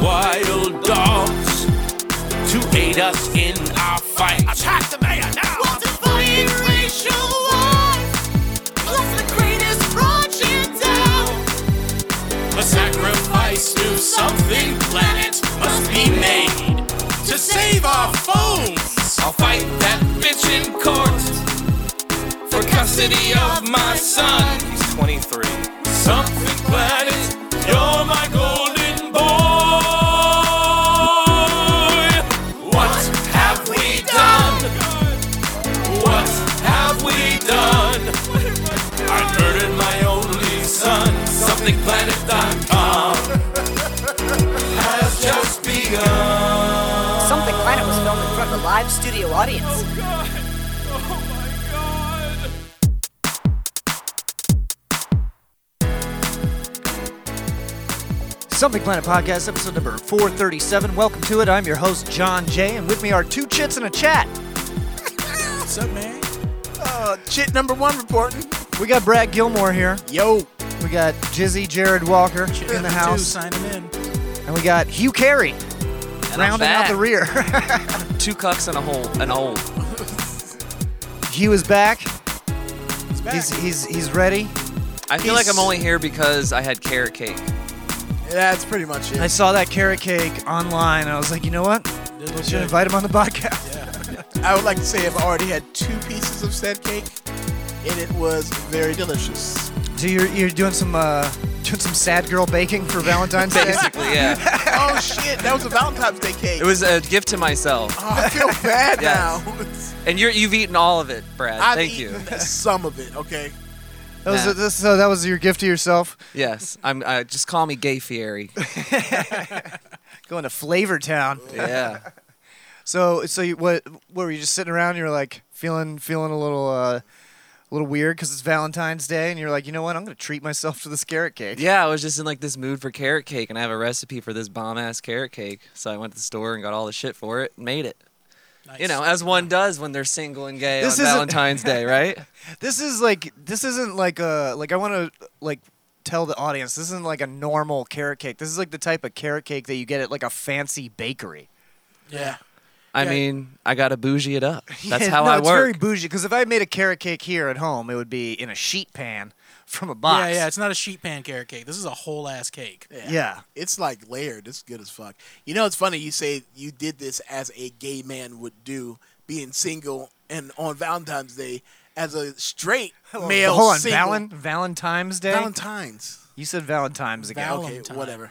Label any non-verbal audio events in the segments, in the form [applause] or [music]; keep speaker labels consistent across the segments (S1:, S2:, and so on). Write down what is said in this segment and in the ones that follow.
S1: little dogs to aid us in our fight. Attack the mayor now!
S2: We'll define racial war. Plus the greatest project out.
S1: A sacrifice to something planet must be made to save our phones. I'll fight that bitch in court for custody of my son.
S3: He's 23.
S1: Something planet, you're my golden boy. What have we done? What have we done? I murdered my only son. SomethingPlanet.com has just begun.
S4: Something Planet was filmed in front of a live studio audience.
S5: Something Planet Podcast, episode number 437. Welcome to it. I'm your host, John Jay, and with me are two chits and a chat.
S6: What's up, man? Uh, chit number one reporting.
S5: We got Brad Gilmore here.
S6: Yo.
S5: We got Jizzy Jared Walker
S6: Chit
S5: in the
S6: number two,
S5: house.
S6: sign him in.
S5: And we got Hugh Carey
S3: And I'm
S5: rounding out
S3: back.
S5: the rear. [laughs]
S3: Two cucks and a hole. An hole.
S5: Hugh is back.
S6: He's back.
S5: He's, he's, he's ready.
S3: I feel like
S6: He's-
S3: I'm only here because I had carrot cake.
S6: That's pretty much it.
S5: I saw that carrot cake online, and I was like, you know what?
S6: This
S5: We
S6: was
S5: should
S6: good.
S5: invite him on the podcast.
S6: I would like to say I've already had two pieces of said cake, and it was very delicious.
S5: So you're, you're doing some uh, doing some sad girl baking for Valentine's Day.
S3: Basically, yeah.
S6: oh shit, that was a Valentine's Day cake.
S3: It was a gift to myself.
S6: Oh, I feel bad
S3: Yes.
S6: now.
S3: And you're, you've eaten all of it, Brad.
S6: I've
S3: Thank you.
S6: eaten some of it. Okay.
S5: That was, this- so that was your gift to yourself.
S3: Yes. I'm. Uh, just call me Gay Fieri.
S5: Going to Flavor Town.
S3: Yeah.
S5: So so you, what what were you just sitting around? and You're like feeling feeling a little uh, a little weird because it's Valentine's Day, and you're like, you know what? I'm gonna treat myself to this carrot cake.
S3: Yeah, I was just in like this mood for carrot cake, and I have a recipe for this bomb ass carrot cake. So I went to the store and got all the shit for it and made it. You know, as one does when they're single and gay
S5: This
S3: on
S5: isn't-
S3: Valentine's Day, right?
S5: This is like this isn't like a like I want to like tell the audience this isn't like a normal carrot cake. This is like the type of carrot cake that you get at like a fancy bakery.
S6: Yeah.
S3: I
S6: Yeah.
S3: mean, I gotta bougie it up. That's
S5: [laughs] Yeah,
S3: how
S5: no,
S3: I
S5: It's very
S3: work.
S5: bougie because if I made a carrot cake here at home, it would be in a sheet pan [laughs] from a box.
S7: Yeah, yeah. It's not a sheet pan carrot cake. This is a whole ass cake.
S5: yeah.
S6: It's like layered. It's good as fuck. You know, it's funny. You say you did this as a gay man would do, being single and on Valentine's Day as a straight male.
S5: Oh, Hold on,
S6: single-
S5: Valen- Valentine's Day.
S6: Valentine's.
S5: you said Valentine's again.
S7: Val-
S6: Okay,
S7: Valentine's.
S6: whatever.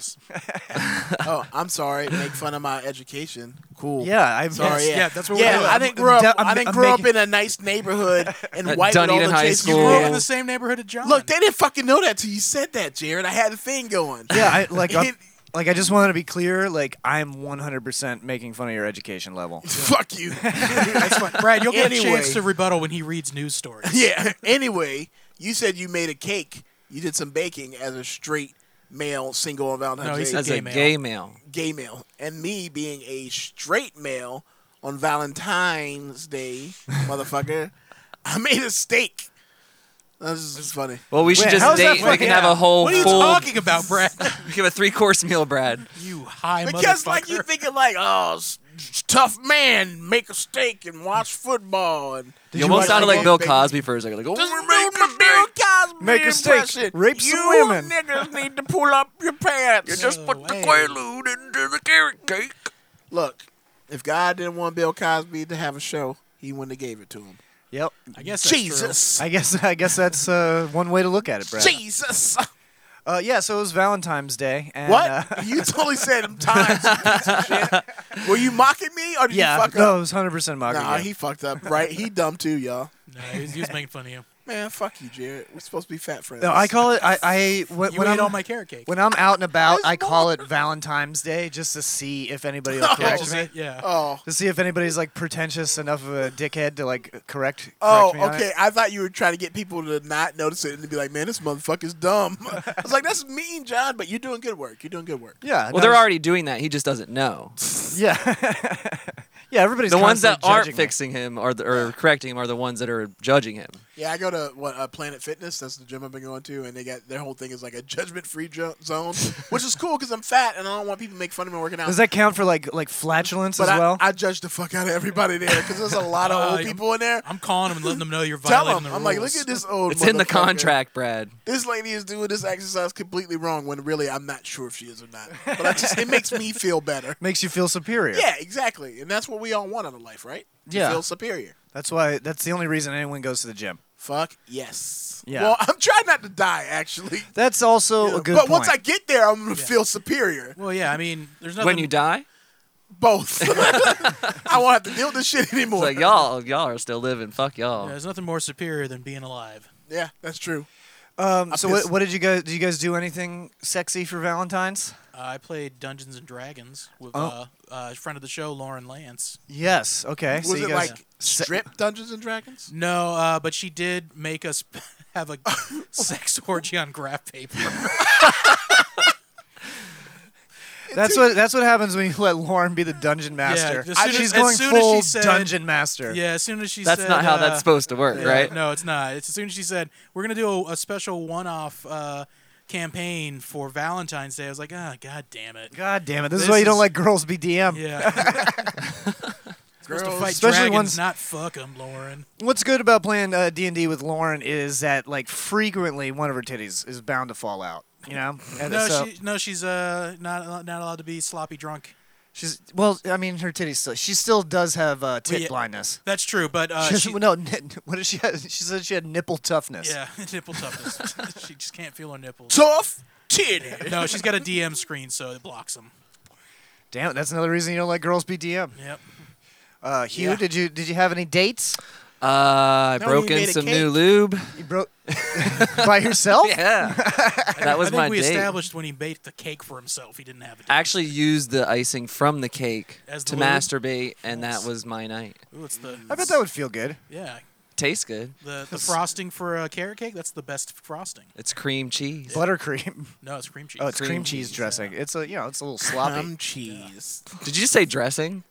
S6: oh, I'm sorry. Make fun of my education. Cool.
S5: yeah, I'm
S6: Sorry.
S7: Yes,
S6: yeah.
S7: yeah, that's what we're
S6: yeah,
S7: doing.
S6: I didn't grow up.
S5: I'm-
S6: I'm, I
S5: I'm-
S6: did
S5: I'm
S6: not grow
S5: making-
S6: up in a nice neighborhood and
S3: At
S6: white
S3: Dunedin
S6: all the
S3: High
S6: chases.
S7: You
S3: Cool.
S7: grew
S3: School.
S7: up in the same neighborhood as John.
S6: Look, they didn't fucking know that till you said that, Jared. I had a thing going.
S5: [laughs] Yeah, I, like i
S6: [laughs] It-
S5: like I just wanted to be clear. Like I'm 100% making fun of your education level.
S6: Fuck [laughs] you.
S7: that's fine. Brad, you'll get a
S6: Anyway.
S7: chance to rebuttal when he reads news stories.
S6: [laughs] yeah. Anyway, you said you made a cake. You did some baking as a straight male single on Valentine's
S7: No, he
S6: Day.
S7: said
S3: As
S7: gay
S3: a
S7: male.
S3: gay male.
S6: gay male, and me being a straight male on Valentine's Day, motherfucker, I made a steak. That's just funny.
S3: Well, we should
S5: Wait,
S3: just
S5: how's that
S3: date.
S5: fucking-
S3: We can have
S5: yeah.
S3: a whole
S7: What are you
S3: full.
S7: talking about, Brad?
S3: We can have a three course meal, Brad.
S5: [laughs]
S7: you high
S6: Because
S7: motherfucker.
S6: like you thinking like, oh, s- s- tough man, make a steak and watch football. And
S3: you almost
S6: watch
S3: sounded like Bill
S6: football, baby?
S3: Cosby for a second. Like,
S6: Just
S3: oh,
S6: do the Bill Cosby
S5: Make a steak,
S6: impression.
S5: rape
S6: you
S5: some women.
S6: niggas need to pull up your pants. You
S7: just put the No way.
S6: quaalude into the carrot cake. Look, if God didn't want Bill Cosby to have a show, he wouldn't have gave it to him.
S5: Yep.
S7: I guess that's
S6: Jesus.
S5: I guess I guess that's uh, one way to look at it, Brad.
S6: Jesus.
S5: Uh, yeah. So it was Valentine's Day. And,
S6: What?
S5: Uh,
S6: you totally said him times. you piece of shit. Were you mocking me or did
S5: yeah.
S6: [laughs] you fuck
S5: no, it
S6: up?
S5: was 100% mockery.
S6: Nah,
S5: yeah.
S6: he fucked up, right? He dumb too, y'all.
S7: true. No, [laughs] he was, he was making fun of you.
S6: Man, fuck you, Jared. We're supposed to be fat friends.
S5: No, I call it. I,
S6: [laughs]
S5: I when,
S7: You
S5: when
S7: ate
S5: I'm
S7: all my carrot cake.
S5: when I'm out and about, I call it Valentine's Day just to see if anybody
S6: [laughs]
S5: will correct
S7: Correct
S5: me.
S7: me? Yeah.
S6: Oh.
S5: To see if anybody's like pretentious enough of a dickhead to like correct. correct
S6: Oh,
S5: me on it.
S6: okay. I thought you were trying to get people to not notice it and to be like, man, this motherfucker's dumb. [laughs] I was like, that's mean, John, but you're doing good work. You're doing good work.
S5: Yeah.
S3: well,
S5: no,
S3: they're already doing that. He just doesn't know.
S5: [laughs] Yeah. [laughs] yeah. Everybody's
S3: the ones that
S5: constantly
S3: aren't
S5: judging me.
S3: fixing him or, the, or correcting him are the ones that are judging him.
S6: Yeah, I go to what uh, Planet Fitness. That's the gym I've been going to, and they got their whole thing is like a judgment-free jo- zone, which is cool because I'm fat and I don't want people to make fun of me working out.
S5: Does that count for like like flatulence
S6: but
S5: as
S6: I,
S5: well?
S6: I judge the fuck out of everybody there because there's a
S7: [laughs]
S6: lot of
S7: Uh,
S6: old people in there.
S7: I'm calling them and letting them know
S6: [laughs]
S7: you're
S6: Tell
S7: violating
S6: them, I'm
S7: the rules.
S6: like, look at this old.
S3: It's in the
S6: motherfucker.
S3: contract, Brad.
S6: This lady is doing this exercise completely wrong when really I'm not sure if she is or not. But I just, it makes me
S7: [laughs]
S6: feel better.
S5: Makes you feel superior.
S6: Yeah, exactly, and that's what we all want out of life, right? To
S5: Yeah.
S6: feel superior.
S5: That's why. That's the only reason anyone goes to the gym.
S6: Fuck yes.
S5: Yeah.
S6: Well, I'm trying not to die, actually.
S5: That's also a
S6: but
S5: good.
S6: once I
S5: point.
S6: get there, I'm gonna feel superior.
S7: Well, yeah, I mean, there's nothing.
S3: When you die,
S6: [laughs]
S5: [laughs]
S6: Both. I won't have to deal with this shit anymore.
S3: it's like y'all, y'all are still living. Fuck y'all.
S7: yeah, uh, there's nothing more superior than being alive.
S6: Yeah, that's true.
S5: um, so what,
S6: pissed.
S5: what did you guys? Did you guys do anything sexy for Valentine's?
S7: Uh, I played Dungeons and Dragons with
S5: Oh.
S7: uh, uh, a friend of the show, Lauren Lance.
S5: Yes. Okay. so
S6: Was
S5: you
S6: it
S5: guys,
S6: like strip Dungeons and Dragons?
S7: No, uh, but she did make us [laughs]
S5: [laughs]
S7: have a sex orgy on graph
S5: [laughs]
S7: paper.
S3: [laughs]
S5: That's what that's what happens when you [laughs] let Lauren be the dungeon master.
S7: as soon as-
S5: She's
S7: as
S5: going
S7: soon as
S5: full
S7: she said-
S5: dungeon master.
S7: yeah, as soon as she
S3: That's
S7: said,
S3: not how
S7: uh,
S3: that's supposed to work,
S7: yeah,
S3: right?
S7: No, it's not. It's as soon as she said we're gonna do a, a special one-off uh, campaign for Valentine's Day. I was like, ah, god damn it.
S5: God damn it! This, is
S7: This
S5: why you don't
S7: is-
S5: let girls be DM. [laughs]
S7: Yeah, [laughs]
S6: Girls,
S7: supposed to fight
S5: Especially
S7: dragons,
S5: ones-
S7: not fuck them, Lauren.
S5: What's good about playing uh, D&D with Lauren is that like frequently one of her titties is bound to fall out. You
S7: [laughs]
S5: know, and
S7: No,
S5: so
S7: she, no, she's uh not not allowed to be sloppy drunk.
S5: she's well. I mean, her titties still. She still does have uh, tit
S7: Well, yeah.
S5: blindness.
S7: That's true, but uh,
S5: She has-
S7: she,
S5: no, n- [laughs] what did she? Have? She said she had nipple toughness.
S7: yeah, [laughs] nipple toughness. [laughs] she just can't feel her nipples.
S6: Tough titty.
S7: No, she's got a DM screen, so it blocks them.
S5: Damn, it, that's another reason you don't let girls be DM.
S7: Yep.
S5: Uh, Hugh,
S6: Yeah.
S5: did you did you have any dates?
S3: Uh, I
S6: No,
S3: broke
S6: we made
S3: in
S6: a
S3: some
S6: cake.
S3: new lube.
S5: You
S7: [laughs]
S5: broke by yourself.
S3: Yeah, [laughs] that was
S7: I think
S3: my
S7: we
S3: date.
S7: established when he baked the cake for himself, he didn't have it.
S3: I actually used the icing from the cake
S7: As
S3: to
S7: the lube?
S3: masturbate, and that was my night.
S7: Ooh, it's the
S5: I bet that would feel good.
S7: yeah
S3: Tastes good.
S7: the
S5: [laughs]
S7: the frosting for a carrot cake. That's the best frosting.
S3: It's cream cheese.
S5: Buttercream.
S7: No, it's cream cheese. Um,
S5: Oh, it's cream,
S3: Cream
S5: cheese,
S3: cheese,
S5: dressing. It's a you know, it's a little
S6: Cum
S5: sloppy.
S6: cheese.
S3: Did you just say dressing?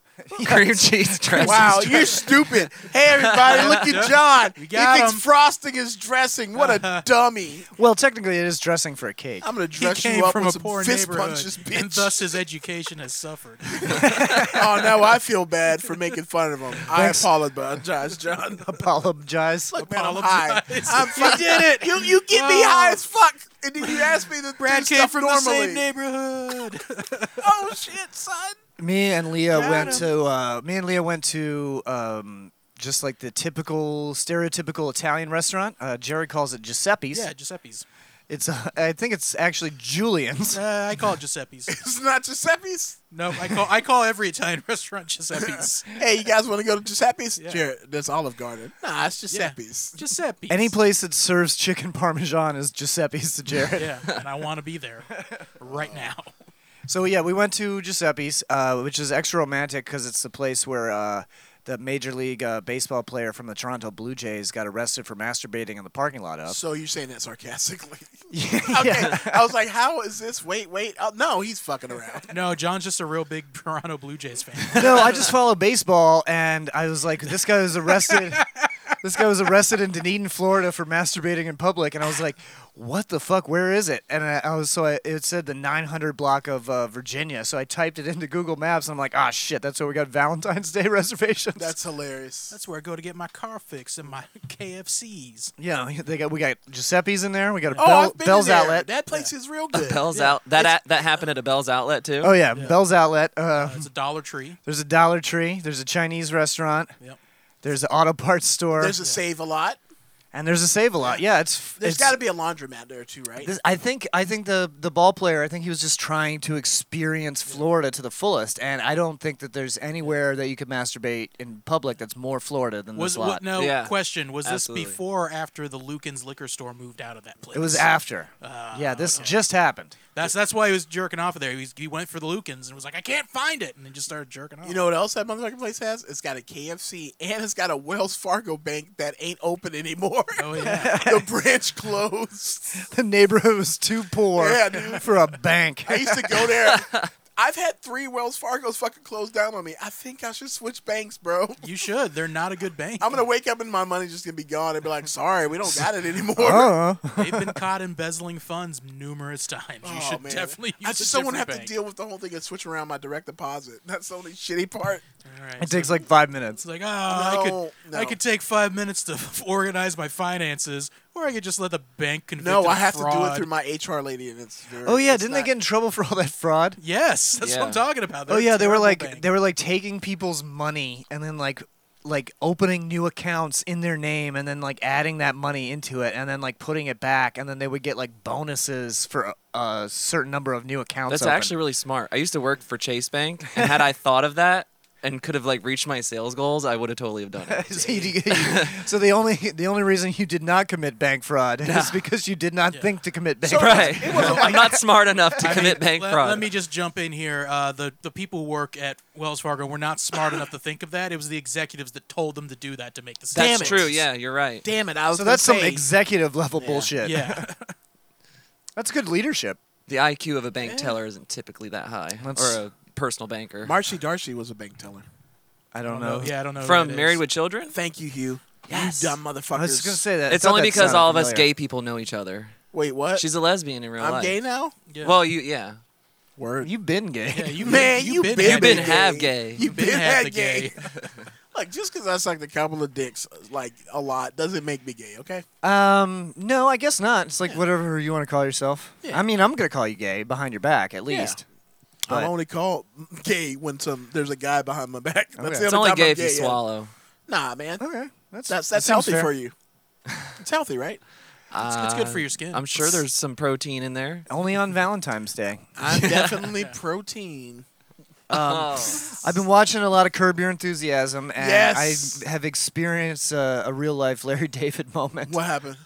S3: Cream cheese dressing.
S6: [laughs] Wow,
S7: [laughs]
S6: you're stupid. Hey, everybody, look at John.
S7: You got
S6: he thinks
S7: him.
S6: frosting is dressing.
S7: [laughs]
S6: What a dummy.
S5: well, technically, it is dressing for a cake.
S6: I'm going to
S7: he
S6: dress
S7: came
S6: you up
S7: from
S6: with
S7: a
S6: some
S7: poor
S6: fist
S7: neighborhood,
S6: punches, bitch.
S7: and thus his education has suffered.
S6: [laughs] oh, now I feel
S7: [laughs]
S6: bad for making fun of him. I
S5: Thanks.
S6: apologize, John.
S5: [laughs]
S6: [laughs]
S5: Apologize.
S6: Look, man, I'm high.
S7: Apologize.
S6: I'm fucking, you did it. You you get me
S7: Oh.
S6: high as fuck, and then you ask me to
S7: Brad
S6: do
S7: came
S6: stuff
S7: from the
S6: normally.
S7: same neighborhood. [laughs]
S6: Oh shit, son.
S5: Me and Leah
S6: Got
S5: went
S6: him.
S5: to. Uh, me and Leah went to. Um, just like the typical, stereotypical Italian restaurant, uh, Jerry calls it Giuseppe's.
S7: yeah, Giuseppe's.
S5: It's, uh, I think it's actually
S6: [laughs]
S5: Julian's.
S7: Uh, I call it Giuseppe's.
S6: It's not Giuseppe's.
S7: No, I call I call every Italian [laughs] restaurant Giuseppe's.
S6: Hey, you guys want to go to Giuseppe's?
S7: Yeah.
S6: Jared, that's Olive Garden. Nah, it's Giuseppe's.
S7: Giuseppe's.
S5: Any place that serves chicken [laughs] parmesan is Giuseppe's to
S6: [laughs]
S5: Jared.
S7: Yeah, and I want to be there right now.
S5: So yeah, we went to Giuseppe's, uh, which is extra romantic because it's the place where uh, the Major League uh, Baseball player from the Toronto Blue Jays got arrested for masturbating in the parking lot of.
S6: So you're saying that sarcastically? [laughs] okay.
S5: [laughs] yeah.
S6: I was like, how is this? Wait, wait. Oh, no, he's fucking around.
S7: No, John's just a real big Toronto Blue Jays fan.
S5: No, I just follow baseball, and I was like, this guy was arrested. this guy was arrested in Dunedin, Florida, for masturbating in public, and I was like, what the fuck? Where is it? And I, I was so I, it said the 900 block of uh, Virginia, so I typed it into Google Maps, and I'm like, ah, shit, that's where we got Valentine's Day [laughs] reservations.
S6: That's hilarious.
S7: That's where I go to get my car fixed and my KFCs.
S5: Yeah, they got we got Giuseppe's in there. We got a
S6: oh,
S5: Bell,
S6: I've been
S5: Bell's
S6: to there.
S5: Outlet.
S6: That place is real good.
S3: Bell's out. That a, that happened at a Bell's outlet too.
S5: oh yeah, Bell's Outlet. Uh,
S7: It's a Dollar Tree.
S5: there's a Dollar Tree. There's a Chinese restaurant.
S7: Yep.
S5: There's an auto parts store.
S6: There's a Save a Lot.
S5: and there's a Save a Lot. Yeah, it's
S6: There's
S5: it's,
S6: got to be a laundromat there too, right?
S5: This, I think I think the the ball player. I think he was just trying to experience Florida to the fullest, and I don't think that there's anywhere that you could masturbate in public that's more Florida than
S7: Was
S5: this lot.
S7: what, no
S3: Yeah,
S7: question? Was
S3: absolutely.
S7: this before or after the Lucan's liquor store moved out of that place?
S5: It was after. yeah, this just happened. [laughs]
S7: That's that's why he was jerking off of there. He, was, he went for the Lucan's and was like, I can't find it, and then just started jerking off.
S6: You know what else that motherfucking place has? It's got a KFC and it's got a Wells Fargo bank that ain't open anymore.
S7: Oh yeah.
S6: [laughs] the branch closed.
S5: The neighborhood was too poor
S6: Yeah, dude.
S5: for a bank.
S6: I used to go there. I've had three Wells Fargo's fucking close down on me. I think I should switch banks, bro.
S7: You should. They're not a good bank.
S6: I'm gonna wake up and my money's just gonna be gone. I'd be like, sorry, we don't got it anymore.
S5: Oh,
S7: They've been caught embezzling funds numerous times. You
S6: Oh,
S7: should
S6: man.
S7: definitely use
S6: I just don't
S7: want
S6: want to have to deal with the whole thing of switching around my direct deposit. [laughs] That's the only shitty part.
S7: All right.
S5: [laughs] it
S7: so
S5: takes like five
S7: it's
S5: minutes.
S7: like, oh, I
S6: No,
S7: could I
S6: no.
S7: could take five minutes to organize my finances, or I could just let the bank convict
S6: No,
S7: of
S6: I have to do it
S7: fraud.
S6: through my HR lady, and it's very,
S5: Oh yeah,
S6: it's
S5: didn't they
S6: not-
S5: get in trouble for all that fraud?
S7: Yes, that's what I'm
S3: Yeah.
S7: talking about. They're
S5: Oh
S7: a
S5: yeah, they were
S7: terrible
S5: like
S7: bank.
S5: they were like taking people's money and then like like opening new accounts in their name and then like adding that money into it and then like putting it back and then they would get like bonuses for a, a certain number of new accounts.
S3: That's
S5: opened. [laughs]
S3: actually really smart. I used to work for Chase Bank, and had I thought of that and could have like reached my sales goals, I would have totally have done
S5: [laughs]
S3: it.
S5: so,
S3: [laughs]
S5: you- so the only the only reason you did not commit bank fraud is because you did not think to commit bank
S3: [laughs]
S5: fraud.
S3: right. I'm not smart enough to
S7: I
S3: commit
S7: mean,
S3: bank
S7: let,
S3: fraud.
S7: Let me just jump in here. Uh, the the people who work at Wells Fargo were not smart enough to think of that. It was the executives that told them to do that to make the
S3: That's
S7: statement.
S3: true. Yeah, you're right.
S6: Damn it! I was
S5: So
S6: gonna
S5: that's some
S6: say-
S5: executive level bullshit.
S3: [laughs]
S7: Yeah.
S5: That's good leadership.
S3: The IQ of a bank teller isn't typically that high,
S5: Let's-
S3: or a personal banker.
S6: Marcy Darcy was a bank teller.
S5: I don't,
S7: No, yeah, I don't know. who
S3: From
S7: that is.
S3: Married with Children.
S6: Thank you, Hugh.
S3: Yes.
S6: You dumb motherfuckers.
S5: I was just gonna say that. I
S3: It's
S5: thought
S3: only
S5: that
S3: because
S5: sounded
S3: all of us
S5: familiar.
S3: gay people know each other.
S6: Wait, what?
S3: She's a lesbian in real
S6: I'm
S3: life.
S6: gay now.
S7: Yeah.
S3: Well, you yeah.
S6: Word.
S5: You've been gay.
S7: Yeah, you
S6: Man,
S7: you
S6: you
S7: been,
S6: been-
S3: You've been
S6: gay.
S3: half gay.
S6: You've
S7: been
S6: been,
S7: half
S6: that
S7: the
S6: gay.
S7: gay.
S6: [laughs] like just because I sucked a couple of dicks uh, like a lot doesn't make me gay. Okay.
S5: Um, no, I guess not. It's like whatever you want to call yourself.
S6: Yeah.
S5: I mean, I'm gonna call you gay behind your back at
S6: Yeah.
S5: least. But-
S6: I'm only called gay when some there's a guy behind my back. That's
S5: Okay.
S6: the
S5: It's
S6: only
S3: It's only
S6: time
S3: gay
S6: I'm
S3: if you
S6: yeah.
S3: swallow.
S6: Nah, man.
S5: Okay, that's
S6: That's
S5: that seems
S6: that's healthy
S5: fair.
S6: for you. It's healthy, right?
S7: it's good for your skin.
S3: I'm sure there's some protein in there.
S5: Only on Valentine's
S6: [laughs]
S5: Day.
S6: [laughs] I'm definitely protein.
S3: Oh.
S5: I've been watching a lot of Curb Your Enthusiasm, and
S6: Yes.
S5: I have experienced a, a real life Larry [laughs] David moment.
S6: What happened?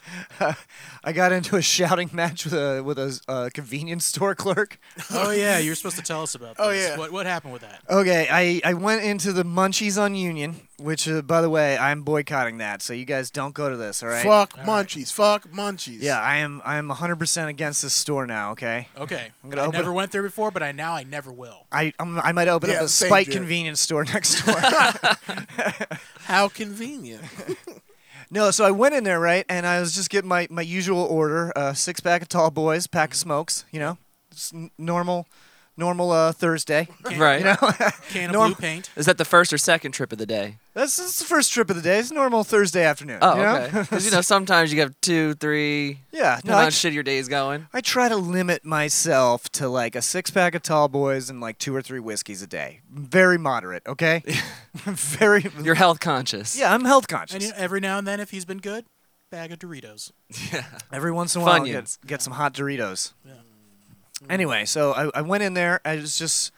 S5: [laughs] I got into a shouting match with a with a uh, convenience store
S6: [laughs]
S5: clerk.
S7: [laughs] Oh [laughs] yeah, you were supposed to tell us about.
S6: Oh,
S7: this.
S6: yeah.
S7: What what happened with that?
S5: Okay, I, I went into the Munchies on Union, which uh, by the way I'm boycotting that, so you guys don't go to this. All right?
S6: Fuck munchies. Fuck munchies.
S5: Yeah, I am I am 100% against this store now. Okay.
S7: Okay.
S5: I'm gonna
S7: I
S5: open-
S7: never went there before, but I now I never will.
S5: I um, I might open
S6: Yeah,
S5: up a
S6: same
S5: Spike
S6: here.
S5: convenience store next door.
S6: How [laughs] convenient.
S5: no, so I went in there right, and I was just getting my my usual order: uh, six pack of Tall Boys, pack of smokes. You know, just n- normal, normal uh, Thursday.
S3: Right.
S7: Can of
S5: Norm-
S7: blue paint.
S3: Is that the first or second trip of the day?
S5: That's, that's the first trip of the day. It's a normal Thursday afternoon.
S3: Oh,
S5: you know?
S3: okay. Because you know sometimes you have two, three.
S5: [laughs] yeah.
S3: Depending
S5: No, I, Mm-hmm.
S3: on shit your day's going.
S5: I try to limit myself to like a six pack of Tall Boys and like two or three whiskeys a day. Very moderate. Okay. [laughs] Very.
S3: You're health conscious.
S5: yeah, I'm health conscious.
S7: And you know, every now and then, if he's been good, bag of Doritos.
S5: Every once in a while,
S3: Funyuns.
S5: get, get some hot Doritos. Anyway, so I, I went in there. I was just,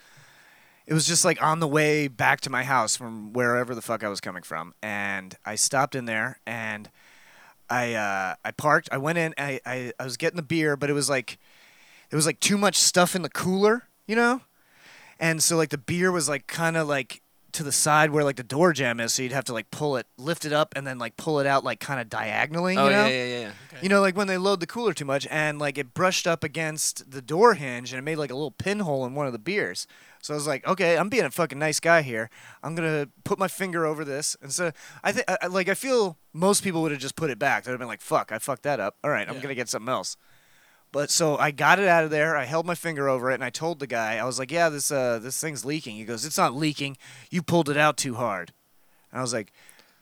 S5: it was just like on the way back to my house from wherever the fuck I was coming from, and I stopped in there and I uh, I parked. I went in. I, I I was getting the beer, but it was like, it was like too much stuff in the cooler, you know, and so like the beer was like kind of like to the side where like the door jam is, so you'd have to like pull it, lift it up, and then like pull it out like kind of diagonally,
S3: Oh
S5: you know.
S3: yeah, yeah, yeah, yeah.
S5: You know, like when they load the cooler too much, and like it brushed up against the door hinge, and it made like a little pinhole in one of the beers. So I was like, okay, I'm being a fucking nice guy here. I'm gonna put my finger over this, and so I think, like, I feel most people would have just put it back. They'd have been like, fuck, I fucked that up. All right, I'm gonna get something else. But so I got it out of there. I held my finger over it, and I told the guy, I was like, yeah, this uh, this thing's leaking. He goes, it's not leaking. You pulled it out too hard. And I was like,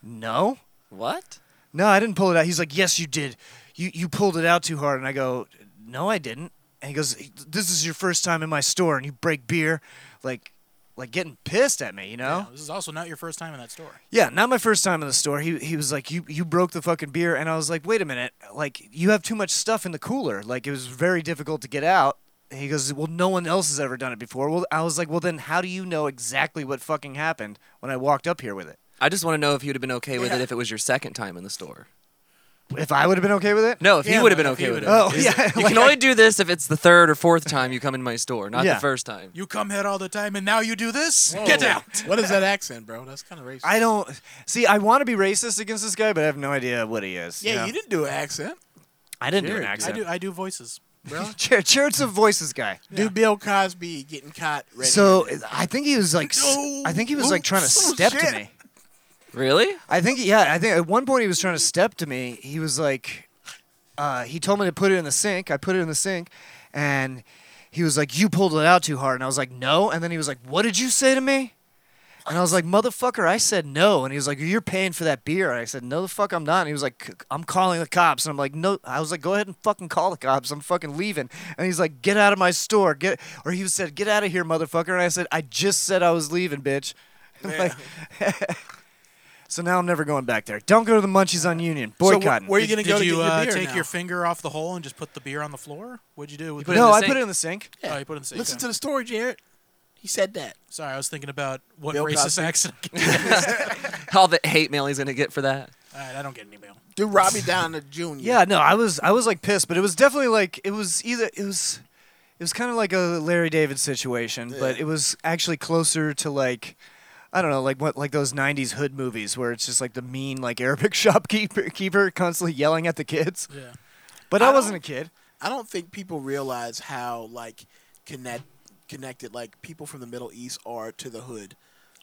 S5: no.
S3: What?
S5: No, I didn't pull it out. He's like, yes, you did. You you pulled it out too hard. And I go, no, I didn't. And he goes, this is your first time in my store, and you break beer, like, like getting pissed at me, you know?
S7: Now, Oh, this is also not your first time in that store.
S5: Yeah, not my first time in the store. He he was like, you you broke the fucking beer, and I was like, wait a minute, like you have too much stuff in the cooler. Like it was very difficult to get out. And he goes, well, no one else has ever done it before. Well, I was like, well, then how do you know exactly what fucking happened when I walked up here with it?
S3: I just want to know if you'd have been okay with it
S6: Yeah.
S3: if it was your second time in the store.
S5: If I would have been okay with it?
S3: No, if
S7: Yeah,
S3: you would have been
S7: no, if
S3: okay
S7: you
S3: with it.
S7: would've-
S5: Oh yeah,
S3: You
S5: like
S3: can
S5: I-
S3: only do this if it's the third or fourth time you come in my store, not
S5: Yeah.
S3: the first time.
S7: You come here all the time, and now you do this. Get out.
S6: Oh. What is that accent, bro? That's kind of racist.
S5: I don't see. I want to be racist against this guy, but I have no idea what he is.
S6: yeah,
S5: know?
S6: you didn't do an accent.
S5: I didn't do
S6: Dude,
S5: an
S6: I
S5: accent.
S7: I do. I do voices.
S6: bro.
S5: Ch- Church of Voices guy.
S6: Do Bill Cosby getting caught? Red
S5: So I think he was like, s-
S6: No.
S5: I think he was like trying to
S6: Oh,
S5: step
S6: shit.
S5: to me.
S3: Really?
S5: I think yeah, I think at one point he was trying to step to me. He was like, uh, he told me to put it in the sink. I put it in the sink, and he was like, "You pulled it out too hard," and I was like, "No." And then he was like, "What did you say to me?" And I was like, "Motherfucker, I said no." And he was like, "You're paying for that beer." And I said, "No, the fuck, I'm not." And he was like, "C- "I'm calling the cops." And I'm like, "No." I was like, "Go ahead and fucking call the cops. I'm fucking leaving." And he's like, "Get out of my store, get." Or he said, "Get out of here, motherfucker." And I said, "I just said I was leaving, bitch." [laughs] Like- so now I'm never going back there. Don't go to the Munchies on Union.
S6: So wh-
S5: Boycott.
S6: where are you gonna
S7: Did
S6: go to
S7: you
S6: get your
S7: uh,
S6: beer
S7: take
S6: now?
S7: your finger off the hole and just put the beer on the floor? What'd you do? With
S3: put
S7: the-
S3: in
S5: no,
S3: the
S5: I
S3: sink.
S5: put it in the sink.
S7: Oh, you put it in the sink.
S6: Listen
S7: Okay.
S6: to the story, Jarrett. He said that.
S7: Sorry, I was thinking about what
S6: Bill
S7: racist
S6: Cosby.
S7: accent. I
S3: [laughs]
S7: can-
S3: All the hate mail he's gonna get for that.
S7: All right, I don't get any mail.
S5: [laughs]
S6: Do Robbie Downer Jr.
S5: Yeah, no, I was I was like pissed, but it was definitely like it was either it was it was kind of like a Larry David situation, but
S6: Yeah.
S5: it was actually closer to like I don't know, like what like those '90s hood movies where it's just like the mean like Arabic [laughs] shopkeeper keeper constantly yelling at the kids.
S7: Yeah.
S5: But
S6: I
S5: I,
S6: don't-
S5: wasn't a kid.
S6: I don't think people realize how like connect connected like people from the Middle East are to the hood.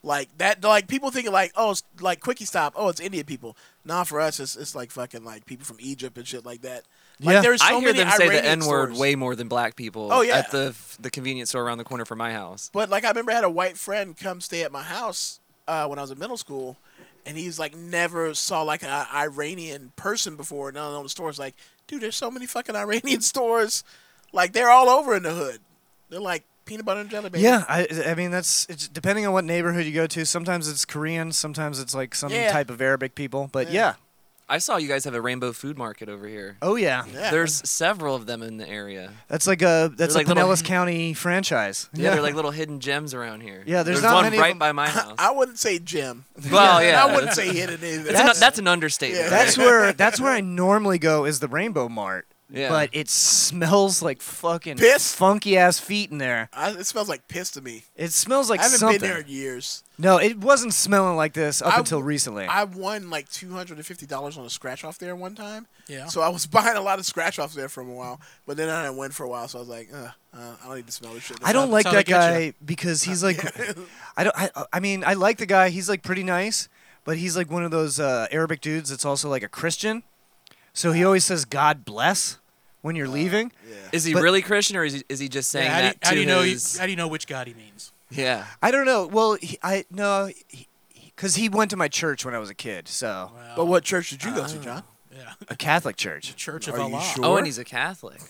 S6: Like that, like people think like, oh, it's like quickie stop. Oh, it's Indian people. Nah, for us, it's, it's like fucking like people from Egypt and shit like that. Like
S5: Yeah.
S6: there's so
S3: I hear
S6: many
S3: them say
S6: Iranian
S3: the n-word
S6: stores.
S3: way more than black people.
S6: Oh, yeah.
S3: At the the convenience store around the corner from my house.
S6: But like I remember I had a white friend come stay at my house uh, when I was in middle school, and he's like never saw like an Iranian person before. And I know the stores like, dude, there's so many fucking Iranian [laughs] stores, like they're all over in the hood. They're like peanut butter and jelly baby.
S5: Yeah, I I mean that's it's depending on what neighborhood you go to. Sometimes it's Korean, sometimes it's like some
S6: Yeah.
S5: type of Arabic people. But
S6: Yeah.
S5: yeah,
S3: I saw you guys have a rainbow food market over here.
S5: oh yeah,
S6: Yeah.
S3: There's several of them in the area.
S5: that's like a that's
S3: They're
S5: a
S3: like little-
S5: Pinellas County franchise.
S3: Yeah, they're like little hidden gems around here.
S5: Yeah, there's
S3: there's
S5: not
S3: one
S5: many of
S3: right
S5: them.
S3: by my house.
S6: I wouldn't say Jim.
S3: well,
S6: And
S3: Oh, yeah,
S6: [laughs] I wouldn't
S3: that's-
S6: say hidden either.
S3: That's, an, that's an understatement.
S6: Yeah. [laughs]
S5: That's where that's where I normally go is the Rainbow Mart.
S3: Yeah.
S5: But it smells like fucking
S6: Piss?
S5: funky ass feet in there.
S6: I, it smells like piss to me.
S5: It smells like
S6: I haven't
S5: something.
S6: been there in years.
S5: No, it wasn't smelling like this up
S6: I-
S5: until recently.
S6: I won like two hundred and fifty dollars on a scratch off there one time.
S7: Yeah.
S6: So I was [laughs] buying a lot of scratch offs there for a while, but then I went for a while, so I was like, uh, uh, I don't need to smell this shit.
S5: I don't
S7: That's
S5: like
S7: how they
S5: that
S7: get
S5: guy
S7: you.
S5: because
S6: [laughs]
S5: he's like, I don't. I, I mean, I like the guy. He's like pretty nice, but he's like one of those uh, Arabic dudes that's also like a Christian. So he always says "God bless" when
S6: Uh,
S5: you're leaving.
S3: Is he
S5: But-
S3: really Christian or is he, is he just saying
S7: Yeah, how, do you,
S3: that
S7: how do
S3: to
S7: you know? you-
S3: his?
S7: how do you know which God he means?
S3: yeah.
S5: I don't know. Well, he, I no, because he, went to my church when I was a kid, so
S6: But what church did you go
S7: Oh.
S6: to, John?
S7: Yeah.
S5: a Catholic church.
S7: Church of
S6: Are you
S7: Allah.
S6: sure?
S3: Oh, and he's a Catholic.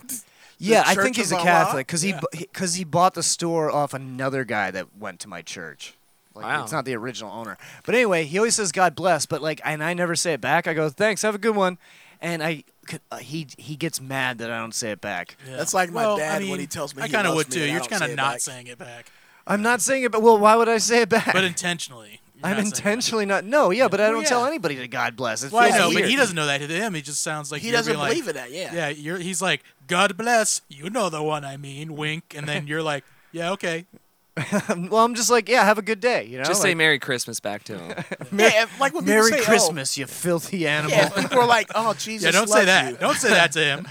S5: Yeah, I
S6: Church
S5: think he's
S6: of
S5: a
S6: Allah?
S5: Catholic because he because he bought the store off another guy that went to my church. Like,
S3: Wow.
S5: It's not the original owner, but anyway, he always says God bless, but like, and I never say it back. I go, thanks, have a good one, and I c- uh, he he gets mad that I don't say it back.
S7: Yeah.
S6: That's like my
S7: Well,
S6: dad
S7: I
S6: when
S7: mean,
S6: he tells me
S7: I
S6: he
S7: kind of
S6: loves
S7: would
S6: me
S7: too.
S6: and I
S7: You're
S6: don't
S7: kind
S6: say
S7: of
S6: it
S7: not
S6: back.
S7: saying it
S6: [laughs]
S7: back,
S5: I'm not saying it, but well, why would I say it back?
S7: [laughs] but intentionally.
S5: [laughs]
S7: you're
S5: I'm
S7: not saying it back.
S5: intentionally not. No, yeah, but I don't
S6: yeah.
S5: tell anybody to God bless. It
S7: Well, I
S5: feels
S7: know,
S5: weird.
S7: but he doesn't know that to him. He just sounds like
S6: He
S7: you're
S6: doesn't
S7: being like,
S6: believe in that. Yeah.
S7: Yeah, you're. He's like, God bless. You know the one I mean. Wink, and then you're like, Yeah, okay.
S5: [laughs]
S6: [laughs]
S5: well, I'm just like, yeah, have a good day. You know,
S3: Just say
S5: like,
S3: Merry Christmas back to him.
S6: Yeah, if- like when people
S5: Merry
S6: say, oh,
S5: Christmas, you filthy animal.
S6: yeah, if people are like, oh Jesus,
S7: yeah, don't
S6: loves
S7: say that.
S6: You.
S7: Don't say that to
S6: [laughs]
S7: him.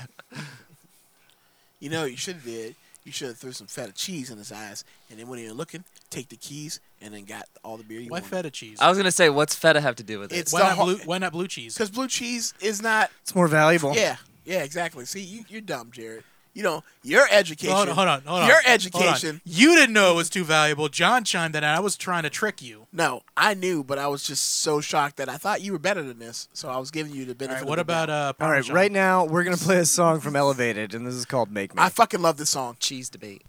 S6: You know, what you should have did. You should have threw some feta cheese in his eyes, and then when he was looking, take the keys, and then got all the beer you
S7: Why
S6: wanted.
S7: feta cheese?
S3: I was gonna say, what's feta have to do with it?
S6: It's
S7: why
S6: the
S7: not
S6: ho-
S7: blue? Why not blue cheese?
S6: Because blue cheese is not.
S5: It's more valuable.
S6: Yeah, yeah, exactly. See, you, you're dumb, Jared. You know your education.
S7: Hold on, hold on, hold on.
S6: Your
S7: hold on.
S6: education.
S7: You didn't know it was too valuable. John chimed in, and I was trying to trick you.
S6: No, I knew, but I was just so shocked that I thought you were better than this, so I was giving you the
S7: All
S6: benefit.
S7: right,
S6: of
S7: what
S6: the
S7: about
S6: doubt.
S7: uh?
S5: All right,
S7: Parmesan?
S5: right now we're gonna play a song from Elevated, and this is called "Make
S7: uh,
S5: Me."
S6: I fucking love this song.
S3: [laughs] cheese debate.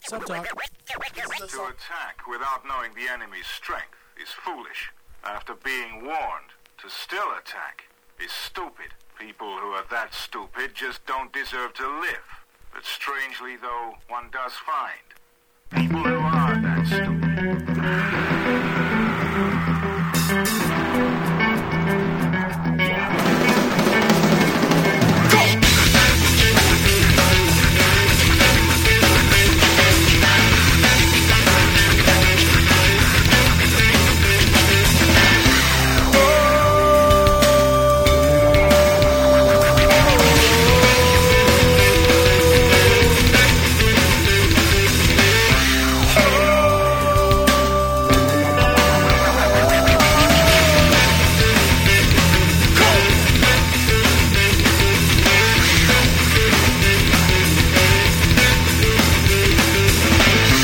S7: Sub talk.
S8: To attack without knowing the enemy's strength is foolish. After being warned, to still attack is stupid. People who are that stupid just don't deserve to live. But strangely, though, one does find people who are that stupid.
S2: Go!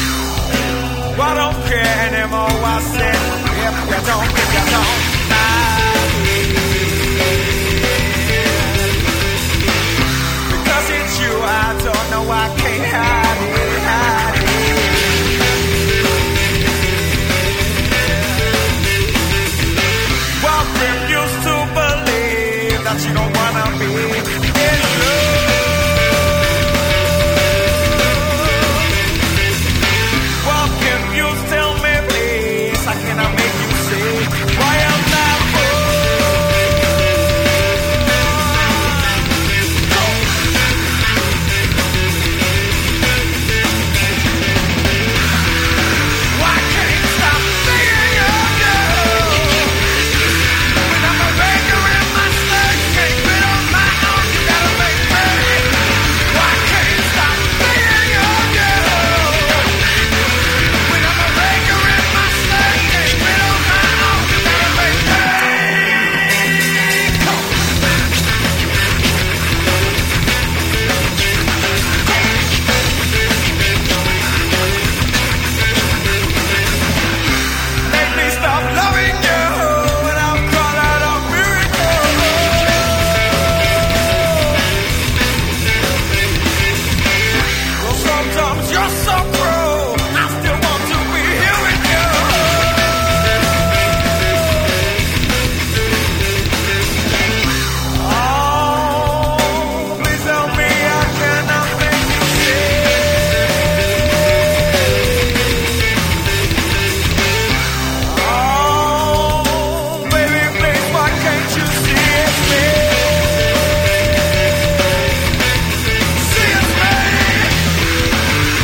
S9: I don't care anymore. I said, if you don't, if you don't. I will. Because it's you, I don't know, I can't hide it, hide it. Well, refuse to believe that you don't wanna be in love. Well, can you tell me, please? How can I make you see why I'm not Why can't you stop being a girl? When I'm a beggar in my slave, can't fit on my own, you gotta make me. Why can't you stop being a girl? When I'm a beggar in my slave, can't fit on my own, you gotta make me. Make me stop loving you, and I'll call out a miracle. Well, sometimes you're so cruel, I still want to be here with you. Oh, please tell me I cannot make you stay. Oh, baby, please, why can't you see it's me? See it's me.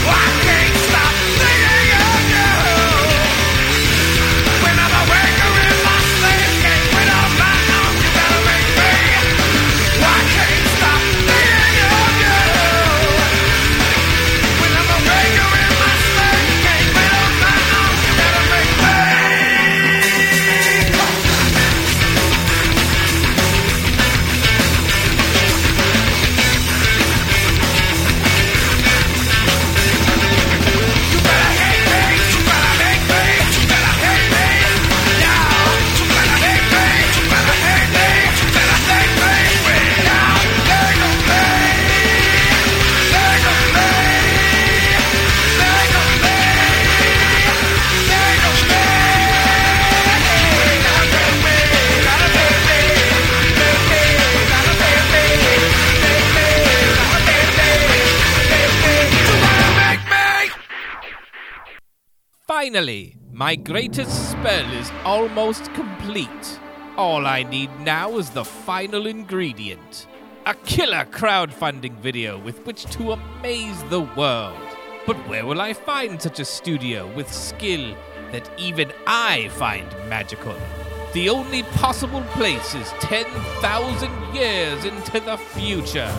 S9: Why can't you stop thinking of you? When I'm awake or in my sleep, can't quit on my own. You gotta make me. Why can't you stop thinking of you? When I'm awake or in my sleep, can't quit on my own. You gotta make me.
S1: Finally, my greatest spell is almost complete. All I need now is the final ingredient a killer crowdfunding video with which to amaze the world. But where will I find such a studio with skill that even I find magical? The only possible place is 10,000 years into the future.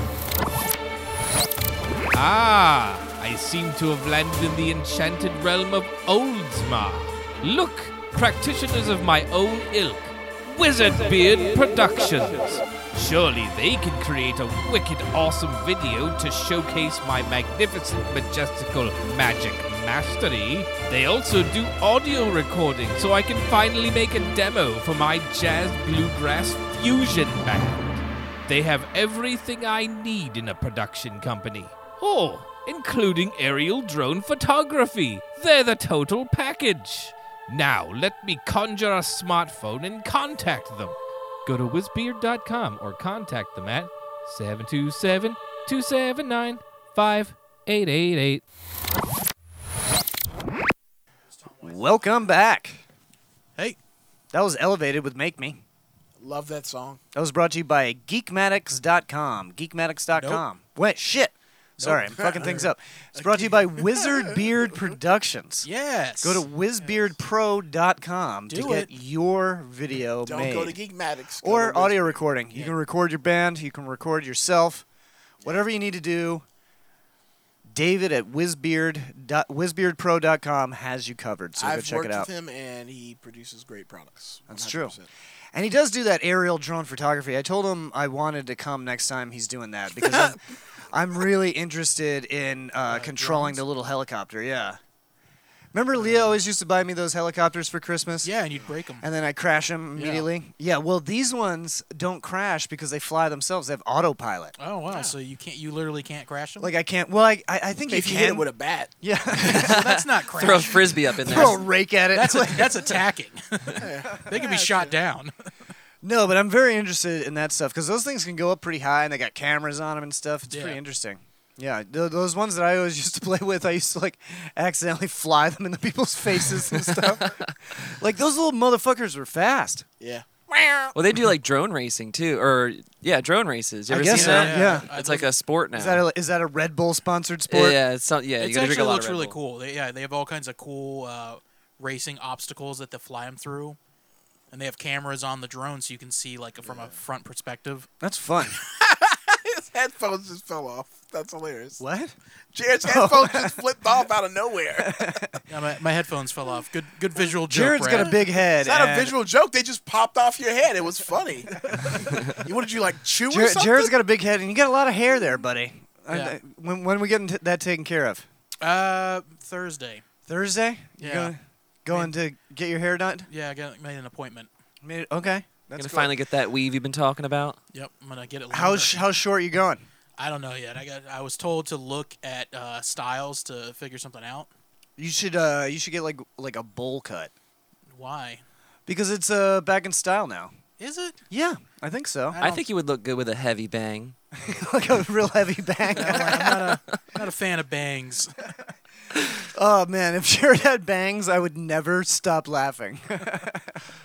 S1: Ah, I seem to have landed in the enchanted realm of Oldsmar. Look, practitioners of my own ilk, Wizard Beard Productions. Surely they can create a wicked awesome video to showcase my magnificent majestical magic mastery. They also do audio recording so I can finally make a demo for my jazz bluegrass fusion band. They have everything I need in a production company. Oh, including aerial drone photography. They're the total package. Now, let me conjure a smartphone and contact them. Go to wizbeard.com or contact them at 727 279 5888.
S5: Welcome back.
S7: Hey,
S5: That was elevated with Make Me.
S6: Love that song.
S5: That was brought to you by Geekmatics.com. Geekmatics.com. Wait, shit. Sorry, I'm fucking things up. It's brought to you by [laughs] Wizard Beard Productions.
S7: yes.
S5: Go to wizbeardpro.com to
S7: Do
S5: get
S7: it.
S5: your video
S6: Don't
S5: made.
S6: go to Geekmatics. go
S5: or
S6: to
S5: audio recording. You can record your band, you can record yourself, whatever you need to do. David at wizbeard dot- wizbeardpro.com has you covered, so go
S6: I've
S5: check
S6: worked
S5: it out.
S6: with him, and he produces great products.
S5: That's true.
S6: 100%.
S5: And he does do that aerial drone photography. I told him I wanted to come next time he's doing that because
S6: [laughs]
S5: I'm,
S6: Uh,
S5: I'm really interested in uh, controlling the little helicopter. Yeah. Remember, Leah always used to buy me those helicopters for Christmas.
S7: Yeah, and you'd break them.
S5: And then I crash them
S7: Yeah.
S5: immediately. Yeah. Well, these ones don't crash because they fly themselves. They have autopilot.
S7: Oh wow! So you can't, you literally can't crash them.
S5: Like I can't. Well, I I, I think
S6: If
S5: you
S6: you
S5: can.
S6: hit it with a bat,
S5: yeah.
S7: so
S5: [laughs]
S7: that's not crashing.
S3: Throw a frisbee up in there.
S5: Throw a rake at it.
S7: that's [laughs] a, that's
S5: [laughs]
S7: attacking. they could be shot down.
S5: no, but I'm very interested in that stuff because those things can go up pretty high and they got cameras on them and stuff. It's
S7: Yeah.
S5: pretty interesting. Yeah, th- those ones that I always [laughs] used to play with, I used to like accidentally [laughs] fly them into people's faces and stuff. like those little motherfuckers were fast.
S6: yeah. [laughs]
S3: Well, they do like drone racing too, or yeah, drone races. You
S5: I
S3: ever
S5: guess
S3: seen
S5: so.
S3: that?
S5: Yeah.
S7: Uh,
S3: It's like a sport now.
S5: Is that a, is that a Red Bull sponsored
S3: yeah,
S5: sport?
S3: yeah, it's some, yeah. you
S7: It
S3: gotta drink a
S7: actually
S3: lot
S7: looks
S3: of Red
S7: really
S3: Bull.
S7: cool. They, yeah, they have all kinds of cool uh, racing obstacles that they fly them through, and they have cameras on the drone so you can see like from a front perspective.
S5: That's fun. [laughs]
S6: His headphones just fell off. That's hilarious.
S5: what? [laughs]
S6: Jared's headphones just flipped off out of nowhere.
S7: Yeah, my, my headphones fell off. Good good visual joke.
S5: Jared's got a
S7: Brad.
S5: big head.
S6: It's not a
S5: and-
S6: visual joke. They just popped off your head. It was funny. you what did you like chew or
S5: Jared,
S6: something?
S5: Jared's got a big head, and you got a lot of hair there, buddy. I-
S7: Yeah.
S5: I- when when we getting t- that taken care of?
S7: uh Thursday.
S5: Thursday? You
S7: Yeah.
S5: Going, going to get your hair done?
S7: Yeah, I got made an appointment.
S5: Made it- okay.
S3: You're
S5: That's
S3: gonna
S5: cool.
S3: finally get that weave you've been talking about.
S7: Yep, I'm gonna get it. Longer.
S5: How sh- how short you going?
S7: I don't know yet. I got. I was told to look at uh, styles to figure something out.
S5: You should uh you should get like like a bowl cut
S7: Why?
S5: because it's uh back in style now.
S7: Is it?
S5: Yeah, I think so.
S7: I
S3: I,
S5: [laughs]
S7: don't-
S3: think you would look good with a heavy bang.
S5: like a real
S7: [laughs]
S5: heavy bang.
S7: Not a fan of bangs. [laughs]
S5: oh man, if Jared had bangs, I would never stop laughing. [laughs]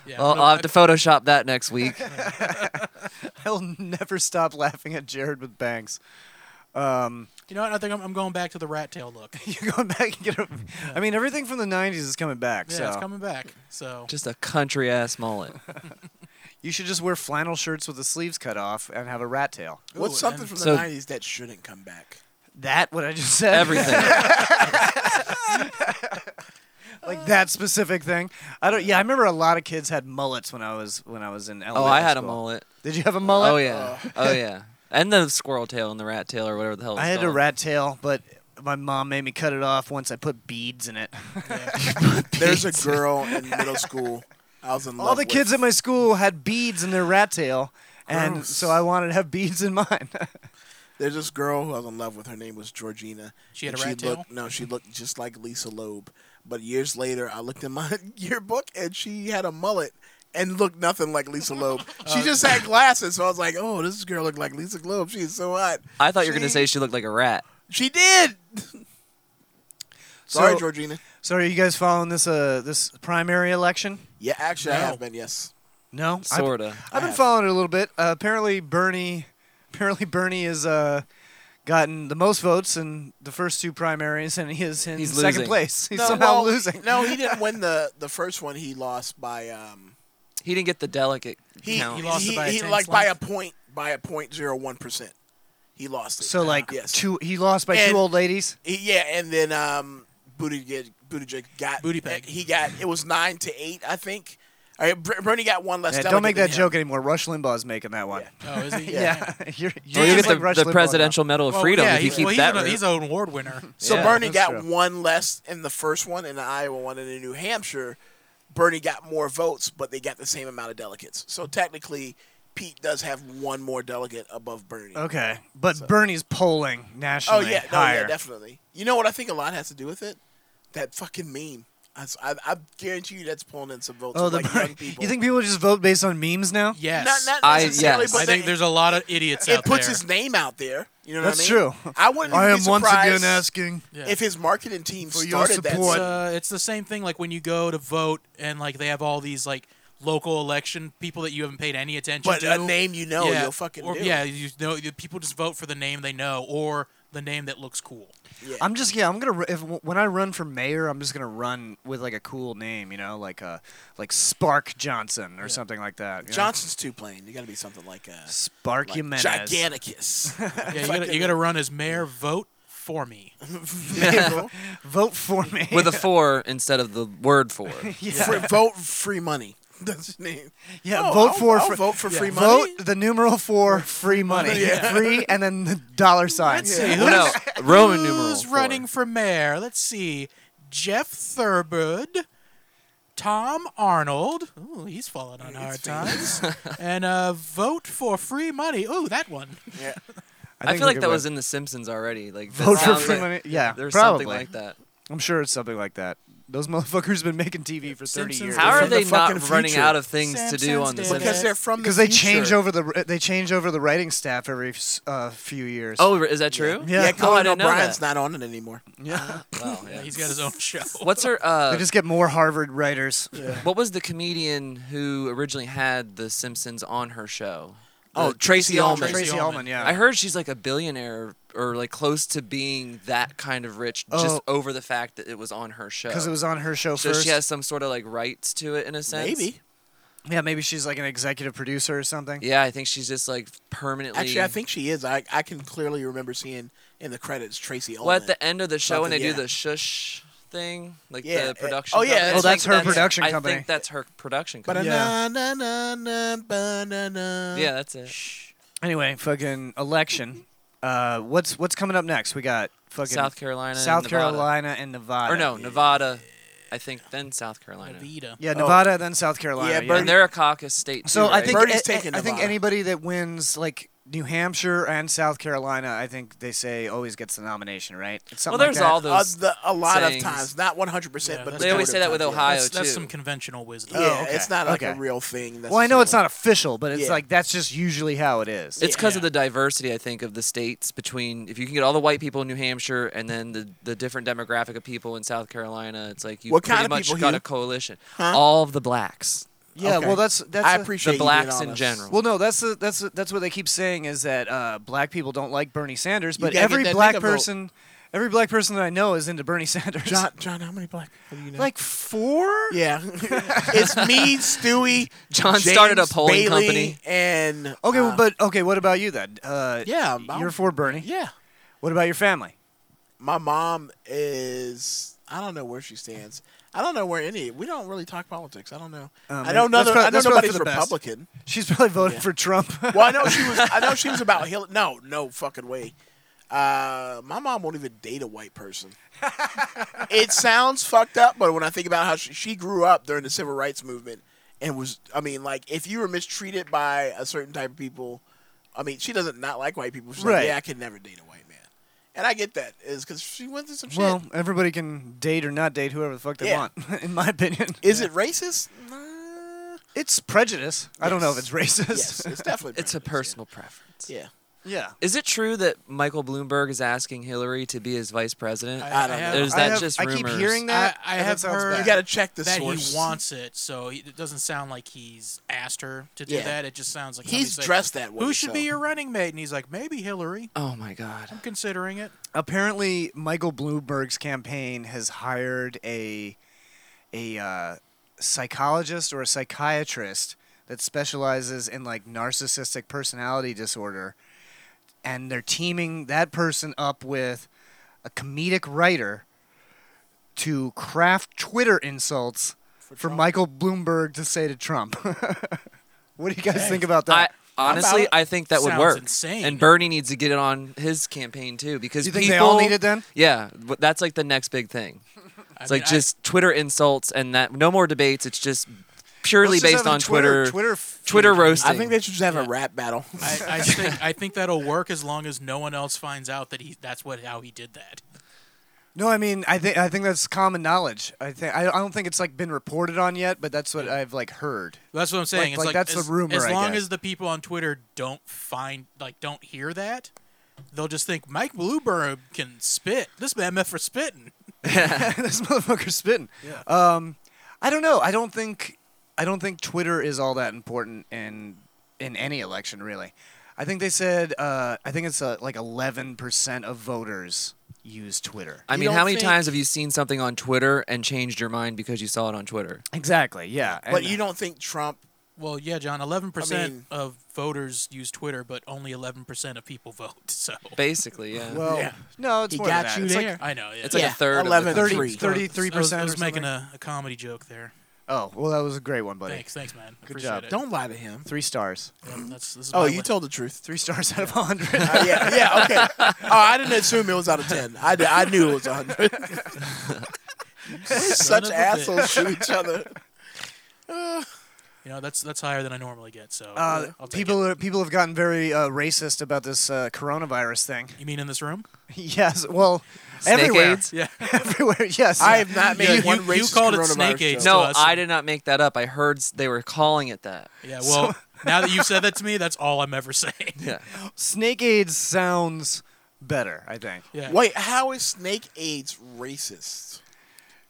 S7: Yeah,
S3: Well,
S7: I'm gonna-
S3: I'll have to Photoshop that next
S5: [laughs]
S3: week.
S5: I will never stop laughing at Jared with bangs. [laughs]
S7: you know what? I think I'm, I'm going back to the rat tail look. [laughs]
S5: You're going back and get. A, I mean, everything from the '90s is coming back.
S7: Yeah,
S5: so
S7: it's coming back. So
S3: Just a country ass
S5: [laughs]
S3: mullet.
S5: you should just wear flannel shirts with the sleeves cut off and have a rat tail.
S6: What's
S7: Ooh,
S6: something
S7: and
S6: from
S3: so-
S6: the '90s that shouldn't come back?
S5: That what I just said.
S3: Everything.
S5: like that specific thing. I don't. Yeah, I remember a lot of kids had mullets when I was when I was in
S3: oh,
S5: elementary.
S3: I had a
S5: school.
S3: mullet.
S5: Did you have a mullet?
S3: Oh yeah. Oh
S5: [laughs]
S3: yeah. And the squirrel tail and the rat tail or whatever the hell.
S5: I
S3: it's
S5: had a
S3: called.
S5: rat tail, but my mom made me cut it off once I put beads in it.
S6: There's a girl in middle school. I was in love
S5: All the
S6: with.
S5: kids at my school had beads in their rat tail, and so I wanted to have beads in mine. [laughs]
S6: There's this girl who I was in love with. Her name was Georgina.
S7: She had
S6: And
S7: a rat tail?
S6: Looked, no, she looked just like Lisa Loeb. But years later, I looked in my [laughs] yearbook and she had a mullet and looked nothing like Lisa Loeb. She just had glasses, so I was like, "Oh, this girl looked like Lisa Loeb. She's so hot."
S3: I thought you were gonna
S6: She-
S3: say she looked like a rat.
S6: She did. Sorry,
S5: So-
S6: Georgina.
S5: so, are you guys following this uh this primary election?
S6: Yeah, actually, I
S7: No.
S6: have been. Yes.
S5: No, I've-
S3: Sorta.
S5: I've been following it a little bit. Uh, apparently, Bernie, [laughs] apparently Bernie has uh, gotten the most votes in the first two primaries, and he is in
S3: He's
S5: second
S3: losing.
S5: place. He's
S6: No,
S5: somehow
S6: well,
S5: losing.
S6: No, he didn't win the the first one. He lost by um.
S3: He didn't get the delicate
S6: He
S3: count.
S6: he,
S7: lost it by a
S6: he
S7: tenth's
S6: like by a
S7: length?
S6: point by a point zero one percent. He lost
S5: [laughs]
S6: it.
S5: So like
S6: yes.
S5: two, he lost by
S6: And-
S5: two old ladies.
S6: He- yeah, and then um, Buttigieg, Buttigieg got
S7: Booty peg.
S6: He got it was nine to eight, I think. All right, Ber- Bernie got one less.
S5: Yeah,
S6: delegate
S5: don't make
S6: than
S5: that
S6: him.
S5: joke anymore. Rush Limbaugh's making that one.
S7: oh,
S3: [laughs]
S7: is he?
S5: Yeah, [laughs] you're,
S3: Oh,
S5: you're
S3: you get
S5: just like
S3: the,
S5: Rush
S3: the
S5: Limbaugh now.
S3: Presidential Medal of
S7: Well,
S3: Freedom
S7: yeah,
S3: if you
S7: he's-
S3: keep
S7: well, he's
S3: that.
S7: an-
S3: route.
S7: he's an award winner.
S6: [laughs] So
S3: Yeah,
S6: Bernie
S5: that's
S6: got
S5: true.
S6: one less in the first one, in the Iowa one, and in New Hampshire, Bernie got more votes, but they got the same amount of delegates. So technically, Pete does have one more delegate above Bernie.
S5: Okay, but Bernie's polling
S6: Oh
S5: nationally
S6: yeah, no,
S5: higher.
S6: yeah, definitely. You know what I think a lot has to do with it? That fucking meme. I, s- I- I guarantee you that's pulling in some votes.
S5: oh,
S6: of,
S5: the
S6: like,
S5: Bernie-
S6: young
S5: [laughs]
S6: people.
S5: you think people just vote based on memes now?
S7: Yes.
S6: Not, not
S3: I-
S6: necessarily,
S3: yes.
S6: but
S7: I think
S6: they-
S7: there's a lot of idiots
S6: it
S7: out
S6: puts
S7: there.
S6: his name out there. You know what
S5: That's
S6: I mean?
S5: true.
S6: I wouldn't.
S5: I
S6: be
S5: am once again
S6: surprised
S5: asking.
S7: Yeah.
S6: if his marketing team
S5: For your
S6: started that.
S5: support.
S6: so-
S7: uh, it's the same thing like when you go to vote and like they have all these like local election people that you haven't paid any attention
S6: But
S7: to.
S6: a name you know, you'll fucking
S7: or,
S6: do.
S7: Yeah, you know, you- people just vote for the name they know or the name that looks
S6: [laughs]
S7: cool.
S6: Yeah.
S5: I'm just yeah. I'm gonna ru- if when I run for mayor, I'm just gonna run with like a cool name, you know, like uh like Spark Johnson or something like that. you know?
S6: Johnson's too plain. You got to be something like a
S5: Spark
S6: like
S5: Jimenez. [laughs]
S6: Giganticus.
S7: Yeah, you gotta, you gotta run as mayor, vote for me.
S5: Vote for me.
S3: With a four instead of the word four.
S5: [laughs] yeah,
S6: Free- vote free money. [laughs] That's his name.
S5: yeah.
S6: Oh,
S5: vote
S6: I'll-
S5: for
S6: I'll
S5: fr-
S6: vote for free
S5: vote
S6: money?
S5: the numeral for free money. [laughs] Free and then the dollar sign.
S7: Let's see, who's,
S3: no, Roman numeral.
S7: who's
S3: four.
S7: running for mayor? Let's see. Jeff Thurbird, Tom Arnold. Ooh, he's fallen on hard times.
S6: [laughs]
S7: and uh, vote for free money. Ooh, that one.
S3: I,
S5: think
S3: feel
S5: we
S3: like
S5: could
S3: that
S5: win.
S3: was in The Simpsons already. Like that
S5: Vote for
S3: sounds
S5: free
S3: like-
S5: money? Yeah,
S3: there's
S5: probably.
S3: something like that.
S5: I'm sure it's something like that. Those motherfuckers been making TV for 30
S7: Simpsons
S5: years.
S7: They're
S3: How are
S6: from the
S3: they not
S6: fucking
S3: running
S6: future.
S3: out of things to do
S7: Simpsons
S3: on The
S7: did
S3: Simpsons?
S6: because they're from the
S5: Because they change
S6: future.
S5: over the they change over the writing staff every s- uh, few years.
S3: Oh, is that true?
S5: Yeah.
S6: Yeah,
S3: Oh, I
S6: Conan
S3: didn't know
S6: O'Brien's
S3: that.
S6: not on it anymore.
S3: Wow, yeah.
S7: He's got his own
S6: [laughs]
S7: show.
S3: What's her? Uh,
S5: they just get more Harvard writers.
S3: What was the comedian who originally had The Simpsons on her show?
S6: Oh,
S3: The- Tracy Ullman.
S5: Tracy
S7: Tracy
S5: Ullman,
S7: Ullman.
S5: yeah.
S3: I heard she's like a billionaire or like close to being that kind of rich just
S5: Oh.
S3: over the fact that it was on her show.
S5: because it was on her show
S3: uh, so
S5: first.
S3: she has some sort of like rights to it in a sense.
S6: Maybe.
S5: yeah, maybe she's like an executive producer or something.
S3: Yeah, I think she's just like permanently.
S6: Actually, I think she is. I, I can clearly remember seeing in the credits Tracy Ullman.
S3: Well, at the end of the show when they
S6: Something,
S3: do
S6: yeah.
S3: the shush thing, like
S6: Yeah,
S3: the
S6: uh,
S3: production.
S6: oh,
S3: company, I
S6: yeah, Oh,
S3: think
S5: that's her production
S3: I
S5: company.
S3: think that's her production company.
S5: Yeah.
S6: Ba-na-na-na-na, ba-na-na.
S3: Yeah, that's it.
S5: Anyway, fucking election. Uh, what's what's coming up next? We got fucking
S3: South Carolina. and
S5: South
S3: Nevada.
S5: Carolina and Nevada.
S3: Or no, Nevada. I think then South Carolina.
S7: Vita.
S5: Yeah, Nevada, then South
S6: Yeah,
S5: Carolina.
S6: Bernie-
S3: And they're a caucus state. Too,
S5: So I
S3: right?
S5: think
S6: Bernie's
S5: I- I-
S6: taking
S5: I think
S6: Nevada.
S5: anybody that wins like New Hampshire and South Carolina, I think they say always gets the nomination, right? It's
S3: Well,
S5: something like
S3: there's
S5: that.
S3: all
S6: Uh,
S3: those.
S6: the, a lot
S3: sayings.
S6: of times, not 100%,
S7: Yeah,
S6: but
S7: that's- They always
S3: say that with
S6: majority of
S3: Ohio.
S7: That's, that's
S3: too.
S7: some conventional wisdom.
S6: times, Yeah,
S5: Oh, okay.
S6: it's not like
S5: Okay.
S6: a real thing.
S5: Well, I know it's not
S6: necessarily.
S5: official, but it's
S6: Yeah.
S5: like that's just usually how it is.
S3: It's because
S7: Yeah.
S3: of the diversity, I think, of the states between. If you can get all the white people in New Hampshire and then the, the different demographic of people in South Carolina, it's like you
S6: What
S3: pretty
S6: kind of
S3: much
S6: people,
S3: got
S6: Hugh?
S3: a coalition.
S6: Huh?
S3: All of the blacks,
S5: yeah,
S6: okay.
S5: well, that's that's
S6: I
S5: a-
S6: appreciate
S3: the
S6: you being
S3: blacks in
S6: honest.
S3: general.
S5: Well, no, that's the, that's the, that's what they keep saying is that uh, black people don't like Bernie Sanders, but
S6: gotta get
S5: every
S6: that
S5: black
S6: nigga vote.
S5: person, every black person that I know is into Bernie [laughs] Sanders.
S6: John, John, how many black? How do you know?
S5: like four?
S6: yeah, it's me, Stewie.
S3: John started a
S6: James
S3: polling
S6: Bailey,
S3: company.
S6: and
S5: Okay,
S6: uh,
S5: well, but okay, what about you then? Uh,
S6: Yeah, I'm-
S5: you're for Bernie.
S6: yeah,
S5: What about your family?
S6: my mom is. I don't know where she stands. I don't know where any. We don't really talk politics. I don't know.
S5: Um,
S6: I don't know.
S5: that's
S6: that-
S5: prob-
S6: I know
S5: that's probably
S6: nobody's
S5: for the best.
S6: Republican.
S5: She's probably voting for Trump. [laughs]
S6: Well, I know she was. I know she was about Hillary. No, no fucking way. Uh, my mom won't even date a white person. it sounds fucked up, but when I think about how she, she grew up during the civil rights movement and was, I mean, like if you were mistreated by a certain type of people, I mean, she doesn't not like white people. She's
S5: Right.
S6: like, yeah, I can never date a white man, and I get that is because she went through some
S5: Well,
S6: shit.
S5: everybody can date or not date whoever the fuck they
S6: Yeah.
S5: want, [laughs] in my opinion.
S6: Is it racist? Nah.
S5: It's prejudice. I don't know if it's racist.
S6: yes, it's
S3: [laughs]
S6: definitely.
S3: it's a
S6: prejudice, yeah.
S3: personal preference.
S6: Yeah.
S5: [laughs] yeah.
S3: Is it true that Michael Bloomberg is asking Hillary to be his vice president?
S6: I don't know.
S7: have-
S3: There's
S5: I
S3: that
S5: have-
S3: just
S5: I
S3: rumors.
S5: keep hearing that.
S7: I, I
S5: and
S7: have
S5: that sounds
S7: heard
S5: bad.
S6: You got to check the
S7: that
S6: source.
S7: he wants it, so he, it doesn't sound like he's asked her to do
S6: Yeah.
S7: that. It just sounds like
S6: He's
S7: somebody's like,
S6: dressed that way.
S7: Who should be
S6: so-
S7: your running mate? And he's like, maybe Hillary.
S3: Oh my God.
S7: I'm considering it.
S5: Apparently, Michael Bloomberg's campaign has hired a a uh, psychologist or a psychiatrist that specializes in like narcissistic personality disorder, and they're teaming that person up with a comedic writer to craft Twitter insults for, Michael Bloomberg to say to Trump. [laughs] what do you guys think about
S3: I
S5: that?
S3: honestly,
S6: about-
S3: I think that would
S7: Sounds
S3: work.
S7: insane.
S3: And Bernie needs to get it on his campaign too, because
S5: You think
S3: people,
S5: they all need it then?
S3: Yeah, but that's like the next big thing. It's like
S7: mean, I-
S3: just Twitter insults and that no more debates. It's just purely
S5: Let's just
S3: based
S5: have a
S3: on Twitter.
S5: Twitter, f-
S3: Twitter roasting.
S6: I think they should just have a rap battle.
S7: I, [laughs] I think I think that'll work as long as no one else finds out that he that's what how he did that.
S5: No, I mean, I think I think that's common knowledge. I think I, I don't think it's like been reported on yet, but that's what I've like heard. [laughs]
S7: That's what I'm saying. it's
S5: like,
S7: like
S5: that's the
S7: as,
S5: rumor,
S7: As
S5: I
S7: long
S5: guess.
S7: as the people on Twitter don't find like don't hear that, they'll just think Mike Bloomberg can spit. This man meant for spitting.
S5: this motherfucker's spitting. Um, I don't know. I don't think I don't think Twitter is all that important in in any election really. I think they said uh, I think it's uh, like eleven percent of voters use Twitter.
S3: I
S6: You
S3: mean,
S6: don't
S3: how many
S6: think-
S3: times have you seen something on Twitter and changed your mind because you saw it on Twitter?
S5: Exactly. Yeah.
S6: But you don't think Trump?
S7: Well, yeah, John. Eleven
S6: I mean-
S7: percent of voters use Twitter, but only eleven percent of people vote. [laughs] So
S3: Basically, yeah.
S5: Well,
S6: Yeah.
S5: no, it's
S6: He
S5: more than
S6: got
S5: that.
S6: you
S5: It's like
S6: there.
S7: I know. Yeah.
S3: It's like a
S6: Yeah,
S3: third of the
S6: 11
S3: country.
S5: 30
S7: I was-
S5: 33%
S7: I
S5: or
S7: was, making
S5: something.
S7: a, a comedy joke there.
S5: Oh, well, that was a great one, buddy.
S7: Thanks, thanks, man. Good
S5: job.
S7: Appreciate It.
S6: Don't lie to him.
S5: Three stars.
S7: Yeah, that's, this is
S6: Oh,
S7: my
S6: you
S7: way.
S6: told the truth.
S5: Three stars out of a hundred.
S6: [laughs] Uh, yeah, [laughs] [laughs] yeah, okay. Oh, I didn't assume it was out of ten. I, did, I knew it was a hundred. Such
S7: of a
S6: assholes shoot each other.
S7: You know, that's that's higher than I normally get. So
S5: [laughs] Uh,
S7: I'll take
S5: people are, people have gotten very uh, racist about this uh, coronavirus thing. [laughs]
S7: it. You mean in this room?
S5: yes, well,
S3: Snake
S5: everywhere,
S3: AIDS?
S7: Yeah.
S5: [laughs] everywhere. Yes,
S6: [laughs] I have not made
S7: Yeah, you-
S6: one
S7: you
S6: racist
S7: called it
S6: coronavirus
S7: snake AIDS.
S6: joke.
S3: No,
S7: So that's-
S3: I did not make that up. I heard s- they were calling it that.
S7: [laughs]
S3: [laughs]
S7: Yeah. Well, now that you've said that to me, that's all I'm ever saying.
S3: Yeah.
S5: snake AIDS sounds better. I think.
S7: [laughs] Yeah.
S6: Wait, how is snake AIDS racist?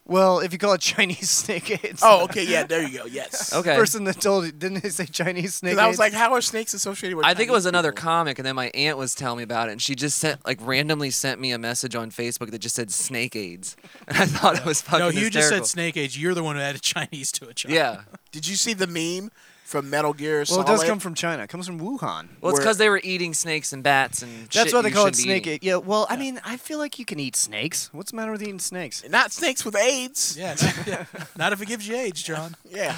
S5: Well, if you call it [laughs] Chinese snake AIDS.
S6: Oh, okay, yeah, there you go. [laughs] Yes.
S5: the
S3: Okay.
S5: person that told you didn't they say Chinese snake?
S6: Because I was
S5: AIDS?
S6: like, how are snakes associated with?
S3: I think it was
S6: Chinese
S3: another
S6: people?
S3: comic, and then my aunt was telling me about it, and she just sent like randomly sent me a message on Facebook that just said snake AIDS, [laughs] and I thought it was fucking.
S7: No, you just
S3: hysterical.
S7: said snake age. You're the one who added [laughs] Chinese to it. John.
S3: Yeah.
S6: Did you see the meme from Metal Gear?
S5: well, it does come from China. It comes from Wuhan.
S3: Well, it's
S6: Where-
S3: because they were eating snakes and bats and.
S5: That's
S3: shit
S5: why they
S3: you
S5: call it
S3: shouldn't be
S5: snake
S3: eating.
S5: AIDS. Yeah. Well, I mean, I feel like you can eat snakes. What's the matter with eating snakes?
S6: Not snakes with AIDS.
S7: Yeah. Not, yeah. Not if it gives you age, John.
S6: Yeah.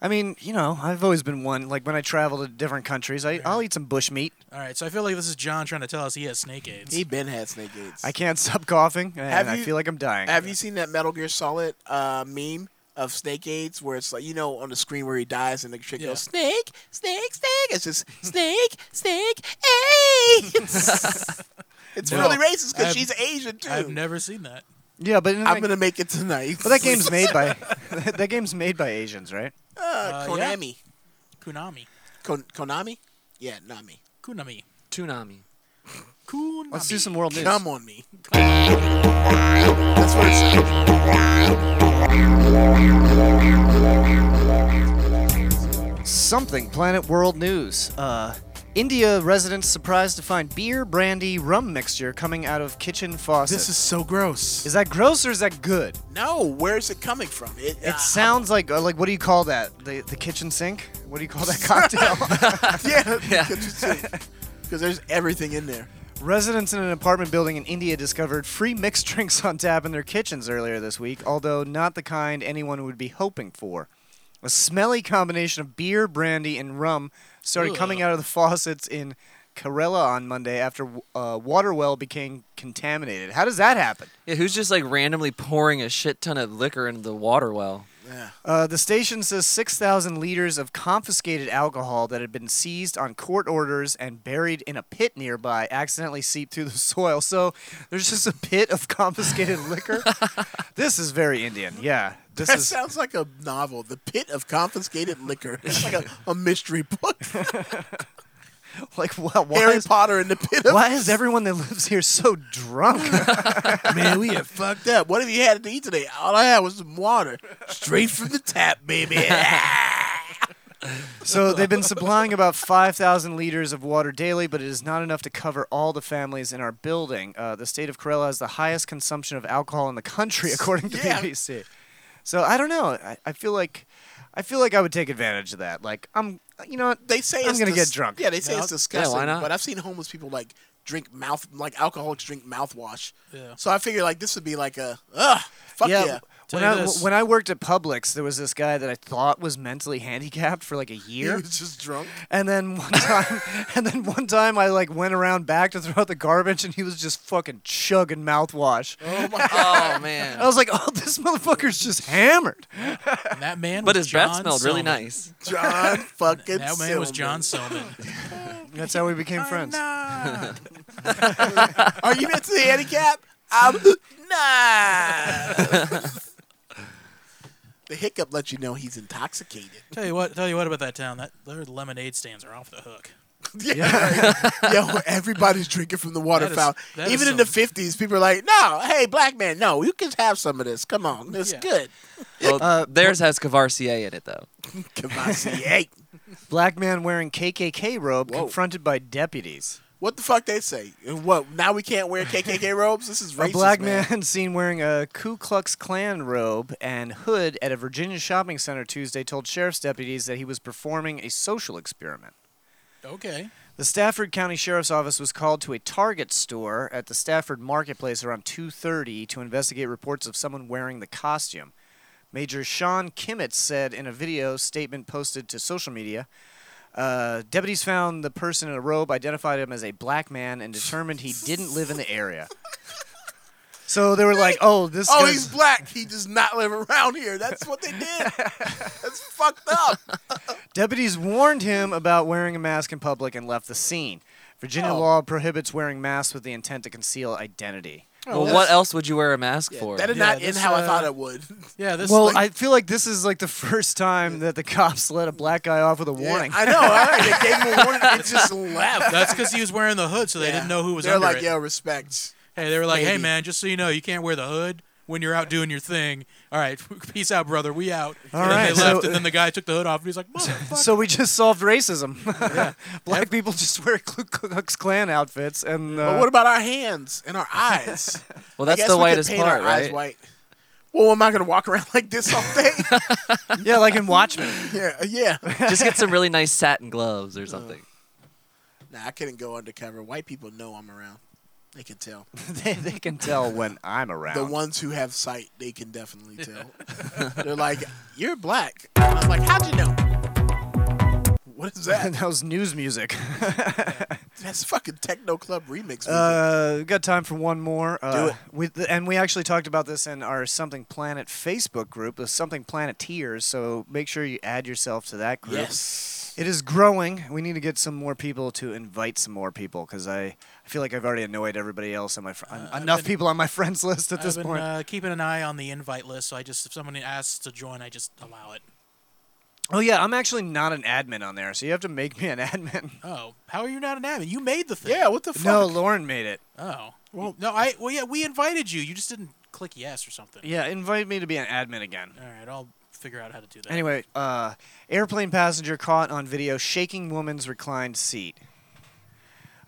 S5: I mean, you know, I've always been one. Like when I travel to different countries, I, I'll eat some bush meat.
S7: All right. So I feel like this is John trying to tell us he has snake AIDS.
S6: He been had snake AIDS.
S5: I can't [laughs] stop coughing, and
S6: Have
S5: I
S6: you-
S5: feel like I'm dying.
S6: Have you seen that Metal Gear Solid uh, meme of Snake AIDS where it's like you know on the screen where he dies and the chick
S7: Yeah.
S6: goes snake, snake, snake. It's just snake, snake [laughs] AIDS. it's
S7: No,
S6: really racist because
S7: I've-
S6: she's Asian too.
S7: I've never seen that.
S5: yeah, but
S6: I'm gonna make it tonight.
S5: But that [laughs]
S6: [laughs]
S5: game's made by that game's made by Asians, right?
S6: uh,
S7: Uh, yeah.
S6: Konami.
S7: Kunami.
S6: Kon- Konami? Yeah, Nami.
S7: Kunami.
S3: Tsunami.
S7: Kunami.
S5: Let's do some world news.
S6: Come on me. That's what it's.
S5: Something Planet World News. Uh, India residents surprised to find beer, brandy, rum mixture coming out of kitchen faucets.
S6: This is so gross.
S5: is that gross or is that good?
S6: No, where's it coming from? It,
S5: It [laughs] sounds like uh, like what do you call that? The the kitchen sink? What do you call that [laughs] cocktail?
S6: yeah, [laughs] because there's everything in there.
S5: residents in an apartment building in India discovered free mixed [laughs] drinks on tap in their kitchens earlier this week, although not the kind anyone would be hoping for. A smelly combination of beer, brandy, and rum started coming out of the [laughs] faucets in Kerala on Monday after a water well became contaminated. How does that happen?
S3: Yeah, who's just like randomly pouring a shit ton of liquor into the water well?
S6: Yeah.
S5: Uh, the station says 6,000 liters of confiscated alcohol that had been seized on court orders and buried in a pit nearby accidentally seeped through the [laughs] soil. So there's just a pit of confiscated
S6: [laughs]
S5: liquor. This is very Indian. Yeah. This
S6: That
S5: is
S6: sounds like a novel, The Pit of Confiscated Liquor. It's like a, a mystery book.
S5: like, wha- why,
S6: Harry
S5: is,
S6: Potter and the Pit of
S5: why is everyone that lives here so drunk?
S6: [laughs] Man, we have [laughs] fucked up. What have you had to eat today? All I had was some water. Straight from the tap, baby.
S5: so they've been supplying about 5,000 liters of water daily, but it is not enough to cover all the families in our building. Uh, the state of Kerala has the highest consumption of alcohol in the
S6: [laughs]
S5: country, according to
S6: Yeah.
S5: BBC. So I don't know. I, I feel like, I feel like I would take advantage of that. Like I'm, you know, what?
S6: they say
S5: I'm
S6: it's
S5: gonna
S6: dis-
S5: get drunk.
S6: Yeah, they say it's disgusting.
S3: why not?
S6: But I've seen homeless people like drink mouth like alcoholics drink mouthwash.
S7: Yeah.
S6: So I figured like this would be like a ugh, fuck yeah.
S7: Tell
S5: When
S7: you
S5: I
S7: this.
S5: when I worked at Publix, there was this guy that I thought was mentally handicapped for like a
S6: He
S5: year.
S6: was just drunk.
S5: [laughs] And then one
S6: [laughs]
S5: time, and then one time, I like went around back to throw out the garbage, and he was just fucking chugging mouthwash.
S6: Oh my god.
S3: Oh
S5: I
S3: man.
S5: was like, [laughs] "Oh, this motherfucker's just hammered."
S7: And that
S3: [laughs]
S7: man.
S3: But
S7: was
S3: his breath
S7: John
S3: smelled really
S7: Silman.
S3: nice.
S6: John [laughs] fucking
S7: That man was
S6: Silverman.
S3: [laughs]
S7: John Silman.
S5: That's how we [laughs] became friends.
S6: Are you mentally handicapped? I'm
S7: [laughs]
S6: not. the hiccup lets you know he's intoxicated. [laughs]
S7: tell you what. Tell you what about that town. That their lemonade stands are off the hook.
S6: Yeah. Yo, everybody's drinking from the water
S7: That is-
S6: fountain.
S7: that is
S6: Even in the
S7: some-
S6: 50s, people are like, no, hey, black man, no, you can have some of this. Come on, it's
S7: Yeah.
S6: good.
S3: Well, theirs has Cavarcier in it though.
S6: Come on, see, hey.
S5: Black man wearing KKK robe
S6: Whoa.
S5: confronted by deputies.
S6: What the fuck they say? And What, now we can't wear KKK robes? This is racist,
S5: a black
S6: man.
S5: man. [laughs] seen wearing a Ku Klux Klan robe and hood at a Virginia shopping center Tuesday told sheriff's deputies that he was performing a social experiment.
S7: Okay.
S5: The Stafford County Sheriff's Office was called to a Target store at the Stafford Marketplace around 2:30 to investigate reports of someone wearing the costume. Major Sean Kimmett said in a video statement posted to social media, uh, deputies found the person in a robe, identified him as a black man, and determined he didn't live in the area. So they were like, "Oh, this."
S6: Oh,
S5: guy's-
S6: he's black. He does not live around here. That's what they did.
S7: [laughs]
S6: That's fucked up.
S5: Deputies warned him about wearing a mask in public and left the scene. Virginia
S6: Oh.
S5: law prohibits wearing masks with the intent to conceal identity.
S3: well, what else would you wear a mask for?
S6: That did
S7: Yeah,
S6: not end
S7: this,
S6: how I
S7: uh,
S6: thought it would.
S7: Yeah, this.
S5: Well,
S7: like,
S5: I feel like this is like the [laughs] first time that the cops let a black guy off with a warning.
S6: I know. All right, they gave him a warning and just left.
S7: that's because he was wearing the hood, so they didn't know who was
S6: They're
S7: under
S6: like,
S7: it.
S6: yo, respect.
S7: Hey, they were like, "Hey,
S6: Maybe.
S7: man, just so you know, you can't wear the hood when you're out doing your thing." All right, [laughs] peace out, brother. We out.
S5: All
S7: and
S5: right,
S7: they left,
S5: so-
S7: and then the guy took the hood off, and
S5: [laughs]
S7: he's like, "Motherfucker."
S5: So we just solved racism. [laughs] black people just wear Ku Klux Klan outfits, and uh,
S6: But what about our hands and our eyes?
S3: well,
S6: I
S3: that's
S6: guess
S3: the
S6: we could
S3: whitest
S6: paint
S3: part,
S6: our eyes
S3: right?
S6: white. Well, am I gonna walk around [laughs] like this all day?
S5: yeah, like in
S6: [laughs]
S5: Watchmen. [laughs]
S6: yeah, uh, yeah.
S3: Just get some really nice satin gloves or something.
S6: Nah, I couldn't go undercover. White people know I'm around. They can tell.
S5: they, they can tell when I'm around.
S6: The ones who have sight, they can definitely tell. They're like, "You're black." And I'm like, "How'd you know?" What is
S5: [laughs] [laughs]
S6: that?
S5: that was news music. [laughs]
S6: That's fucking techno club remix. music.
S5: Uh, we've got time for one more. Uh,
S6: it.
S5: We, and we actually talked about this in our Something Planet Facebook group, the Something Planet Tears. So make sure you add yourself to that group.
S6: yes.
S5: It is growing. We need to get some more people to invite some more people because I, I feel like I've already annoyed everybody else on my fr- enough people on my [laughs] friends list at
S7: Uh, I've
S5: this
S7: been
S5: point.
S7: Uh, keeping an eye on the invite list, so I just if someone asks to join, I just allow it.
S5: oh yeah, I'm actually not an admin on there, so you have to make me an [laughs] admin.
S7: Oh, how are you not an admin? You made the thing.
S6: Yeah. What the fuck?
S5: No, Lauren made it.
S7: Oh. Well, no, I. Well, yeah, we invited you. You just didn't click yes or something.
S5: Yeah, invite me to be an admin again.
S7: All right, I'll figure out how to do that.
S5: Anyway, uh, airplane passenger caught on video shaking woman's reclined seat.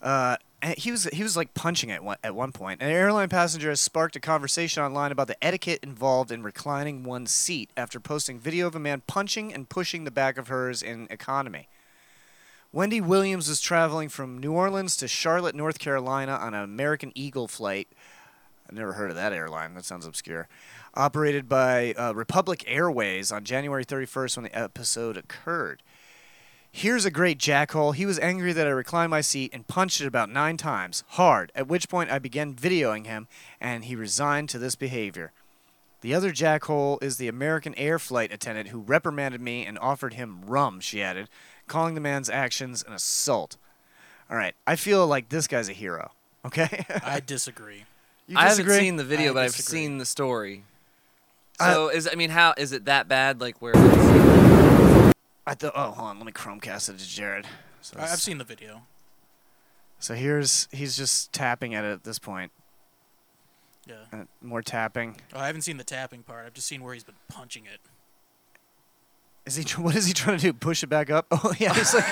S5: Uh, and he was he was like punching at one, at one point. An airline passenger has sparked a conversation online about the etiquette involved in reclining one's seat after posting video of a man punching and pushing the back of hers in economy. Wendy Williams was traveling from New Orleans to Charlotte, North Carolina on an American Eagle flight I've never heard of that airline. That sounds obscure. Operated by uh, Republic Airways on January 31st when the episode occurred. Here's a great jackhole. He was angry that I reclined my seat and punched it about nine times, hard, at which point I began videoing him, and he resigned to this behavior. The other jackhole is the American Air flight attendant who reprimanded me and offered him rum, she added, calling the man's actions an assault. All right, I feel like this guy's a hero, okay? [laughs]
S7: I disagree.
S5: You
S3: I haven't
S5: disagree?
S3: seen the video,
S7: I
S3: but I've
S7: disagree.
S3: seen the story.
S5: I-
S3: So is I mean, how is it that bad? Like where? it's-
S5: I thought, oh, hold on, let me Chromecast it to Jared. So,
S7: I, I've seen the video.
S5: so here's he's just tapping at it at this point.
S7: Yeah.
S5: Uh, more tapping.
S7: Oh, I haven't seen the tapping part. I've just seen where he's been punching it.
S5: Is he? tr- What is he trying to do? Push it back up? [laughs] Oh yeah, he's like,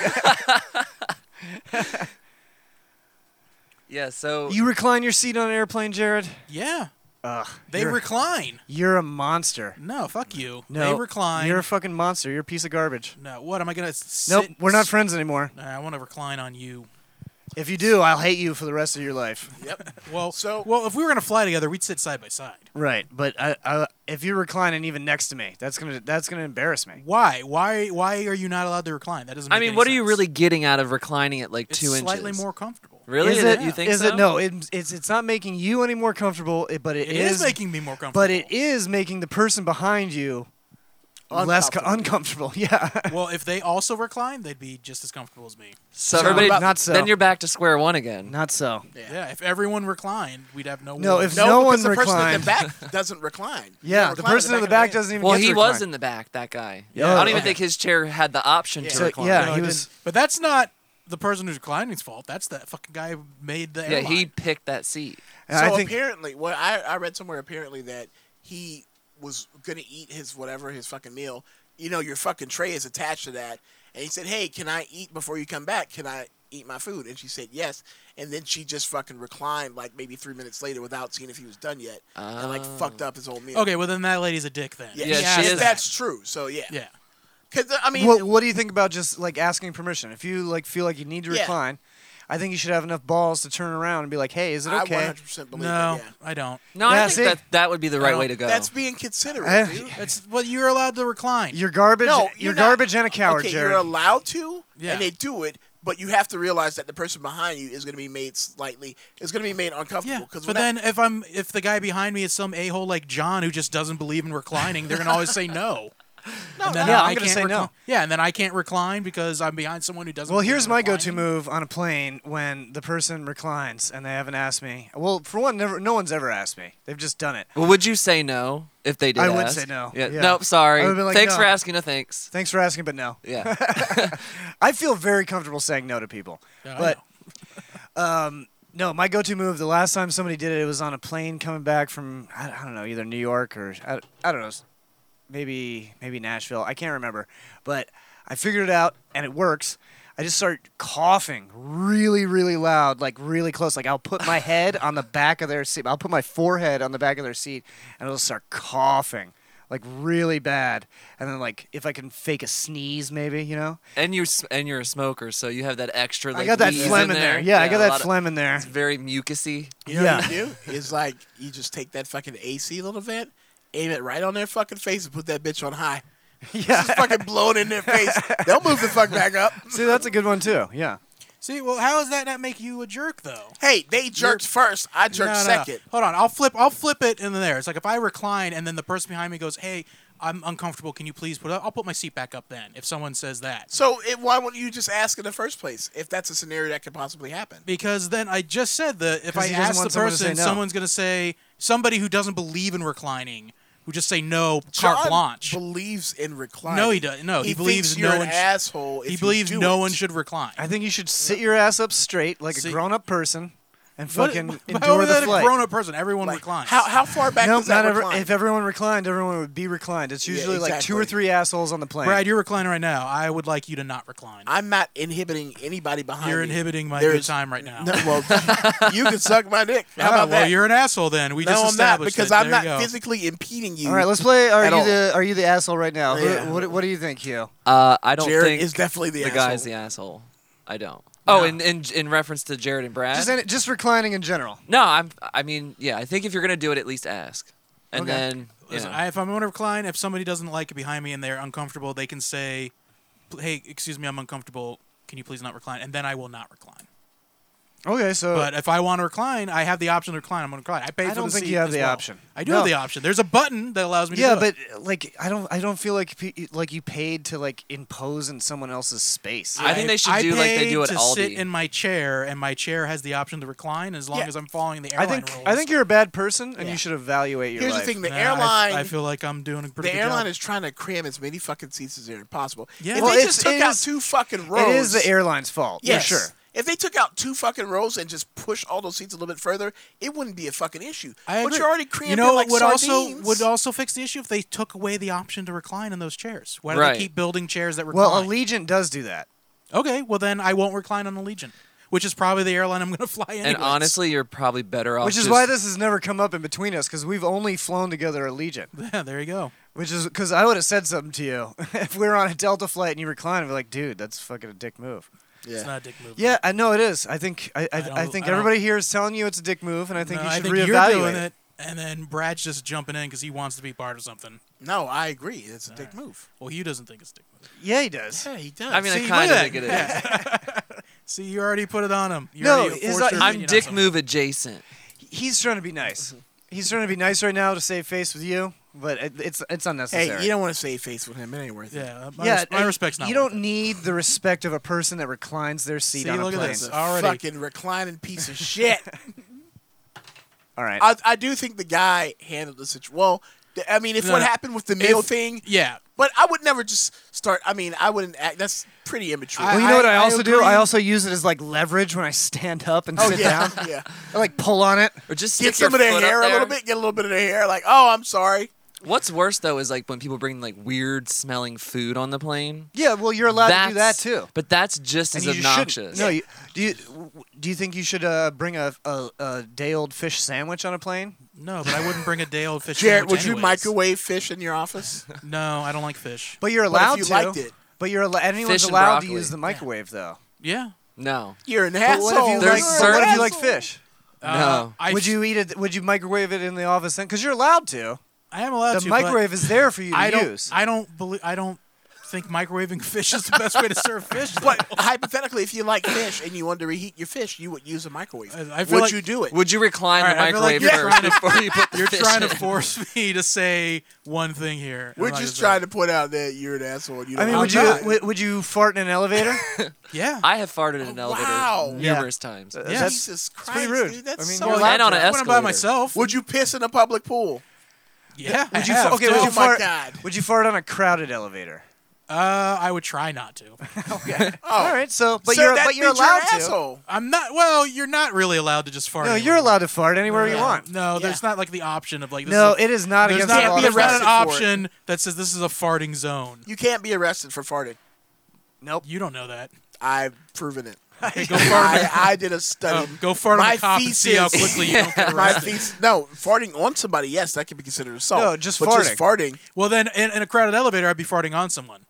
S3: Yeah. So
S5: you recline your seat on an airplane, Jared.
S7: Yeah.
S5: Ugh,
S7: They
S5: you're,
S7: recline.
S5: you're a monster.
S7: No, fuck you.
S5: No,
S7: They recline.
S5: You're a fucking monster. You're a piece of garbage.
S7: no, what am I gonna? Sit,
S5: Nope, we're not friends anymore.
S7: Nah, I want to recline on you.
S5: If you do, I'll hate you for the rest of your life.
S7: Well,
S6: So-
S7: well, if we were gonna fly together, we'd sit side by side.
S5: Right, but I, I, if you're reclining even next to me, that's gonna that's gonna embarrass me.
S7: Why? Why? Why are you not allowed to recline? That doesn't. Make
S3: I mean,
S7: any
S3: what are you
S7: sense.
S3: really getting out of reclining it like
S7: It's
S3: two
S7: slightly
S3: inches?
S7: more comfortable.
S3: Really?
S5: Is
S3: That-
S5: it?
S3: you think
S5: is
S3: so?
S5: it? No, it, it's it's not making you any more comfortable. It, but
S7: It is, making me more comfortable.
S5: But it is making the person behind you less co- uncomfortable. [laughs] Yeah.
S7: Well, if they also recline, they'd be just as comfortable as me.
S3: So
S5: So
S3: everybody,
S5: about- Not so.
S3: then you're back to square one again.
S5: Not so.
S7: Yeah. if everyone reclined, we'd have no.
S5: No,
S7: walls.
S5: if-
S6: No,
S5: No one
S6: because the person in
S5: reclined.
S6: the
S5: [laughs]
S6: back doesn't recline. You
S5: Yeah,
S6: don't
S5: the
S6: recline
S5: person in the back doesn't even.
S3: well,
S5: get to
S3: he was
S5: recline.
S3: in the back. That guy. I
S5: Yeah.
S3: don't even
S5: Okay.
S3: think his chair had the option to
S5: So,
S3: recline.
S5: yeah,
S7: No,
S5: he
S7: it
S5: was-
S7: didn't. But that's not the person who's reclining's fault. That's that fucking guy who made the.
S3: Yeah,
S7: airline.
S3: he picked that seat.
S5: And
S6: So
S5: I think
S6: apparently, well, I, I read somewhere apparently that he was gonna eat his whatever his fucking meal. You know, your fucking tray is attached to that, and he said, "Hey, can I eat before you come back? Can I eat my food?" And she said yes, and then she just fucking reclined like maybe three minutes later without seeing if he was done yet, and like fucked up his whole meal.
S7: Okay, well then that lady's a dick then.
S6: yeah,
S3: Oh. Yeah,
S6: if-
S3: she
S6: if
S3: is.
S6: That's true. So yeah,
S7: Yeah.
S6: Because I mean,
S5: Well, what do you think about just like asking permission? If you like feel like you need to
S6: Yeah.
S5: recline, I think you should have enough balls to turn around and be like, "Hey, is it
S6: I
S5: okay?"
S6: 100% believe
S7: No,
S6: it. Yeah.
S7: I don't.
S3: No,
S5: Yeah,
S3: I think
S5: see? Oh,
S3: that that would be the right way to go.
S6: That's being considerate,
S5: Eh,
S6: dude.
S7: That's well, you're allowed to recline.
S5: You're garbage.
S6: No,
S5: you're
S6: not-
S5: garbage and a coward,
S6: Okay,
S5: Jared.
S6: you're allowed to,
S7: Yeah.
S6: and they do it, But you have to realize that the person behind you is going to be made slightly. It's going to be made
S7: Yeah,
S6: uncomfortable. Because
S7: but then if I'm if the guy behind me is some a hole like John who just doesn't believe in reclining, they're gonna always say no. No, and then
S5: no,
S7: I
S5: I'm gonna
S7: can't
S5: say no.
S7: recli- Yeah, and then I can't recline because I'm behind someone who doesn't.
S5: Well,
S7: believe
S5: here's
S7: in
S5: my go-to
S7: reclining.
S5: move on a plane when the person reclines and they haven't asked me. Well, for one, never, no one's ever asked me. They've just done it.
S3: Well, would you say no if they did?
S5: I would
S3: ask?
S5: say no.
S3: Yeah.
S5: Yeah.
S3: Nope. Sorry.
S5: I would've been like,
S3: thanks
S5: no.
S3: for asking. No thanks.
S5: Thanks for asking, but no.
S3: Yeah.
S5: I feel very comfortable saying no to people.
S7: Yeah, I
S5: but um, [laughs]
S7: know.
S5: no, my go-to move. The last time somebody did it, it was on a plane coming back from I, I don't know either New York or I, I don't know, s- maybe maybe Nashville. I can't remember, but I figured it out and it works. I just start coughing really, really loud, like really close. Like I'll put my head on the back of their seat. I'll put my forehead on the back of their seat, and it'll start coughing, like really bad. And then like if I can fake a sneeze, maybe you know.
S3: and you s- and you're a smoker, so you have that extra. Like,
S5: I got that
S3: wheeze
S5: phlegm
S3: in
S5: in
S3: there.
S5: there. Yeah, I got
S3: a
S5: that
S3: lot of-
S5: phlegm in there.
S3: It's very mucusy.
S6: [laughs] you know what you do is like you just take that fucking AC little vent, aim it right on their fucking face, and put that bitch
S5: [laughs]
S6: on high.
S5: Yeah.
S6: Just fucking blow it in their face. They'll move the fuck back up.
S5: See, that's a good one too. Yeah.
S7: See, well, how does that not make you a jerk though?
S6: Hey, they jerked first. I jerked
S7: No, no, no.
S6: second.
S7: Hold on, I'll flip. I'll flip it in there. It's like if I recline and then the person behind me goes, "Hey, I'm uncomfortable. Can you please put? Up? I'll put my seat back up." Then if someone says that,
S6: So it, why wouldn't you just ask in the first place if that's a scenario that could possibly happen?
S7: because then I just said that if
S5: 'Cause
S7: I
S5: he doesn't
S7: ask the
S5: want someone to say
S7: person,
S5: no.
S7: someone's gonna say somebody who doesn't believe in reclining, who just say no carte
S6: John
S7: blanche.
S6: believes in reclining.
S7: No, he doesn't. No, he
S6: thinks
S7: believes
S6: you're
S7: no
S6: an
S7: one sh-
S6: asshole. If
S7: he
S6: you
S7: believes
S6: do
S7: no
S6: it.
S7: one should recline.
S5: I think you should sit your ass up straight like
S7: See-
S5: a grown up person and
S7: What-
S5: fucking
S7: why
S5: endure
S7: would
S5: the
S7: that
S5: flight.
S7: A grown-up person, everyone
S6: Like,
S7: reclines.
S6: How how far back
S5: Nope,
S6: does that
S5: not ever-
S6: recline?
S5: if everyone reclined, everyone would be reclined. It's usually like two or
S6: exactly.
S5: three assholes on the plane.
S7: Brad, you're reclining right now. I would like you to not recline.
S6: I'm not inhibiting anybody behind
S7: you're
S6: me.
S7: inhibiting my good
S6: There's-
S7: time right now.
S6: No, well, [laughs] you can suck my dick. How
S7: Ah,
S6: about
S7: well,
S6: that?
S7: you're an asshole then. We
S6: no,
S7: just
S6: I'm not
S7: established
S6: because
S7: it.
S6: I'm
S7: There
S6: not
S7: you go.
S6: physically impeding you.
S5: all right, let's play. Are
S6: At
S5: you
S6: all.
S5: the Are you the asshole right now? Who-
S6: Yeah.
S5: What, what do you think, Hugh?
S3: Uh, I don't
S6: Jared
S3: think
S6: is definitely the,
S3: guy's
S6: asshole.
S3: the asshole. I don't. Oh, in, in in reference to Jared and Brad.
S5: Just any, just reclining in general.
S3: no, I'm. I mean, yeah. I think if you're gonna do it, at least ask. And
S5: Okay.
S3: then, you
S7: Listen,
S3: know.
S7: I, if I'm going to recline, if somebody doesn't like it behind me and they're uncomfortable, they can say, "P- "Hey, excuse me, I'm uncomfortable. Can you please not recline?" And then I will not recline.
S5: Okay, so
S7: But if I want to recline, I have the option to recline. I'm going to recline. I pay
S5: Uh, I
S7: for
S5: don't
S7: the
S5: think
S7: seat
S5: you have
S7: as
S5: the
S7: well.
S5: option.
S7: I do
S5: No.
S7: have the option. There's a button that allows me.
S5: yeah,
S7: to do
S5: but uh,
S7: it.
S5: like I don't I don't feel like pe- like you paid to like impose in someone else's space.
S3: I think they should
S7: I
S3: do like they
S7: paid
S3: do at
S7: to
S3: Aldi.
S7: sit in my chair, and my chair has the option to recline as long as I'm following the
S5: I
S7: airline
S5: think
S7: rules.
S5: I think you're a bad person and
S7: Yeah.
S5: you should evaluate your
S6: Here's
S5: life.
S6: the thing: the
S7: Nah, I-
S6: airline.
S7: I, feel like I'm doing a pretty
S6: the
S7: good
S6: airline
S7: job.
S6: is trying to cram as many fucking seats as they're possible.
S7: Yeah.
S6: If
S7: Well,
S6: they
S5: it's-
S6: just took
S5: it
S6: out
S5: is-
S6: two fucking rows,
S5: it is the airline's fault. for
S6: Yes.
S5: sure.
S6: If they took out two fucking rows and just push all those seats a little bit further, it wouldn't be a fucking issue.
S7: I
S6: but
S7: agree.
S6: you're already crammed
S7: You know
S6: in like
S7: what would also
S6: sardines.
S7: would also fix the issue if they took away the option to recline in those chairs. Why do
S3: Right.
S7: they keep building chairs that recline?
S5: Well, Allegiant does do that.
S7: okay, well then I won't recline on Allegiant, which is probably the airline I'm going to [laughs] fly in.
S3: and honestly, you're probably
S7: Oh,
S3: better off.
S5: Which is
S3: just-
S5: why this has never come up in between us because we've only flown together Allegiant.
S7: yeah, there you go.
S5: Which is because I would have said something to you [laughs] if we were on a Delta flight and you reclined. I'd be like, dude, that's fucking a dick move.
S7: It's not a dick move.
S5: Yeah, I know it is. I think I, I,
S7: don't-
S5: I think
S7: I don't-
S5: everybody here is telling you it's a dick move, and I think
S7: No,
S5: you
S7: I
S5: should
S7: think
S5: reevaluate.
S7: you're doing it, and then Brad's just jumping in because he wants to be part of something.
S6: no, I agree. It's a dick move.
S7: Well, Hugh doesn't think it's a dick move.
S5: Yeah, he does.
S6: Yeah, he does.
S3: I mean,
S7: See,
S3: I
S7: look
S3: kind of
S7: at
S3: think it is.
S5: [laughs]
S7: See, you already put it on him. You
S5: No,
S7: already
S5: is
S7: forced
S5: that-
S7: your
S3: I'm
S7: opinion on
S3: dick
S7: something.
S3: move adjacent.
S5: He's trying to be nice.
S7: Mm-hmm.
S5: He's trying to be nice right now to save face with you, but it, it's it's
S6: hey,
S5: unnecessary.
S6: you don't want to save face with him. It ain't worth it.
S7: Yeah, my,
S5: yeah,
S7: res- my
S5: uh,
S7: respect's not.
S5: You
S7: worth
S5: don't need the respect of a person that reclines their seat
S7: See,
S5: on
S7: look
S5: a
S7: at
S5: plane.
S7: this.
S6: It's a
S7: Already.
S6: fucking reclining piece of shit. [laughs]
S5: All right.
S6: I, I do think the guy handled the situation well. th- I mean, if
S7: No,
S6: what
S7: no.
S6: happened with the meal
S7: If-
S6: thing,
S7: it. Yeah,
S6: but I would never just start. I mean, I wouldn't act. That's pretty immature.
S5: well, you know what I,
S7: I- I
S5: also do? I
S7: agree.
S5: also use it as like leverage when I stand up and
S6: oh
S5: sit
S6: [laughs] yeah,
S5: [laughs] down.
S6: yeah.
S5: I like pull on it.
S3: Or just
S6: Get
S3: stick your
S6: some of their
S3: foot up
S6: hair a
S3: there.
S6: little bit. Get a little bit of their hair. Like, oh, I'm sorry.
S3: What's worse though is like when people bring like weird smelling food on the plane.
S5: Yeah, well, you're allowed to do that
S3: That's-
S5: too.
S3: But that's just
S5: And
S3: as
S5: you shouldn't-
S3: obnoxious.
S5: No, you, do you w- do you think you should uh, bring a, a, a day old fish sandwich on a plane?
S7: no, but I wouldn't bring a day old fish.
S6: Jared,
S7: sandwich
S6: would you
S7: anyways.
S6: microwave fish in
S5: [laughs]
S6: your office?
S7: No, I don't like fish.
S5: But you're
S6: But if
S5: allowed
S6: you
S5: to.
S6: liked it.
S5: But you're al- anyone's
S3: Fish and
S5: allowed to
S3: broccoli.
S5: use the microwave though.
S7: Yeah.
S3: no.
S6: You're an
S5: But
S6: asshole.
S5: what if you
S3: There's
S5: like? But what if you like
S6: Asshole.
S5: fish?
S7: Uh,
S3: No.
S7: I
S5: would you eat it? Would you microwave it in the office then? Because you're allowed to.
S7: I am allowed
S5: The
S7: to. but
S5: microwave is there for you to
S7: I don't.
S5: use.
S7: I don't believe. I don't think microwaving [laughs] fish is the best way to serve fish.
S6: But hypothetically, if you like fish and you wanted to reheat your fish, you would use a microwave.
S7: I- I feel
S6: would
S7: like-
S6: you do it?
S3: Would you recline
S7: All right,
S3: the
S7: I feel like
S3: microwave
S7: you're
S3: first before you
S5: [laughs]
S3: put the
S7: You're
S3: fish
S7: trying to
S3: in?
S7: force me to say one thing here.
S6: We're
S7: I'm not
S6: just
S7: gonna
S6: trying to point out that you're an asshole. And you
S5: I
S6: don't
S5: mean, would
S6: know
S5: you
S6: it.
S5: would, would you fart in an elevator? [laughs]
S7: say it. Yeah.
S3: [laughs] I have farted in an elevator
S6: Wow. Yeah.
S3: numerous times.
S5: Oh, Uh,
S7: Yeah.
S5: that's-
S6: Jesus Christ,
S5: pretty rude.
S6: dude, that's
S5: I mean,
S6: so.
S5: you're
S6: rude.
S5: allowed
S3: And on an
S7: When I'm by
S3: escalator.
S7: myself.
S6: Would you piss in a public pool?
S7: yeah. I
S5: Would you
S7: have,
S5: fa- okay? Would
S7: too.
S5: you
S6: Oh my
S5: fart? [laughs]
S6: God.
S5: Would you fart on a crowded elevator?
S7: Uh, I would try not to.
S6: [laughs]
S5: All right, so but
S6: Oh, So
S5: you're
S6: that
S5: but you're
S6: means you're
S5: allowed
S6: an
S5: to.
S6: asshole.
S7: I'm not. Well, you're not really allowed to just fart.
S5: No,
S7: anywhere.
S5: you're allowed to fart anywhere you
S7: Yeah.
S5: want.
S7: No, there's not like the option of like. This
S5: No,
S7: is a-
S5: it is not
S7: there's
S5: against
S7: not,
S5: the law.
S7: there's not an
S6: arrested for it.
S7: option that says this is a farting zone.
S6: You can't be arrested for farting.
S7: You don't
S5: [laughs]
S7: know that.
S6: I've proven it.
S7: go fart.
S6: I, I did a study.
S7: Um, go fart on
S6: My
S7: a cop and see how
S6: feces-
S7: quickly you don't
S6: [laughs]
S7: get
S6: My
S7: arrested.
S6: feet. No, farting on somebody. Yes, that could be considered assault.
S5: No, just
S6: but Just farting.
S7: Well, then in, in a crowded elevator, I'd be farting on someone.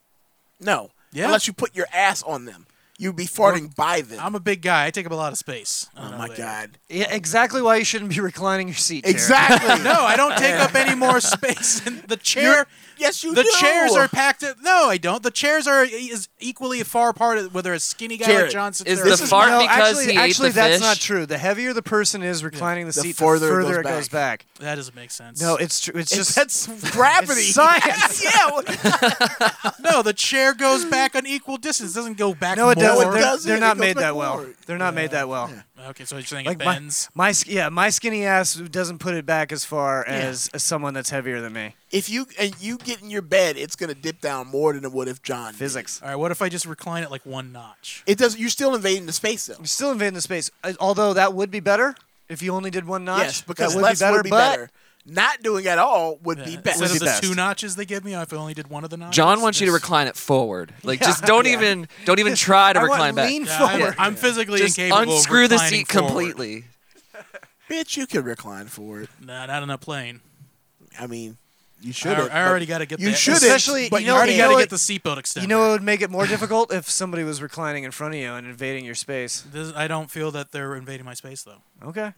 S6: No.
S7: Yeah.
S6: Unless you put your ass on them, you'd be farting by them.
S7: I'm a big guy. I take up a lot of space. on
S6: oh
S7: an
S6: my
S7: elevator.
S6: god.
S5: Yeah, exactly why you shouldn't be reclining your seat. Jared.
S6: Exactly.
S7: [laughs] No, I don't take
S5: [laughs]
S7: up any more space. In the chair.
S6: yes, you
S7: the
S6: do.
S7: chairs are packed. At, no, I don't. The chairs are e- is equally far apart. Whether a skinny guy like
S6: Jared,
S7: Johnson
S3: is
S7: or-
S3: the
S5: This is-
S3: fart
S5: no,
S3: because
S5: actually,
S3: he ate
S5: actually
S3: the
S5: that's
S3: fish?
S5: not true. The heavier the person is reclining the,
S6: The
S5: seat,
S6: further
S5: the
S6: it
S5: further it
S6: goes
S5: goes back.
S7: that doesn't make sense.
S5: No, it's true. It's just
S6: [laughs] that's [laughs] gravity.
S5: It's science.
S6: [laughs] yeah. well-
S7: no, the chair goes back an equal distance. It doesn't go back.
S5: no, it
S7: more.
S5: doesn't. They're,
S6: doesn't.
S5: they're
S6: It
S5: not
S6: goes
S5: made
S6: back
S5: that well.
S6: forward.
S5: They're not made that well.
S7: Okay, so you're saying it
S5: Like my,
S7: bends.
S5: my sk- yeah, my skinny ass doesn't put it back as far as, as someone that's heavier than me.
S6: if you and you get in your bed, it's gonna dip down more than it would if John. did.
S5: Physics.
S7: All right, what if I just recline it like one notch?
S6: It does. You're still invading the space though.
S5: I'm still invading the space. Uh, Although that would be better if you only did one notch.
S6: Yes, because
S5: that would
S6: less
S5: be better.
S6: would be
S5: but
S6: better. Not doing at all would be best.
S7: Instead of
S5: be
S7: the
S5: best.
S7: two notches they give me, if I only did one of the notches.
S3: John wants you to
S7: Yes.
S3: recline it
S5: [laughs]
S3: forward. Like just don't even don't even try to
S5: I want
S3: recline back.
S5: lean
S7: Yeah, I-
S5: forward.
S7: I'm physically
S3: just
S7: incapable. of
S3: unscrew the
S7: reclining
S3: seat
S7: forward.
S3: completely.
S6: Bitch, you could recline for it.
S7: Nah, not on a plane.
S6: I mean, you
S7: I,
S6: should. have,
S7: I already got to get.
S6: You
S7: the,
S6: should've.
S5: Especially,
S6: But
S5: you
S7: You
S5: know,
S7: already
S5: you
S7: got
S5: know
S7: to
S5: what-
S7: get the seatbelt extended.
S5: You know what would make it more difficult if somebody was reclining in front of you and invading your space.
S7: This- I don't feel that they're invading my space though.
S5: Okay.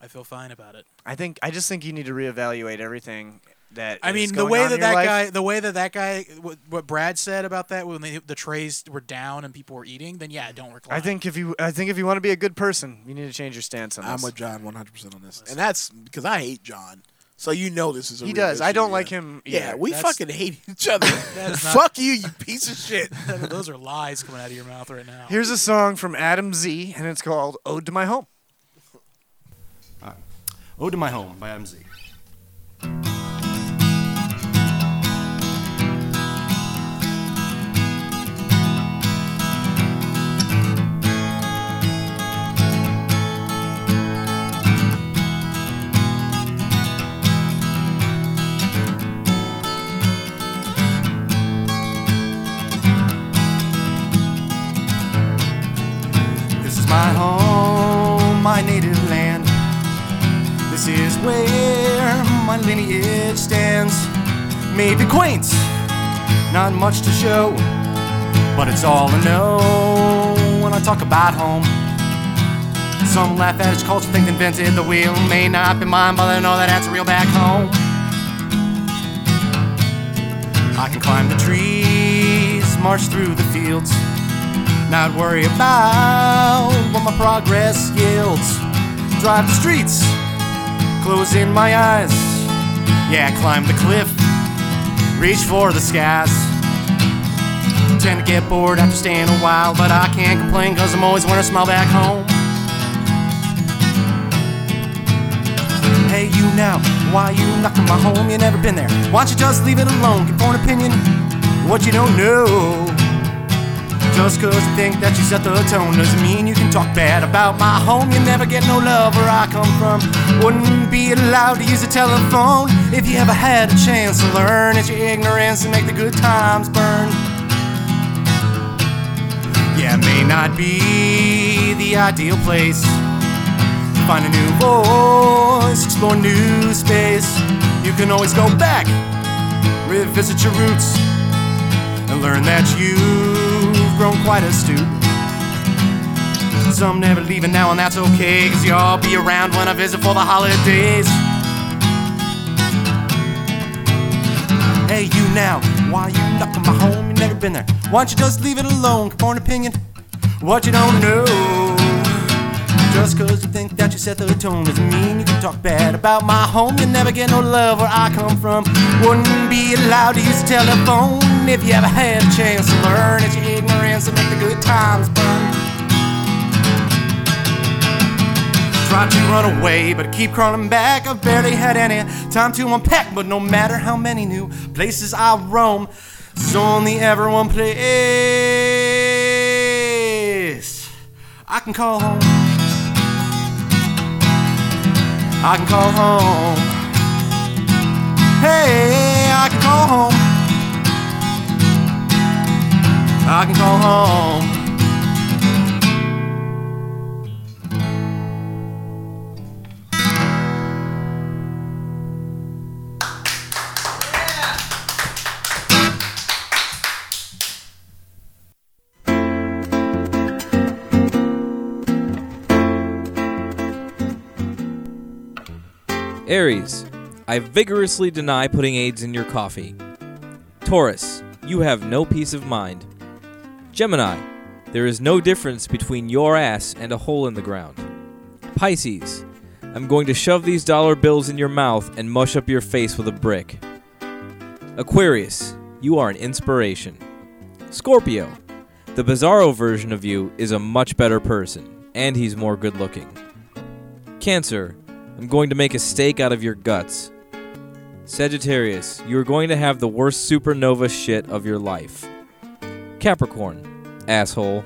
S7: I feel fine about it.
S5: I think I just think you need to reevaluate everything that
S7: I
S5: is
S7: mean, the
S5: going
S7: way
S5: on
S7: that
S5: in your
S7: that
S5: life.
S7: guy, the way that that guy, what, what Brad said about that when they, the trays were down and people were eating, then yeah, don't recline.
S5: I think if you I think if you want to be a good person, you need to change your stance on
S6: I'm
S5: this.
S6: with John 100 percent on this, and that's because I hate John. So you know this is a
S5: he
S6: real
S5: does. I
S6: issue,
S5: don't
S6: yeah.
S5: like him. Either.
S6: Yeah, we
S7: that's-
S6: fucking hate [laughs]
S7: [laughs]
S6: each other.
S7: is not-
S6: Fuck you, you piece
S7: [laughs]
S6: of shit.
S7: those are lies coming out of your mouth right now.
S5: Here's a song from Adam Z, and it's called "Ode to My Home."
S10: Ode to My Home by Adam Z. This is my home, my native land. This is where my lineage stands. Maybe quaint, not much to show, but it's all I know when I talk about home. Some laugh at its culture, think they invented the wheel. May not be mine, but I know that that's a real back home. I can climb the trees, march through the fields, not worry about what my progress yields. Drive the streets, close in my eyes. Yeah, climb the cliff, reach for the skies. Tend to get bored after staying a while, but I can't complain because I'm always wanting to smile back home. Hey, you now, why you knocking my home? You never been there. Why don't you just leave it alone? Give for an opinion what you don't know. Just cause you think that you set the tone doesn't mean you can talk bad about my home. You never get no love where I come from. Wouldn't be allowed to use a telephone if you ever had a chance to learn. It's your ignorance that make the good times burn. Yeah, it may not be the ideal place. Find a new voice, explore new space. You can always go back, revisit your roots and learn that you've grown quite astute. Some never leaving now, and that's okay, cause y'all be around when I visit for the holidays. Hey, you now, why you knocking my home? You never been there. Why don't you just leave it alone? Give an opinion. What you don't know. Just cause you think that you set the tone doesn't mean you can talk bad about my home. You never get no love where I come from. Wouldn't be allowed to use the telephone if you ever had a chance to learn. It's your ignorance that make the good times burn. Try to run away, but I keep crawling back. I've barely had any time to unpack, but no matter how many new places I roam, there's only ever one place I can call home. I can call home. Hey, I can call home. I can call home.
S11: Aries, I vigorously deny putting AIDS in your coffee. Taurus, you have no peace of mind. Gemini, there is no difference between your ass and a hole in the ground. Pisces, I'm going to shove these dollar bills in your mouth and mush up your face with a brick. Aquarius, you are an inspiration. Scorpio, the bizarro version of you is a much better person, and he's more good looking. Cancer, I'm going to make a steak out of your guts. Sagittarius, you are going to have the worst supernova shit of your life. Capricorn, asshole.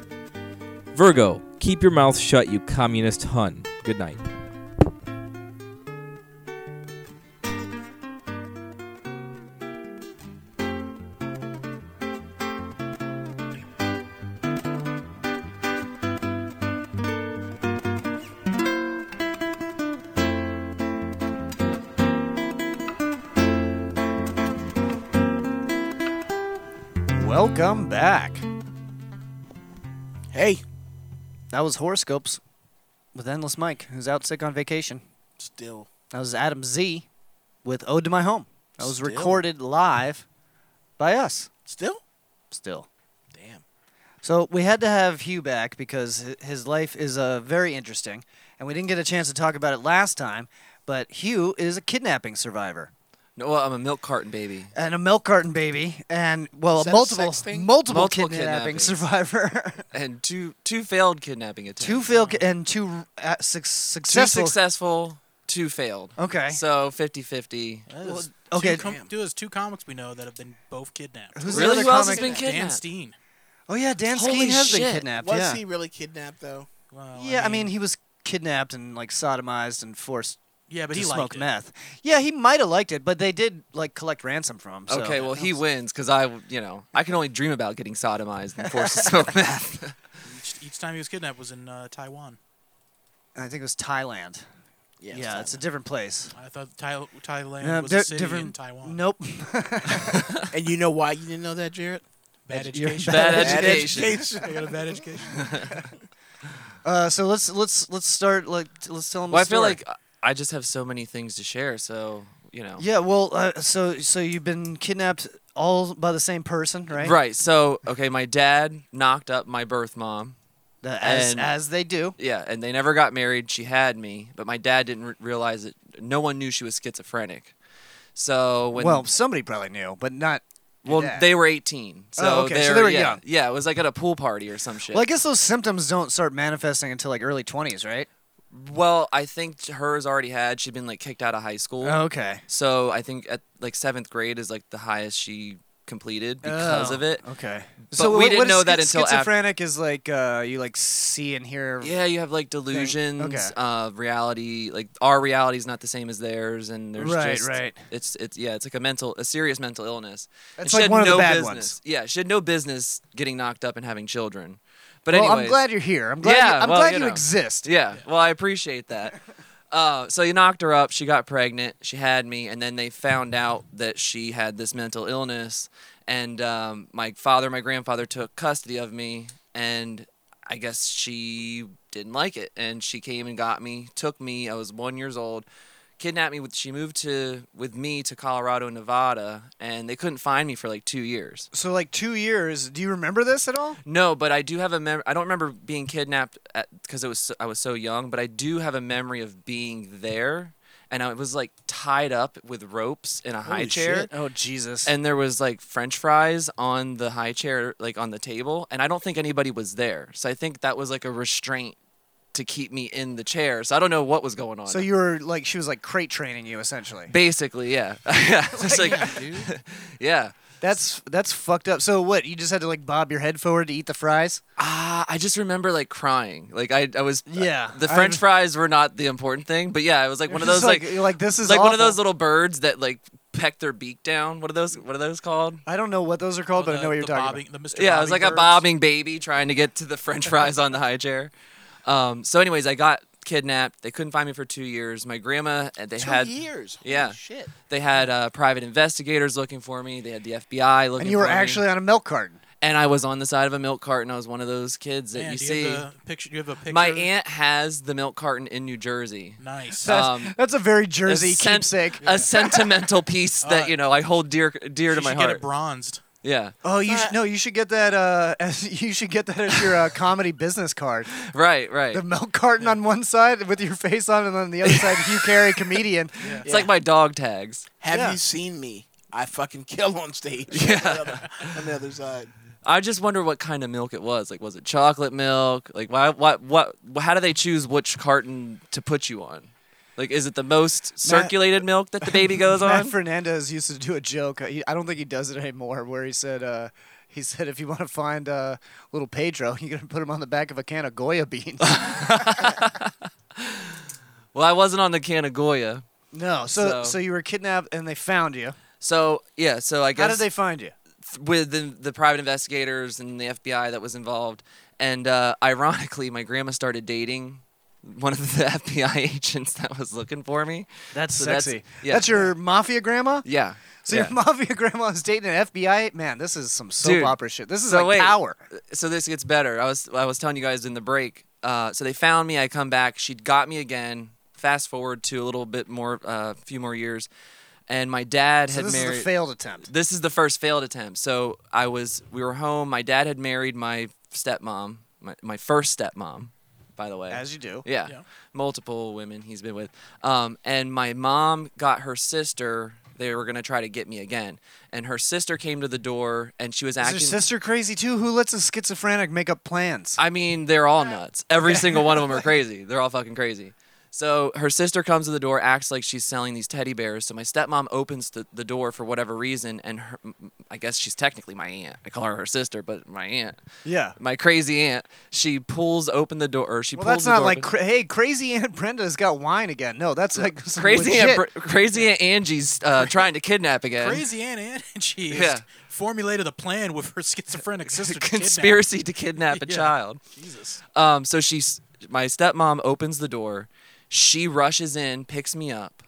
S11: Virgo, keep your mouth shut, you communist hun. Good night.
S5: Welcome back.
S6: Hey.
S5: That was Horoscopes with Endless Mike, who's out sick on vacation.
S6: Still.
S5: That was Adam Z with Ode to My Home. That was
S6: Still.
S5: recorded live by us.
S6: Still?
S5: Still.
S6: Damn.
S5: So we had to have Hugh back because hi- his life is uh, very interesting, and we didn't get a chance to talk about it last time. But Hugh is a kidnapping survivor
S3: No, well, I'm a milk carton baby.
S5: and a milk carton baby, and well,
S3: Is that a
S5: multiple,
S3: sex thing?
S5: multiple
S3: Multiple
S5: kidnapping
S3: kidnappings.
S5: survivor,
S3: And two two failed kidnapping attempts.
S5: two failed ki- and two uh, suc
S3: Two
S5: successful.
S3: successful, two failed.
S5: Okay.
S3: So 50-50.
S7: Well,
S5: okay.
S7: Two, com- two, there's two comics we know that have been both kidnapped.
S5: Who's the
S3: Really?
S5: other
S3: Who else has
S5: comic-
S3: been
S7: Dan
S3: kidnapped?
S7: Steen.
S5: Oh yeah, Dan
S3: Holy
S5: Skeen has been
S3: shit.
S5: kidnapped.
S6: Was
S5: yeah.
S6: he really kidnapped though?
S7: Well,
S5: yeah, I mean,
S7: he,
S5: he was kidnapped and like sodomized and forced
S7: yeah, but
S5: to
S7: he
S5: smoke
S7: liked it.
S5: meth. Yeah, he might have liked it, but they did like collect ransom from. So.
S3: Okay, well he wins because I, you know, I can only dream about getting sodomized and forced
S5: [laughs]
S3: to smoke meth.
S7: Each, each time he was kidnapped was in uh, Taiwan.
S5: I think it was Thailand. Yeah,
S6: it's
S5: it's a different place.
S7: I thought Thai- Thailand
S5: Yeah,
S7: was
S5: di-
S7: a city in Taiwan.
S5: Nope. [laughs]
S6: not- And you know why you didn't know that, Jarrett?
S7: Bad
S5: You're
S7: education.
S3: Bad
S6: [laughs]
S7: [laughs]
S6: Bad
S3: education.
S6: education.
S7: I got a bad education.
S5: Uh, so let's let's let's start like t- let's tell him.
S3: Well,
S5: a
S3: I feel
S5: story.
S3: like I just have so many things to share. So you know.
S5: Yeah, well, uh, so so you've been kidnapped all by the same person, right?
S3: Right. So okay, my dad knocked up my birth mom.
S5: The- as
S3: And-
S5: as they do.
S3: Yeah, and they never got married. She had me, but my dad didn't re- realize it. No one knew she was schizophrenic. So when
S5: well, somebody probably knew, but not. your
S3: well,
S5: dad.
S3: they were 18. So,
S5: Oh, okay, so they
S3: they're-
S5: were
S3: yeah,
S5: young.
S3: Yeah, it was like at a pool party or some shit.
S5: Well, I guess those symptoms don't start manifesting until like early twenties, right?
S3: well, I think hers already had. She'd been like kicked out of high school.
S5: Okay.
S3: So I think at like seventh grade is like the highest she completed because
S5: Oh,
S3: of it.
S5: Okay.
S3: we
S5: what-
S3: didn't
S5: what is
S3: know that
S5: schi-
S3: until after-
S5: schizophrenic is like uh, you like see and hear.
S3: Yeah, you have like delusions. Uh, reality, like our reality's not the same as theirs, and there's
S5: Right,
S3: just
S5: right.
S3: It's it's yeah, it's like a mental, a serious mental illness. And
S5: That's
S3: she
S5: like
S3: had
S5: one of the
S3: no
S5: bad
S3: business.
S5: ones.
S3: Yeah, she had no business getting knocked up and having children. But
S5: Well,
S3: anyways,
S5: I'm glad you're here. I'm glad.
S3: Yeah,
S5: you, I'm
S3: well,
S5: glad
S3: you
S5: you,
S3: know.
S5: exist.
S3: Yeah, well, I appreciate that. Uh, so you knocked her up. She got pregnant. She had me, and then they found out that she had this mental illness. And um, my father, and my grandfather took custody of me, and I guess she didn't like it, and she came and got me, took me. I was one years old, kidnapped me. With, she moved to with me to Colorado, and Nevada, and they couldn't find me for like two years.
S5: So like two years. Do you remember this at all?
S3: No, but I do have a mem- I don't remember being kidnapped because it was so, I was so young, but I do have a memory of being there, and I was like tied up with ropes in a high
S5: Holy
S3: chair.
S5: shit. Oh, Jesus.
S3: And there was like French fries on the high chair, like on the table, and I don't think anybody was there. So I think that was like a restraint to keep me in the chair. So I don't know what was going on.
S5: So you were like she was like crate training you essentially.
S3: Basically, yeah. [laughs] yeah. It's like, [laughs] yeah.
S5: That's that's fucked up. So what? You just had to like bob your head forward to eat the fries?
S3: Ah, I just remember like crying. Like I, I was. uh,
S5: Yeah,
S3: The
S5: I-
S3: French fries were not the important thing, but yeah, it was like one of
S5: It's
S3: those like
S5: like- you're like, this is
S3: like one of
S5: awful.
S3: those little birds that like peck their beak down. What are those? What are those called?
S5: I don't know what those are called, but I know what you're talking
S7: bobbing-
S5: about.
S7: Oh, the Mr.
S3: Yeah, it was like
S7: Bobbing
S3: a
S7: birds.
S3: bobbing baby trying to get to the French fries on the high chair. Um, so, anyways, I got kidnapped. They couldn't find me for two years. My grandma, and they
S6: Two
S3: had
S6: years? Holy
S3: yeah,
S6: shit.
S3: They had uh, private investigators looking for me. They had the FBI looking.
S5: And you were
S3: for me.
S5: actually on a milk carton.
S3: And I was on the side of a milk carton. I was one of those kids that
S7: Man,
S3: you
S7: do
S3: see.
S7: You have a picture, do you have a picture?
S3: My aunt has the milk carton in New Jersey.
S7: Nice.
S5: That's, [laughs] that's a very Jersey
S3: sen-
S5: keepsake. Uh,
S3: A sentimental piece that you know I hold dear dear to
S7: You
S3: my
S7: should
S3: heart.
S7: get it bronzed.
S3: yeah.
S5: Oh, you should, no, you should get that. Uh, [laughs] as, you should get that as your uh, comedy business card.
S3: Right, right.
S5: The milk carton on one side with your face on, it, and on the other side, Hugh
S3: [laughs]
S5: Carey comedian.
S3: It's like my dog tags.
S6: Have
S5: Yeah.
S6: you seen me? I fucking [laughs] kill on stage. Yeah. on, the other, on the other side.
S3: I just wonder what kind of milk it was. Like, was it chocolate milk? Like, why? What? What? How do they choose which carton to put you on? Like, is it the most circulated milk that the baby goes
S5: [laughs] Matt
S3: on?
S5: Fernandez used to do a joke. uh, he- I don't think he does it anymore. Where he said, uh, he said, if you want to find uh, little Pedro, [laughs] you're gonna put him on the back of a can of Goya
S3: [laughs]
S5: beans.
S3: Well, I wasn't on the can of Goya.
S5: no, so, so
S3: So-
S5: you were kidnapped and they found you.
S3: So yeah, so I guess
S5: How did they find you?
S3: with the, the private investigators and the FBI that was involved. And uh, ironically, my grandma started dating one of the [laughs] FBI agents that was looking for me.
S5: That's
S3: So
S5: sexy. That's,
S3: yeah.
S5: your mafia grandma.
S3: yeah.
S5: So
S3: yeah.
S5: your [laughs] mafia grandma is dating an FBI man. This is some soap
S3: Dude,
S5: opera shit. This is
S3: so
S5: like
S3: wait,
S5: power.
S3: So this gets better. I was I was telling you guys in the break. Uh, so they found me. I come back. She got me again. Fast forward to a little bit more, a few more years, and my dad
S5: So
S3: had
S5: this
S3: married.
S5: is a failed attempt.
S3: This is the first failed attempt. So I was, we were home. My dad had married my stepmom, my, my first stepmom, by the way.
S5: As you do.
S3: Yeah.
S7: Yeah.
S3: Multiple women he's been with. Um, and my mom got her sister. They were going to try to get me again. And her sister came to the door and she was
S5: Is
S3: acting.
S5: your sister crazy too? Who lets a schizophrenic make up plans?
S3: I mean, they're all
S5: Uh,
S3: nuts. Every single
S5: [laughs]
S3: one of them are crazy. They're all fucking crazy. So her sister comes to the door, acts like she's selling these teddy bears. So my stepmom opens the, the door for whatever reason, and her, I guess she's technically my aunt. I call her her sister, but my aunt,
S5: Yeah.
S3: my crazy aunt, she pulls open the door. Or she
S5: Well,
S3: pulls
S5: that's
S3: the
S5: not
S3: door
S5: like
S3: open.
S5: cra- hey, crazy Aunt Brenda's got wine again. No, that's like some
S3: crazy.
S5: legit-
S3: Aunt, Br- crazy aunt Angie's uh, trying to kidnap again.
S7: Crazy Aunt Angie has
S3: Yeah.
S7: formulated a plan with her schizophrenic sister. to
S3: [laughs]
S7: kidnap
S3: conspiracy to kidnap a
S5: [laughs]
S7: Yeah.
S3: child.
S7: Jesus.
S3: Um, so she, s- my stepmom opens the door. She rushes in, picks me up,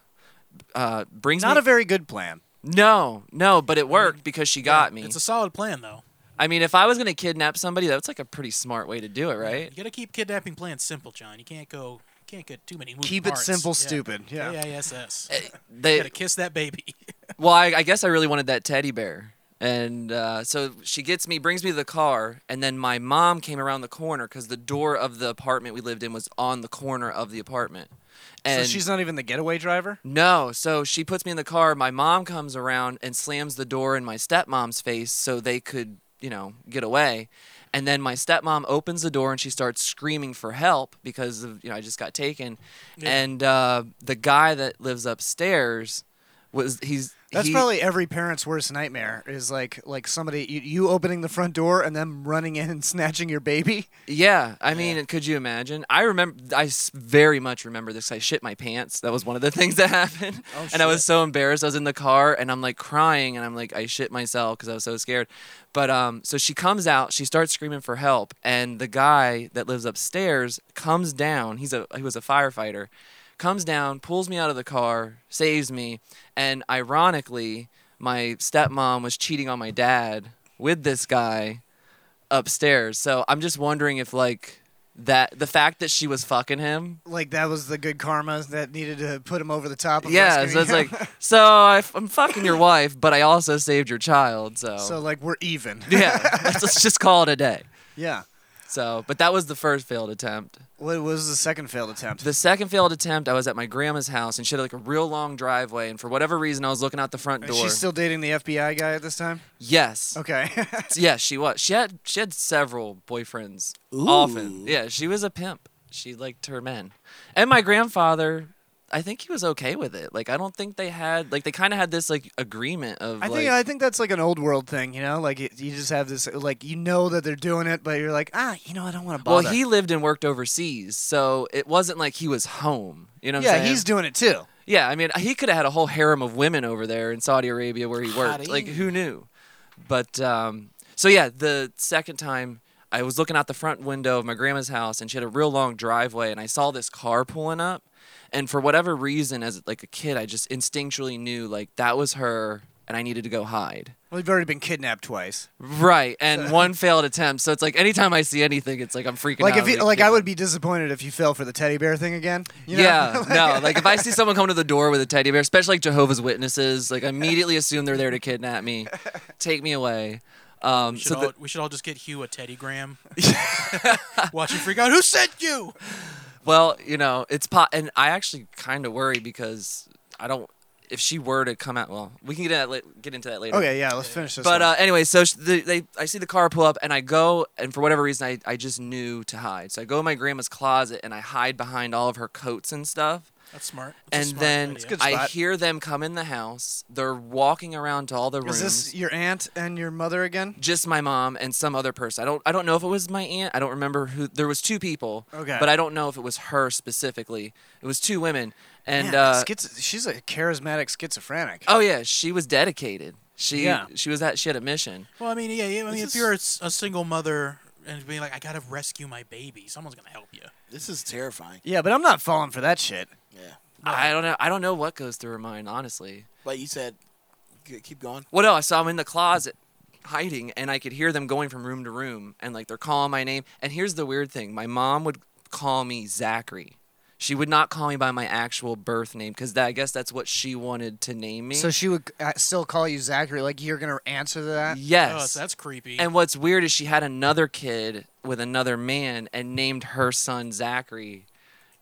S3: uh, brings
S5: not
S3: me.
S5: a very good plan.
S3: no, no, but it worked because she got me.
S7: It's a solid plan, though.
S3: I mean, if I was gonna kidnap somebody, that's like a pretty smart way to do it,
S7: You
S3: right?
S7: got to keep kidnapping plans simple, John. You can't go. You can't get too many. moving
S5: Keep it
S7: parts.
S5: simple,
S7: Yeah.
S5: stupid. Yeah.
S7: AISS.
S3: They,
S7: gotta kiss that baby. [laughs]
S3: well, I, I guess I really wanted that teddy bear, and uh, so she gets me, brings me to the car, and then my mom came around the corner because the door of the apartment we lived in was on the corner of the apartment. And
S5: so she's not even the getaway driver.
S3: No, so she puts me in the car. My mom comes around and slams the door in my stepmom's face so they could, you know, get away. And then my stepmom opens the door and she starts screaming for help because of, you know I just got taken. And uh, the guy that lives upstairs was he's
S5: That's
S3: he-
S5: probably every parent's worst nightmare. Is like like somebody you, you opening the front door and them running in and snatching your baby.
S3: Yeah, I mean, could you imagine? I remember, I s- very much remember this. I shit my pants. That was one of the [laughs] things that happened, and I was so embarrassed. I was in the car, and I'm like crying, and I'm like, I shit myself because I was so scared. But um, so she comes out, she starts screaming for help, and the guy that lives upstairs comes down. He's a he was a firefighter, comes down, pulls me out of the car, saves me, and ironically, my stepmom was cheating on my dad with this guy upstairs. So I'm just wondering if like That the fact that she was fucking him.
S5: Like that was the good karma that needed to put him over the top. Of
S3: Yeah, so
S5: rescuing
S3: it's like,
S5: him.
S3: [laughs] so I, am fucking your wife, but I also saved your child. So,
S5: [laughs] so like we're even.
S3: [laughs] yeah, let's, let's just call it a day.
S5: yeah.
S3: So, but that was the first failed attempt.
S5: What was the second failed attempt?
S3: The second failed attempt, I was at my grandma's house and she had like a real long driveway, and for whatever reason, I was looking out the front
S5: And
S3: door.
S5: She's still dating the FBI guy at this time.
S3: yes.
S5: Okay. [laughs]
S3: yes, she was. She had she had several boyfriends. Often,
S5: Ooh.
S3: yeah, she was a pimp. She liked her men, and my grandfather. I think he was okay with it. Like I don't think they had like they kind of had this like agreement of
S5: I
S3: like
S5: think I think that's like an old world thing, you know. Like it, you just have this, like you know that they're doing it, but you're like, ah, you know, I don't want to bother.
S3: well he lived and worked overseas, so it wasn't like he was home. You know? What
S5: yeah,
S3: I'm saying?
S5: he's doing it too.
S3: Yeah, I mean, he could have had a whole harem of women over there in Saudi Arabia where he worked. Like, who knew? But um, so yeah, the second time I was looking out the front window of my grandma's house, and she had a real long driveway, and I saw this car pulling up, and for whatever reason, as like a kid, I just instinctually knew like that was her, and I needed to go hide.
S5: Well, you've already been kidnapped twice.
S3: Right, and
S5: [laughs]
S3: one failed attempt. So it's like anytime I see anything, it's like I'm freaking
S5: Like
S3: out.
S5: if he, like I would be disappointed if you fell for the teddy bear thing again. you know? [laughs]
S3: Yeah, [laughs] no. Like if I see someone come to the door with a teddy bear, especially like Jehovah's Witnesses, like I immediately assume they're there to kidnap me, take me away. Um,
S7: We should,
S3: so
S7: all,
S3: the,
S7: we should all just get Hugh a Teddy Graham. Watch him freak out. Who sent you?
S3: well, you know, it's pot, and I actually kind of worry because I don't. If she were to come out, well, we can get that, la- get into that later.
S5: Okay, yeah, let's finish this.
S3: But
S5: one.
S3: uh, anyway, so sh- the, they, I see the car pull up, and I go, and for whatever reason, I, I just knew to hide. So I go in my grandma's closet, and I hide behind all of her coats and stuff.
S7: That's smart.
S3: and
S7: That's a
S3: then
S7: smart idea.
S3: I hear them come in the house. They're walking around to all the
S5: is
S3: uh, rooms.
S5: this your aunt and your mother again?
S3: just my mom and some other person. I don't I don't know if it was my aunt. I don't remember who. There was two people.
S5: Okay.
S3: But I don't know if it was her specifically. It was two women. And
S5: Man,
S3: uh,
S5: schiz- she's a charismatic schizophrenic.
S3: oh yeah, she was dedicated. She
S5: Yeah.
S3: she was at she had a mission.
S7: Well, I mean, [laughs] yeah, yeah. I mean,
S6: This
S7: if
S6: is-
S7: you're a, s- a single mother and being like, I gotta rescue my baby, someone's gonna help you. Oh,
S6: This is terrifying.
S5: Yeah, but I'm not falling for that shit.
S3: I don't know. I don't know what goes through her mind, honestly.
S6: But you said, g- keep going.
S3: Well, no, I saw them in the closet hiding, and I could hear them going from room to room, and like they're calling my name. And here's the weird thing: my mom would call me Zachary. She would not call me by my actual birth name because I guess that's what she wanted to name me.
S5: So she would uh, still call you Zachary. Like you're gonna answer to that?
S7: Oh,
S3: yes.
S7: so that's creepy.
S3: and what's weird is she had another kid with another man and named her son Zachary.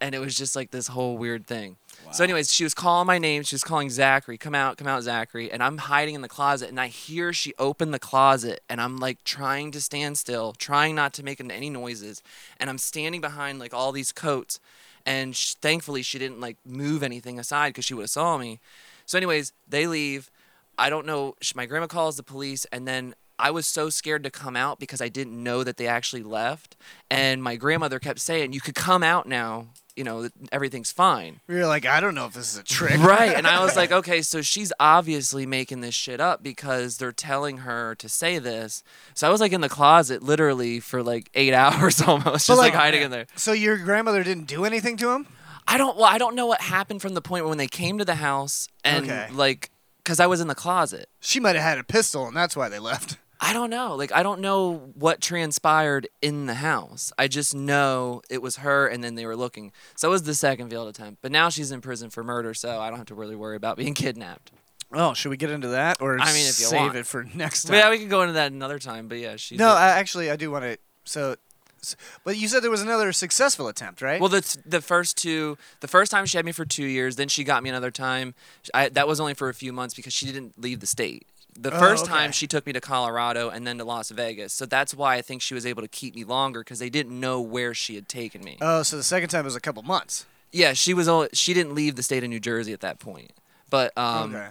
S3: And it was just like this whole weird thing. So, anyways, she was calling my name. She was calling Zachary, come out, come out, Zachary. And I'm hiding in the closet. And I hear she opened the closet. And I'm like trying to stand still, trying not to make any noises. And I'm standing behind like all these coats. And sh thankfully, she didn't like move anything aside because she would have saw me. So, anyways, they leave. I don't know. sh- My grandma calls the police, and then I was so scared to come out because I didn't know that they actually left. And my grandmother kept saying, "You could come out now. You know, th- everything's fine."
S5: You're like, I don't know if this is a
S3: [laughs]
S5: trick.
S3: Right. And I was like, okay, so she's obviously making this shit up because they're telling her to say this. So I was like in the closet literally for like eight [laughs] hours almost, just like, hiding in there.
S5: So your grandmother didn't do anything to him?
S3: I don't, well, I don't know what happened from the point when they came to the house and
S5: Okay.
S3: like, because I was in the closet.
S5: She might have had a pistol, and that's why they left.
S3: I don't know. Like, I don't know what transpired in the house. I just know it was her, and then they were looking. So it was the second failed attempt. But now she's in prison for murder, so I don't have to really worry about [laughs] being kidnapped.
S5: Oh, should we get into that, or
S3: I mean, if you
S5: save
S3: want.
S5: it for next
S3: But
S5: time?
S3: yeah, we can go into that another time. But yeah, she's
S5: no, I, actually, I do want to. So, s- but you said there was another successful attempt, right?
S3: Well, the the first two, the first time she had me for two years, then she got me another time. I, that was only for a few months because she didn't leave the state. The
S5: Oh,
S3: first time
S5: okay.
S3: she took me to Colorado and then to Las Vegas, so that's why I think she was able to keep me longer because they didn't know where she had taken me.
S5: oh, so the second time was a couple months.
S3: Yeah, she was only she didn't leave the state of New Jersey at that point. But um,
S5: okay.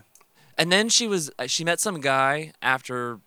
S3: and then she was uh, she met some guy after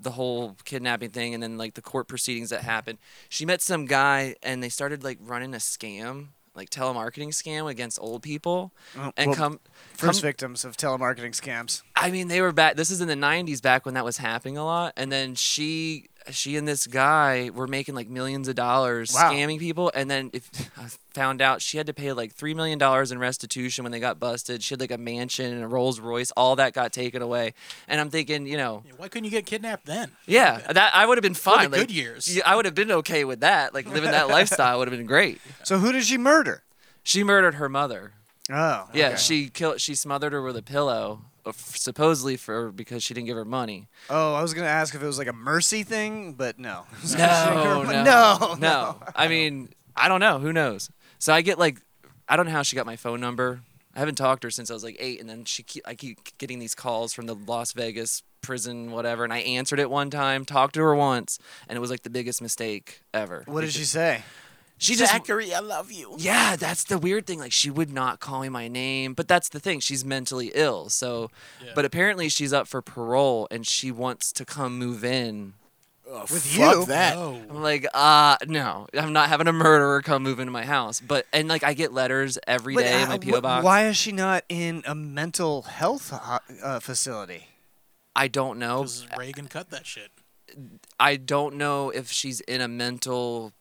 S3: the whole kidnapping thing and then like the court proceedings that happened she met some guy and they started like running a scam like telemarketing scam against old people
S5: Oh,
S3: and
S5: well,
S3: come
S5: First
S3: come-
S5: victims of telemarketing scams.
S3: I mean, they were back. This is in the '90s, back when that was happening a lot. And then she she and this guy were making like millions of dollars
S5: Wow.
S3: scamming people and then if [laughs] I found out she had to pay like 3 million dollars in restitution when they got busted she had like a mansion and a Rolls Royce all that got taken away and I'm thinking you know
S7: Why couldn't you get kidnapped then?
S3: yeah that I would have been
S7: For the
S3: fine like,
S7: good years.
S3: yeah, I would have been okay with that like living
S7: [laughs]
S3: that lifestyle would have been great
S5: So who did she murder?
S3: she murdered her mother
S5: Oh.
S3: yeah
S5: okay.
S3: she killed she smothered her with a pillow uh, supposedly for because she didn't give her money
S5: Oh, I was gonna ask if it was like a mercy thing, but
S3: [laughs]
S5: no.
S3: No,
S5: no,
S3: no,
S5: no,
S3: I mean, I don't know. Who knows? So I get like, I don't know how she got my phone number. I haven't talked to her since I was like eight, and then she keep, I keep getting these calls from the Las Vegas prison, whatever. And I answered it one time, talked to her once, and it was like the biggest mistake ever.
S5: What did
S3: Because-
S5: she say?
S3: She just
S6: Zachary, I love you.
S3: yeah, that's the weird thing. Like she would not call me my name, but that's the thing. She's mentally ill. So, but apparently she's up for parole and she wants to come move in.
S6: Oh,
S5: With
S6: fuck
S5: you?
S6: that.
S7: Oh,
S3: I'm like, uh, no, I'm not having a murderer come move into my house. But and like I get letters every
S5: But,
S3: day in
S5: uh,
S3: my PO
S5: wh-
S3: box.
S5: Why is she not in a mental health ho- uh, facility?
S3: I don't know.
S7: Reagan cut that shit.
S3: I don't know if she's in a mental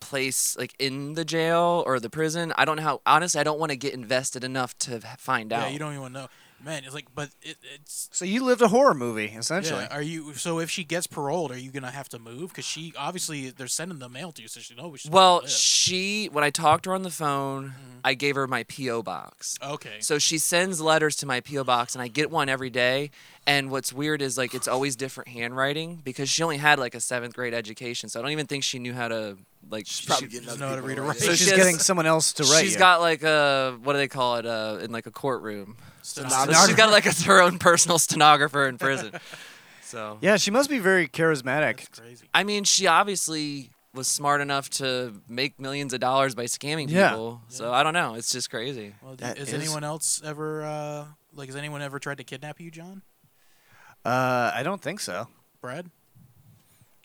S3: place like in the jail or the prison. I don't know how. Honestly, I don't want to get invested enough to h- find
S7: Yeah,
S3: out.
S7: you don't even know, man. It's like, but it, it's
S5: So you lived a horror movie, essentially.
S7: Yeah, are you so if she gets paroled, are you gonna have to move? Because she obviously they're sending the mail to you, so she knows. She's
S3: Well, she when I talked to her on the phone,
S5: Mm-hmm.
S3: I gave her my PO box.
S7: Okay.
S3: So she sends letters to my PO box, and I get one every day. And what's weird is like it's always different handwriting because she only had like a seventh grade education, so I don't even think she knew how to like. She's
S6: probably getting other
S7: know how to read or write.
S5: So she's getting someone else to write
S3: She's
S5: you.
S3: got like a what do they call it uh, in like a courtroom?
S7: Stenographer.
S3: So she's got like a, her own personal stenographer in prison. So
S5: Yeah, she must be very charismatic.
S3: I mean, she obviously was smart enough to make millions of dollars by scamming
S5: Yeah.
S3: people. So I don't know. It's just crazy.
S7: Well,
S5: That
S7: has
S5: is-
S7: anyone else ever uh, like has anyone ever tried to kidnap you, John?
S5: Uh, I don't think so.
S7: Brad?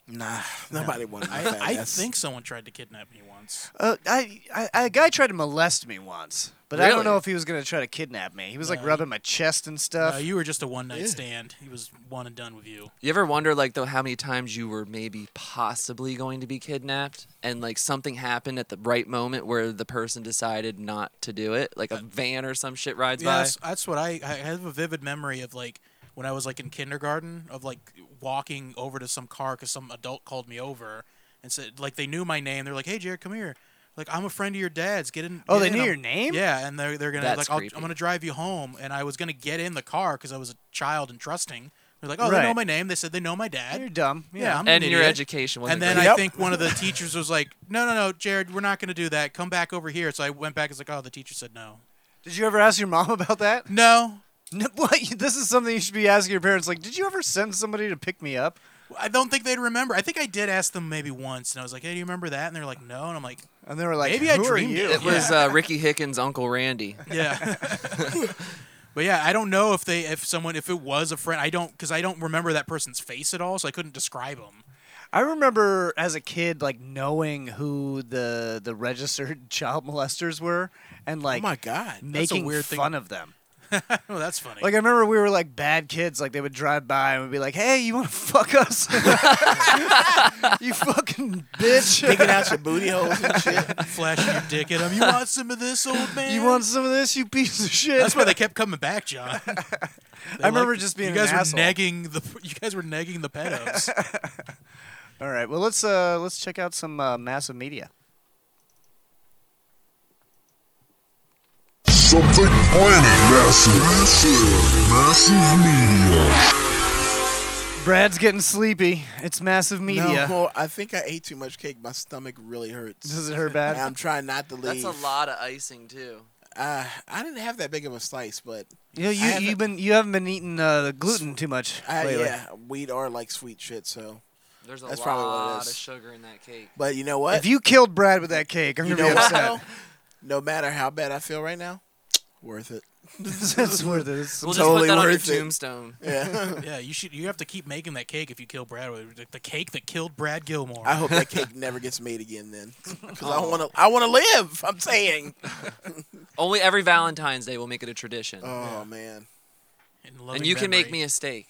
S6: Nah, nobody wanted my fat
S7: I, I
S6: ass.
S7: think someone tried to kidnap me once.
S5: Uh, I, I a guy tried to molest me once, but I don't
S3: Really?
S5: know if he was gonna try to kidnap me. He was like
S7: No,
S5: rubbing my chest and stuff.
S7: Uh, you were just a one night stand. He was one and done with you.
S3: You ever wonder, like, though, how many times you were maybe possibly going to be kidnapped and, like, something happened at the right moment where the person decided not to do it? Like, a van or some shit rides
S7: Yeah,
S3: by?
S7: that's, that's what I, I have a vivid memory of like when I was like in kindergarten of like walking over to some car because some adult called me over and said like they knew my name. They're like, "Hey, Jared, come here." Like I'm a friend of your dad's. Get in.
S5: Oh,
S7: get
S5: they
S7: in.
S5: knew
S7: I'm-
S5: your name?
S7: Yeah, and they're they're gonna
S3: That's
S7: like I'll,
S3: creepy.
S7: I'm gonna drive you home, and I was gonna get in the car because I was a child and trusting. They're like, oh,
S5: Right.
S7: they know my name. They said they know my dad.
S5: You're dumb.
S7: yeah, I'm
S3: And
S7: an
S3: your
S7: idiot.
S3: education wasn't
S7: And then
S3: great.
S7: I think one
S5: [laughs]
S7: of the teachers was like, "No, no, no, Jared, we're not going to do that. Come back over here." So I went back. It's like, "Oh, the teacher said no."
S5: Did you ever ask your mom [laughs] about that?
S7: No,
S5: No, what? This is something you should be asking your parents. Like, did you ever send somebody to pick me up?
S7: I don't think they'd remember. I think I did ask them maybe once, and I was like, "Hey, do you remember that?" And they're like, "No," and I'm like,
S5: And they were like,
S7: Maybe I
S5: who are
S7: dreamed
S5: you?
S7: it.
S3: It was uh, Ricky Hickens' Uncle Randy.
S7: "Yeah." [laughs]
S5: [laughs]
S7: but yeah, I don't know if they, if someone, if it was a friend, I don't, because I don't remember that person's face at all, so I couldn't describe him.
S5: I remember as a kid, like knowing who the the registered [laughs] child molesters were, and like,
S6: oh my god.
S7: that's a
S5: making
S7: weird thing.
S5: fun of them.
S7: oh, that's funny.
S5: Like I remember we were like bad kids. Like they would drive by and we'd be like, "Hey, you want to [laughs] fuck us?
S7: [laughs]
S5: you fucking bitch!
S6: [laughs] Digging out your booty holes and
S7: [laughs]
S6: shit.
S7: flashing your dick at him. You want some of this, old man?
S5: [laughs] You want some of this? You piece of shit!"
S7: That's why they kept coming
S5: [laughs]
S7: back, John. They
S5: remember
S7: liked-
S5: just being
S7: you guys
S5: an
S7: were
S5: asshole.
S7: negging the you guys were negging the pedos.
S5: All right, well let's uh let's check out some uh, massive media.
S12: Something planet massive. Massive media.
S5: Brad's getting sleepy. It's massive media.
S6: No, I think I ate too much cake. My stomach really hurts.
S5: Does it hurt
S6: And
S5: bad?
S6: I'm trying not to leave.
S3: That's a lot of icing, too.
S6: Uh, I didn't have that big of a slice, but
S5: Yeah,
S6: I
S5: you
S6: haven't-
S5: you've been you haven't been eating uh, gluten too much
S6: I,
S5: lately.
S6: uh, yeah, wheat are like sweet shit. So,
S3: There's a
S6: That's probably what it
S3: lot
S6: is.
S3: of sugar in that cake.
S6: but you know what?
S5: If you killed Brad with that cake, I'm
S6: You
S5: gonna
S6: know
S5: be
S6: what?
S5: upset.
S6: [laughs] though? No matter how bad I feel right now, worth it.
S5: [laughs] That's worth it. It's-
S3: We'll just put
S6: Totally
S3: that on your
S6: worth it.
S3: tombstone.
S6: Yeah.
S7: yeah, you should. You have to keep making that cake if you kill Brad. The- The cake that killed Brad Gilmore.
S6: I hope that cake never gets made again then, because I want to. I want to live. I'm saying.
S3: Only every Valentine's Day we'll make it a tradition.
S6: Oh man.
S7: In
S3: and
S7: loving
S3: you can make
S7: memory.
S3: me a steak.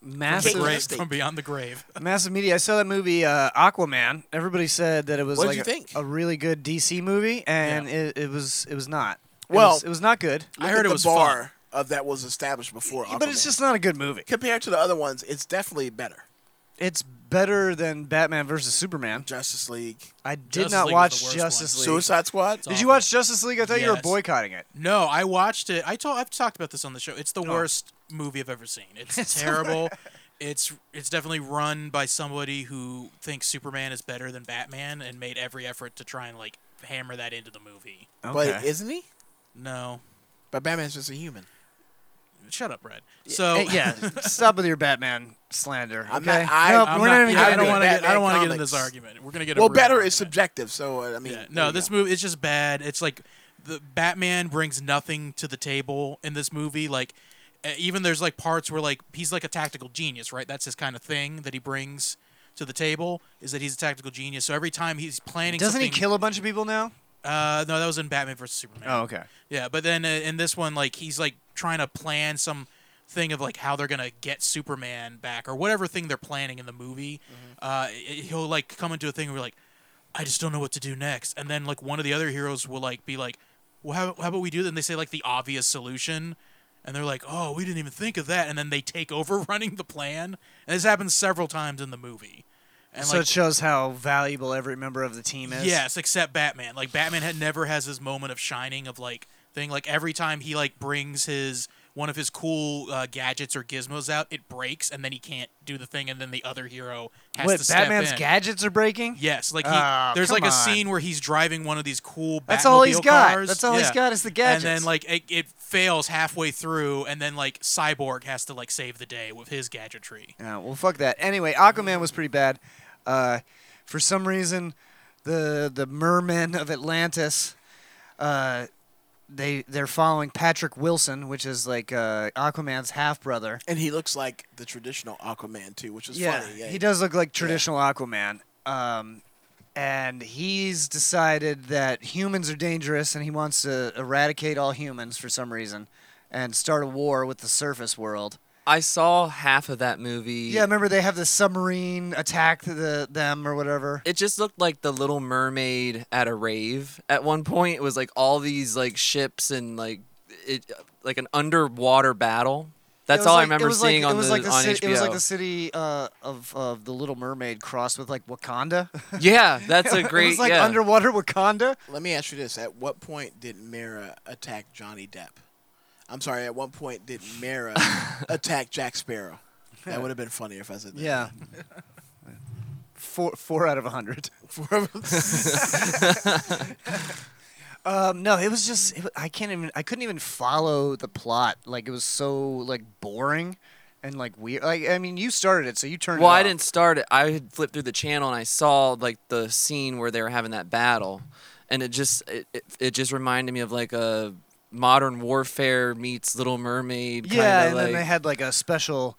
S5: massive
S7: grave- from beyond the grave.
S5: massive media. I saw that movie uh, Aquaman. Everybody said that it was
S6: What did
S5: like
S6: you
S5: a,
S6: think?
S5: a really good DC movie, and it, it was it was not. It
S6: Well,
S5: was- it was not good.
S6: I heard it was bar of that was established before.
S5: Yeah, but it's
S6: Aquaman.
S5: just not a good movie.
S6: compared to the other ones. It's definitely better.
S5: It's better than Batman versus Superman.
S6: Justice League.
S5: I did
S6: Justice
S5: not
S6: League was
S5: watch
S6: the worst
S5: Justice
S6: one.
S5: League.
S6: Suicide Squad?
S5: Did you watch Justice League? I thought you were
S7: Yes.
S5: boycotting it.
S7: No, I watched it. I told I've talked about this on the show. It's the
S5: Oh.
S7: worst movie I've ever seen. It's
S5: It's-
S7: terrible. It's it's definitely run by somebody who thinks Superman is better than Batman and made every effort to try and like hammer that into the movie.
S6: But isn't he?
S7: No.
S6: But Batman's just a human.
S7: Shut up, Red. So
S5: Eh,
S7: [laughs]
S5: yeah, [laughs] stop with your Batman slander.
S6: I'm
S5: okay?
S6: not- I-
S5: Nope,
S6: I'm
S5: we're
S6: not-
S5: not even
S6: I
S5: getting
S6: don't
S5: into
S6: wanna
S5: it.
S7: get- I don't wanna get
S6: Batman
S7: into this
S6: comics.
S7: argument. We're gonna get a
S6: well.
S7: real
S6: Better is subjective, so uh, I mean,
S7: Yeah, no,
S6: there you
S7: this movie it's just bad. It's like the Batman brings nothing to the table in this movie. Like uh, even there's like parts where like he's like a tactical genius, right? That's his kind of thing that he brings to the table is that he's a tactical genius. So every time he's planning,
S5: Doesn't he
S7: something-
S5: kill a bunch of people now?
S7: Uh, no, that was in Batman versus Superman.
S5: Oh, okay.
S7: Yeah, but then uh, in this one, like he's like trying to plan some thing of like how they're gonna get Superman back or whatever thing they're planning in the movie. Uh, it- it- he'll like come into a thing where like, I just don't know what to do next, and then like one of the other heroes will like be like, well, how, how about we do that? And they say like the obvious solution, and they're like, oh, we didn't even think of that, and then they take over [laughs] running the plan. And this happens several times in the movie. And,
S5: so
S7: like,
S5: it shows how valuable every member of the team is.
S7: Yes, except Batman. Like Batman had never has his moment of shining of like thing. Like every time he like brings his one of his cool uh, gadgets or gizmos out, it breaks, and then he can't do the thing, and then the other hero has
S5: What
S7: to step
S5: Batman's
S7: in.
S5: gadgets are breaking?
S7: Yes, like he,
S5: Oh,
S7: there's like
S5: come
S7: a
S5: on.
S7: scene where he's driving one of these cool.
S5: That's all he's
S7: Batmobile
S5: got.
S7: cars.
S5: That's all he's
S7: Yeah.
S5: got is the
S7: And then
S5: gadgets.
S7: like it, it fails halfway through, and then like Cyborg has to like save the day with his gadgetry.
S5: Yeah, well, fuck that. Anyway, Aquaman was pretty bad. Uh, for some reason, the the mermen of Atlantis, uh, they they're following Patrick Wilson, which is like uh, Aquaman's half brother.
S6: And he looks like the traditional Aquaman too, which is
S5: yeah,
S6: funny. Yeah,
S5: he does look like traditional Aquaman. Um, and he's decided that humans are dangerous, and he wants to eradicate all humans for some reason, and start a war with the surface world.
S3: I saw half of that movie.
S5: Yeah, remember they have the submarine attack the them or whatever.
S3: It just looked like the Little Mermaid at a rave. At one point, it was like all these like ships and like it like an underwater battle. That's
S5: It was
S3: all I
S5: like-
S3: remember
S5: it was
S3: seeing
S5: like,
S3: on
S5: it was
S3: the,
S5: like the
S3: on
S5: city,
S3: HBO.
S5: It was like the city uh, of of the Little Mermaid crossed with like Wakanda. [laughs]
S3: Yeah, that's a
S5: It
S3: great-
S5: was like
S3: yeah.
S5: underwater Wakanda.
S6: Let me ask you this: At what point did Mara attack Johnny Depp? I'm sorry. At what point did [laughs] Mara attack Jack Sparrow? That would have been funnier if I said that.
S5: Yeah. Four four out of a [laughs] hundred. [laughs] um, no, it was just it, wa- I can't even I couldn't even follow the plot. Like it was so like boring and like weird. Like I mean, you started it, so you turned.
S3: Well,
S5: it
S3: I
S5: off.
S3: didn't start it. I had flipped through the channel and I saw like the scene where they were having that battle, and it just it, it, it just reminded me of like a modern warfare meets Little Mermaid.
S5: Yeah,
S3: kinda,
S5: and
S3: like,
S5: then they had like a special.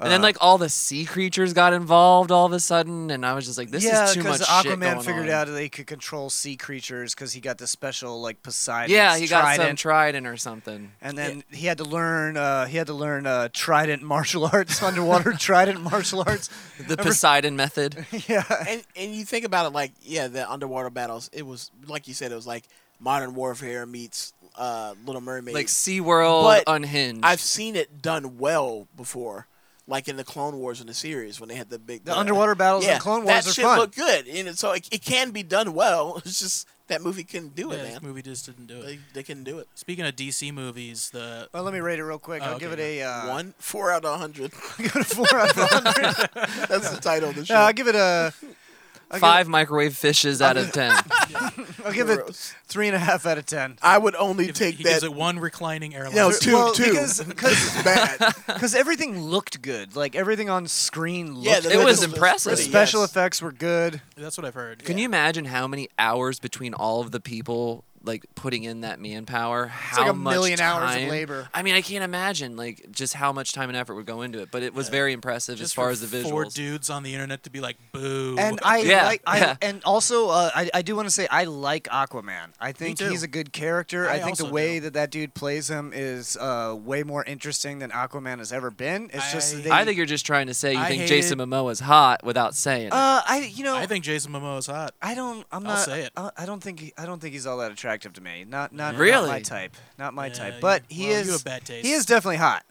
S3: and then
S5: uh,
S3: like all the sea creatures got involved all of a sudden, and I was just like, this
S5: yeah,
S3: is too much
S5: because
S3: shit
S5: Aquaman
S3: going
S5: figured
S3: on.
S5: out that he could control sea creatures because he got the special like Poseidon.
S3: Yeah, he got some
S5: trident,
S3: trident or something.
S5: and then he had to learn. Uh, he had to learn uh, trident martial arts, [laughs] underwater trident martial arts.
S3: the Poseidon
S5: [laughs]
S3: method.
S5: yeah.
S6: And and you think about it like yeah, the underwater battles. It was like you said. It was like modern warfare meets uh, Little Mermaid.
S3: Like SeaWorld
S6: But
S3: unhinged.
S6: I've seen it done well before, like in the Clone Wars in the series when they had the big
S5: The underwater battles in
S6: Yeah,
S5: Clone
S6: that
S5: Wars are
S6: shit
S5: fun.
S6: looked good, and it- so it, it can be done well. [laughs] It's just that movie couldn't do it,
S7: Yeah,
S6: man.
S7: this movie just didn't do it.
S6: They, they couldn't do it.
S7: Speaking of DC movies, the
S5: Well, let me rate it real quick.
S7: Oh,
S5: I'll
S7: okay,
S5: give it a uh, [laughs]
S6: One four out of hundred. [laughs]
S5: four out of
S3: [laughs]
S5: a hundred.
S6: That's
S5: [laughs]
S6: the title of the show.
S5: No, I'll give it a. I'll
S3: Five microwave fishes out of
S5: [laughs]
S3: ten.
S5: Give it, I'll give it three and a half out of ten.
S6: I would only
S7: he
S6: take
S7: gives
S6: that.
S7: it one reclining airline.
S6: No, two,
S5: well,
S6: two.
S5: because
S3: [laughs]
S5: because
S6: bad.
S5: because everything looked good. Like everything on screen looked.
S6: Yeah, the
S5: good.
S3: It was
S6: visuals looked
S3: impressive.
S5: The
S6: pretty,
S5: special
S6: yes.
S5: effects were good.
S7: That's what I've heard.
S3: Can you imagine how many hours between all of the people like putting in that manpower. How
S5: like a
S3: much
S5: million hours of
S3: time-
S5: labor.
S3: I mean, I can't imagine like just how much time and effort would go into it. But it was
S7: Yeah.
S3: very impressive as
S7: Just
S3: far
S7: for
S3: as the visuals.
S7: Four dudes on the internet to be like, boo.
S5: And I
S3: Yeah,
S5: like, I,
S3: yeah.
S5: and also uh, I, I do want to say I like Aquaman. I think
S3: too.
S5: he's a good character.
S3: I
S5: I, think the
S3: also
S5: way that that dude plays him is uh, way more interesting than Aquaman has ever been. It's just that they,
S3: I think you're just trying to say you
S5: I
S3: think Jason
S5: hated-
S3: Momoa is hot without saying. it.
S5: Uh, I you know
S7: I think Jason Momoa is
S6: [laughs]
S7: hot.
S5: I don't. I'm
S7: I'll
S5: not.
S7: say it.
S5: I, I don't think. He, I don't think he's all that attractive to me. Not not not
S7: Really?
S5: my type. Not my
S7: Yeah,
S5: type.
S7: you-
S5: But he
S7: well, you
S5: is.
S7: have bad taste.
S5: He is definitely hot.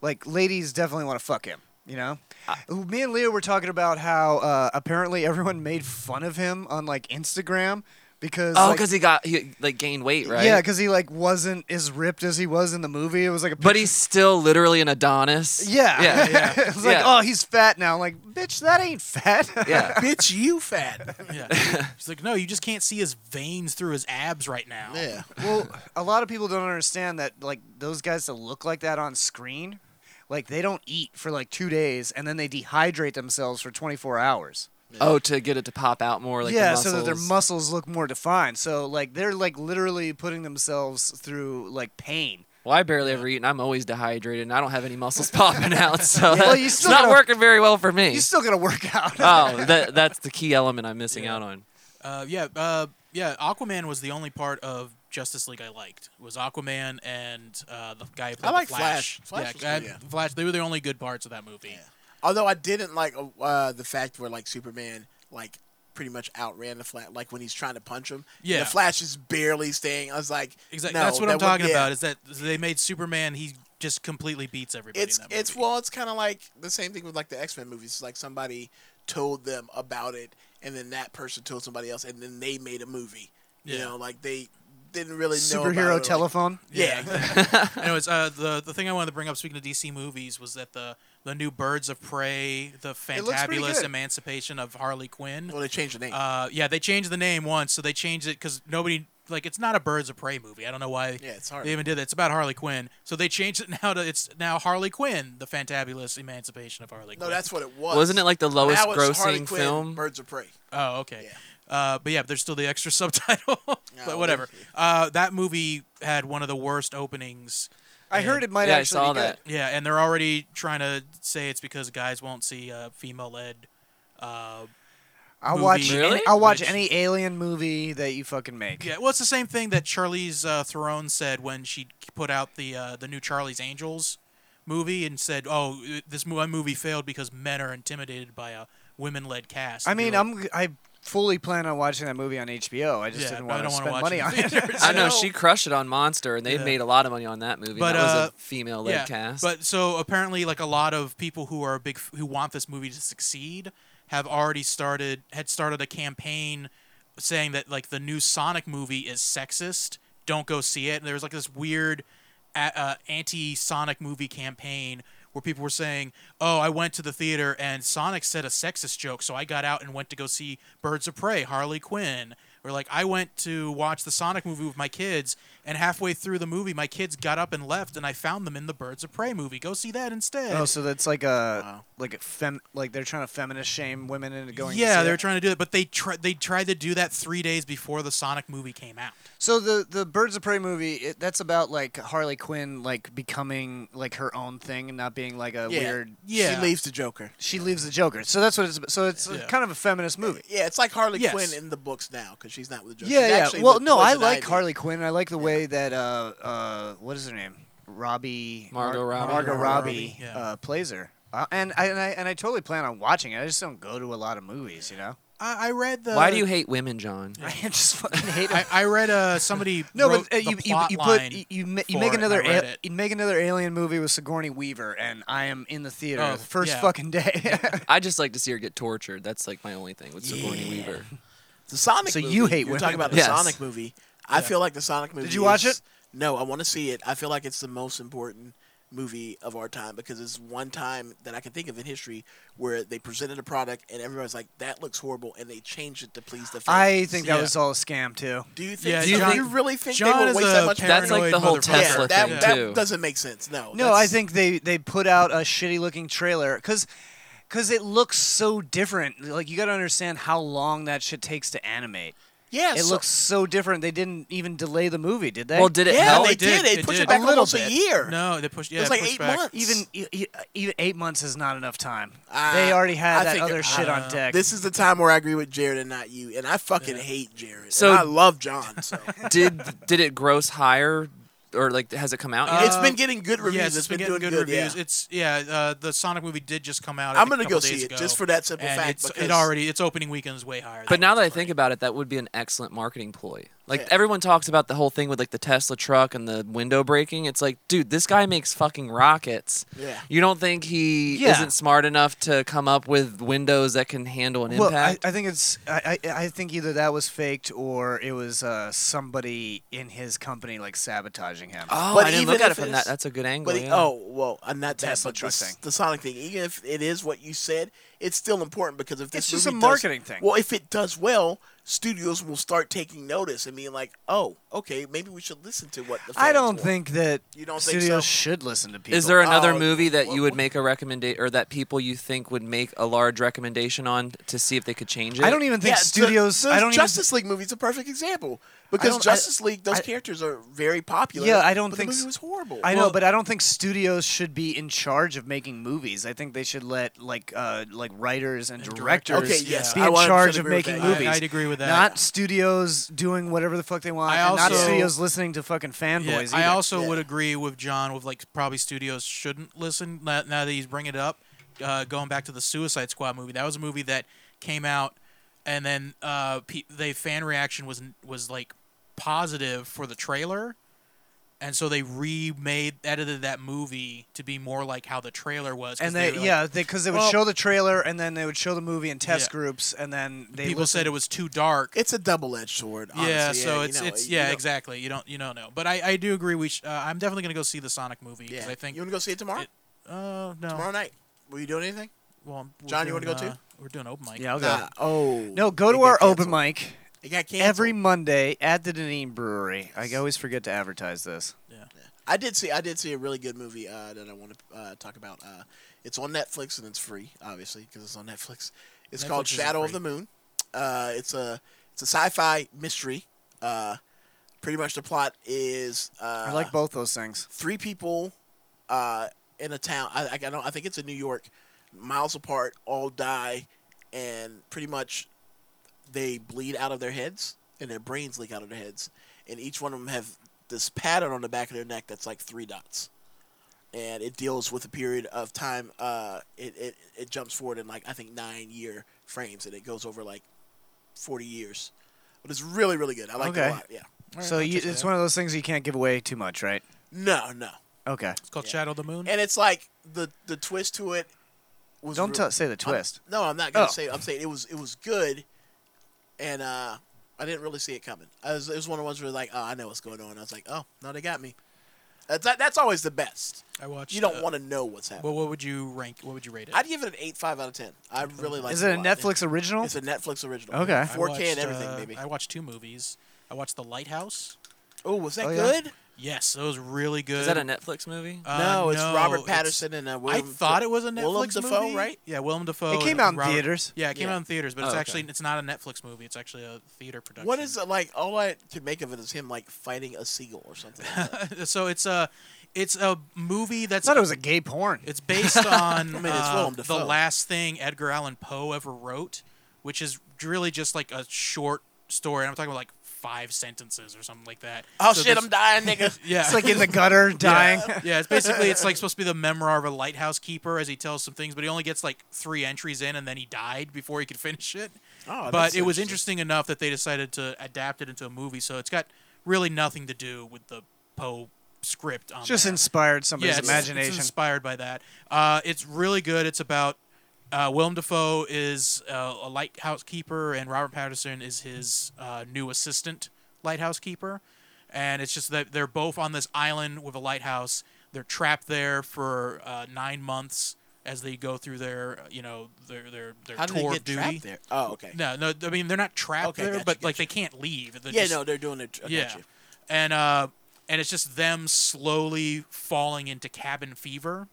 S5: Like ladies definitely want to fuck him. You know. Me and Leah were talking about how uh, apparently everyone made fun of him on like Instagram because
S3: Oh,
S5: like,
S3: because he got he like gained weight, right?
S5: yeah, because he like wasn't as ripped as he was in the movie. It was like a
S3: but he's still literally an Adonis.
S5: yeah,
S3: yeah,
S5: [laughs] it's like
S3: Yeah.
S5: oh he's fat now. I'm like bitch, that ain't fat.
S3: Yeah.
S7: Bitch, you fat. Yeah. He's like, no, you just can't see his veins through his abs right now.
S5: Yeah. Well, a lot of people don't understand that like those guys that look like that on screen, like they don't eat for like two days and then they dehydrate themselves for 24 hours.
S3: Oh, to get it to pop out more, like the
S5: yeah, so that their
S3: muscles.
S5: muscles look more defined. So like they're like literally putting themselves through like pain.
S3: Well, I barely ever eat, and I'm always dehydrated, and I don't have any muscles [laughs] popping out, so
S5: Well, you
S3: it's
S5: still
S3: not
S5: gotta-
S3: working very well for me.
S5: You still gotta work [laughs] out.
S3: [laughs] oh, that, that's the key element I'm missing out on.
S7: Uh, yeah, uh, yeah. Aquaman was the only part of Justice League I liked. It was Aquaman and uh, the guy who played the
S6: liked
S7: Flash.
S6: Flash. Flash was
S7: yeah,
S6: good, yeah.
S7: Flash. They were the only good parts of that movie.
S6: Although I didn't like uh, the fact where like Superman like pretty much outran the Flash, like when he's trying to punch him. and
S7: Yeah.
S6: the Flash is barely staying. I was like,
S7: Exactly.
S6: no,
S7: That's what
S6: that
S7: I'm
S6: would-
S7: talking
S6: yeah.
S7: about. Is that they made Superman? He just completely beats everybody.
S6: it's
S7: in that
S6: it's well, it's kind of like the same thing with like the X Men movies. It's like somebody told them about it, and then that person told somebody else, and then they made a movie. You
S7: Yeah.
S6: know, like they didn't really know about it,
S5: Superhero
S6: like-
S5: telephone.
S6: yeah. [laughs]
S7: exactly. Anyways, uh, the the thing I wanted to bring up, speaking of DC movies, was that the the new Birds of Prey, the
S6: looks pretty
S7: fantabulous
S6: good.
S7: emancipation of Harley Quinn.
S6: Well, they changed the name.
S7: Uh, yeah, they changed the name once, so they changed it because nobody like it's not a Birds of Prey movie. I don't know why.
S6: Yeah, it's hard.
S7: They even did that. It's about Harley Quinn, so they changed it [laughs] now to it's now Harley Quinn, the fantabulous emancipation of Harley.
S6: no,
S7: Quinn.
S6: that's what it was.
S3: Wasn't it like the
S6: Now
S3: lowest
S6: it's Harley
S3: grossing
S6: Quinn,
S3: film?
S6: Birds of Prey.
S7: Oh, okay. Uh, but yeah, there's still the extra [laughs] subtitle. but whatever. Uh, that movie had one of the worst openings.
S5: I
S7: and-
S5: heard it might Yeah, I actually saw be good. that.
S7: Yeah, and they're already trying to say it's because guys won't see uh, female-led. Uh,
S5: I'll
S7: movie,
S5: watch. Any, I'll watch any alien movie that you fucking make.
S7: Yeah, well, it's the same thing that Charlie's uh, Theron said when she put out the uh, the new Charlie's Angels movie and said, "Oh, this mo- one movie failed because men are intimidated by a women-led cast."
S5: I
S7: And you're
S5: mean,
S7: like,
S5: I'm I fully plan on watching that movie on HBO. I just
S7: Yeah,
S5: didn't
S7: but I
S5: want to
S7: don't wanna
S5: spend
S7: watch
S5: money
S7: it
S5: on
S7: in [laughs]
S5: it. [laughs]
S3: I know she crushed it on Monster, and they've
S7: Yeah.
S3: made a lot of money on that movie.
S7: But
S3: that
S7: uh,
S3: was a female-led
S7: yeah,
S3: cast.
S7: But so apparently, like a lot of people who are big, f- who want this movie to succeed, have already started had started a campaign saying that like the new Sonic movie is sexist. Don't go see it. And there was like this weird a- uh, anti-Sonic movie campaign where people were saying, "Oh, I went to the theater and Sonic said a sexist joke, so I got out and went to go see Birds of Prey, Harley Quinn." Or like, I went to watch the Sonic movie with my kids, and halfway through the movie, my kids got up and left, and I found them in the Birds of Prey movie. Go see that instead.
S5: Oh, so that's like a like a fem like they're trying to feminist shame women into going. to
S7: yeah,
S5: see
S7: they were
S5: it.
S7: trying to do it, but they tr- they tried to do that three days before the Sonic movie came out.
S5: So the the Birds of Prey movie it, that's about like Harley Quinn like becoming like her own thing and not being like a
S6: Yeah.
S5: weird.
S6: Yeah. She leaves the Joker.
S5: She leaves the Joker. So that's what it's. So it's uh,
S6: Yeah.
S5: kind of a feminist movie.
S6: Yeah, it's like Harley
S5: Yes.
S6: Quinn in the books now because she's not with the Joker.
S5: Yeah,
S6: It
S5: yeah.
S6: actually
S5: Well,
S6: was-
S5: no,
S6: was
S5: I
S6: an
S5: like
S6: idea.
S5: Harley Quinn. I like the way that uh uh what is her name? Robbie
S3: Margot Robbie.
S5: Margot
S3: Margot
S5: Robbie
S3: Robbie, yeah.
S5: uh, plays her. Uh, and I and I and I totally plan on watching it. I just don't go to a lot of movies, you know.
S7: I, I read the.
S3: Why do you hate women, John?
S5: uh, [laughs] I just fucking hate
S7: I, I read uh, somebody.
S5: [laughs] No,
S7: wrote
S5: but uh,
S7: the
S5: you, you,
S7: plot
S5: you
S7: line
S5: put you, you, ma- you
S7: for
S5: make
S7: it, and I
S5: another
S7: read
S5: a-
S7: it.
S5: you make another alien movie with Sigourney Weaver, and I am in the theater
S3: Oh,
S5: the first
S3: yeah.
S5: fucking day. [laughs]
S3: I just like to see her get tortured. That's like my only thing with Sigourney Weaver.
S6: The Sonic.
S5: So
S6: movie.
S5: you hate
S6: You're
S5: women.
S6: talking about the
S3: Yes.
S6: Sonic movie. I
S5: Yeah.
S6: feel like the Sonic movie.
S5: you watch
S6: is- No, I want to see it. I feel like it's the most important movie of our time because it's one time that I can think of in history where they presented a product and everybody's like, "That looks horrible," and they changed it to please the fans.
S5: I think that was all a scam too.
S6: Do you think? do you really think
S5: John
S6: they
S5: is
S6: would waste
S5: a
S6: that much?
S5: That's like the paranoid whole motherfucker. Tesla
S6: yeah, that,
S5: thing,
S6: that
S5: too.
S6: doesn't make sense. No.
S5: No, I
S6: that's-
S5: think they they put out a shitty looking trailer because. Cause it looks so different. Like you got to understand how long that shit takes to animate.
S6: Yeah,
S5: it
S6: so-
S5: looks so different. They didn't even delay the movie, did they?
S3: Well, did it Yeah, help?
S6: they did. They pushed it back almost a year.
S7: No, they pushed.
S6: It was like eight months.
S5: Even e- e- even eight months is not enough time.
S6: Ah,
S5: they already had
S6: I
S5: that
S6: think-
S5: other shit
S6: uh,
S5: on deck.
S6: This is the time where I agree with Jared and not you, and I fucking hate Jared.
S3: So-
S6: So I love John.
S5: [laughs]
S6: So
S3: did did it gross higher, or like has it come out? Yet?
S6: It's
S5: Uh,
S6: been getting good reviews.
S7: Yes,
S6: It's been
S7: getting
S6: doing
S7: good,
S6: good, yeah.
S7: reviews. It's yeah. Uh, the Sonic movie did just come out. I
S6: I'm
S7: think, a
S6: gonna
S7: couple
S6: go see
S7: days
S6: it
S7: ago,
S6: just for that simple
S7: and
S6: fact,
S7: It's, it
S6: because-
S7: already its opening weekend's way higher.
S3: But now that I think about it, that would be an excellent marketing ploy. Like
S7: Yeah.
S3: everyone talks about the whole thing with like the Tesla truck and the window breaking. It's like, dude, this guy makes fucking rockets.
S6: Yeah.
S3: You don't think he
S5: Yeah.
S3: isn't smart enough to come up with windows that can handle an
S5: well, I,
S3: impact?
S5: I think it's I, I I think either that was faked or it was uh, somebody in his company like sabotaging him.
S6: Ah,
S3: Oh, I didn't look at it from that. That's a good angle.
S6: But he-
S3: yeah.
S6: oh well, uh, not that,
S5: Tesla
S6: but the,
S5: truck
S6: s-
S5: thing.
S6: the Sonic thing. Even if it is what you said, it's still important because if this
S5: It's just
S6: movie
S5: a
S6: does-
S5: marketing thing.
S6: Well, if it does well, studios will start taking notice and being like, "Oh, okay, maybe we should listen to what the."
S5: I
S6: fans
S5: don't
S6: want.
S5: think that
S6: You don't think
S5: studios
S6: so?
S5: should listen to people.
S3: Is there another
S7: Oh,
S5: movie?
S3: movie that you would make a recommendation or that people you think would make a large recommendation on to see if they could change it?
S5: I don't even think
S6: Yeah, so-
S5: studios.
S6: so
S5: I don't
S6: Justice League movie is a perfect example because
S5: don't- I-
S6: Justice League, those
S5: I-
S6: characters are very
S5: even.
S6: popular.
S5: Yeah, I don't
S6: but
S5: think.
S6: the
S5: s-
S6: movie was horrible.
S5: I know, but I don't think studios should be in charge of making movies. I think they should let like uh, like writers and, directors,
S6: Okay, yes,
S5: be
S6: I
S5: in
S6: 100%
S5: charge of
S6: agree with
S5: making
S6: that. I-
S5: movies.
S7: I'd agree with that.
S5: Not studios doing whatever the fuck they want,
S7: I
S5: and not
S7: also-
S5: studios listening to fucking fanboys.
S7: I
S5: either.
S7: also would agree with John with like probably studios shouldn't listen now now that he's bringing it up. Uh, going back to the Suicide Squad movie, that was a movie that came out, and then uh, pe- the fan reaction was was like positive for the trailer, and so they remade edited that movie to be more like how the trailer was. 'cause
S5: And they,
S7: were like-
S5: yeah, because they, would
S7: Well,
S5: show the trailer and then they would show the movie in test
S7: Yeah.
S5: groups, and then they
S7: people said it was too dark.
S6: It's a double-edged sword. Honestly.
S7: yeah, so
S6: you
S7: it's
S6: know,
S7: it's
S6: you
S7: yeah
S6: know.
S7: exactly. You don't you don't know, but I, I do agree. We sh- uh, I'm definitely gonna go see the Sonic movie because
S6: Yeah.
S7: I think
S6: you want to go see it tomorrow.
S7: uh, no
S6: Tomorrow night. Will you doing anything?
S7: Well, we're
S6: John, you want to go
S7: doing,
S6: too?
S7: uh, We're doing open mic.
S5: Yeah, I'll go.
S6: Nah, oh.
S5: No, go to our open mic.
S6: It got canceled.
S5: Every Monday at the Deneen Brewery. I always forget to advertise this.
S6: I did see I did see a really good movie uh, that I want to uh, talk about. Uh, it's on Netflix and it's free, obviously, because it's on Netflix. It's
S7: Netflix
S6: called
S7: isn't
S6: Shadow of
S7: free.
S6: the Moon. Uh, it's a it's a sci-fi mystery. Uh, pretty much the plot is uh,
S5: I like both those things.
S6: three people uh, in a town. I, I don't. I think it's in New York. Miles apart, all die, and pretty much they bleed out of their heads and their brains leak out of their heads, and each one of them have this pattern on the back of their neck that's like three dots, and it deals with a period of time. Uh, it it, it jumps forward in like I think nine year frames, and it goes over like forty years. But it's really really good. I like it
S5: Okay.
S6: a lot. Yeah.
S5: so you, it's one of those things you can't give away too much, right?
S6: No, no.
S5: Okay.
S7: It's called Shadow of the Moon.
S6: and it's like the the twist to it was
S5: Don't
S6: real-
S5: tell- say the twist.
S6: I'm, no, I'm not gonna
S5: Oh.
S6: say. I'm saying it was it was good, and uh, I didn't really see it coming. I was, it was one of the ones where like, oh, I know what's going on. I was like, oh, no, they got me. That's that, that's always the best.
S7: I watched.
S6: You don't
S7: uh,
S6: want to know what's happening.
S7: Well, what would you rank? What would you rate it?
S6: I'd give it an eight five out of ten. I really like.
S5: Is it a
S6: lot.
S5: Netflix original?
S6: It's a Netflix original.
S5: Okay. I
S6: 4K and
S7: watched,
S6: everything,
S7: uh,
S6: baby.
S7: I watched two movies. I watched The Lighthouse.
S6: Oh, was that
S5: Oh, yeah.
S6: good?
S7: Yes, that was really good.
S3: Is that a Netflix movie?
S7: Uh,
S6: no, it's Robert
S7: it's-
S6: Patterson and uh,
S7: I
S6: William.
S7: thought it was a Netflix
S6: Willem Dafoe,
S7: movie.
S6: right?
S7: Yeah, Willem Dafoe.
S5: It came
S7: and
S5: out in
S7: Robert-
S5: theaters.
S7: Yeah, it came
S6: Yeah.
S7: out in theaters, but
S3: Oh,
S7: it's
S3: okay.
S7: actually it's not a Netflix movie. It's actually a theater production.
S6: What is it like? All I could make of it is him like fighting a seagull or something.
S7: [laughs]
S6: like that.
S7: so it's a it's a movie
S5: I
S7: that's
S5: thought it was a gay porn. [laughs]
S7: It's based on
S6: mean, it's
S7: uh,
S6: Willem
S7: the
S6: Dafoe.
S7: last thing Edgar Allan Poe ever wrote, which is really just like a short story. I'm talking about like five sentences or something like that.
S6: oh
S7: So
S6: shit,
S7: this- [laughs]
S6: I'm dying, nigga.
S7: yeah.
S5: It's like in the gutter, dying.
S7: [laughs] Yeah. Oh, Yeah, it's basically it's like supposed to be the memoir of a lighthouse keeper as he tells some things, but he only gets like three entries in, and then he died before he could finish it.
S6: Oh,
S7: but
S6: that's
S7: it was interesting
S6: interesting.
S7: enough that they decided to adapt it into a movie, so it's got really nothing to do with the Poe script.
S5: [laughs]
S7: On
S5: Just
S7: there.
S5: inspired somebody's
S7: it's- it's
S5: imagination.
S7: inspired by that. Uh, it's really good. It's about uh, Willem Dafoe is uh, a lighthouse keeper, and Robert Patterson is his uh, new assistant lighthouse keeper. And it's just that they're both on this island with a lighthouse. They're trapped there for uh, nine months as they go through their, you know, their their their
S6: How did
S7: tour
S6: they
S7: of
S6: get
S7: duty.
S6: trapped there? Oh, okay.
S7: No, no. I mean, they're not trapped
S6: Okay,
S7: there,
S6: gotcha,
S7: but like they can't leave. They're
S6: yeah,
S7: just-
S6: no, they're doing it. I got
S7: yeah.
S6: you.
S7: And uh and it's just them
S6: Mm-hmm.
S7: slowly falling into cabin fever.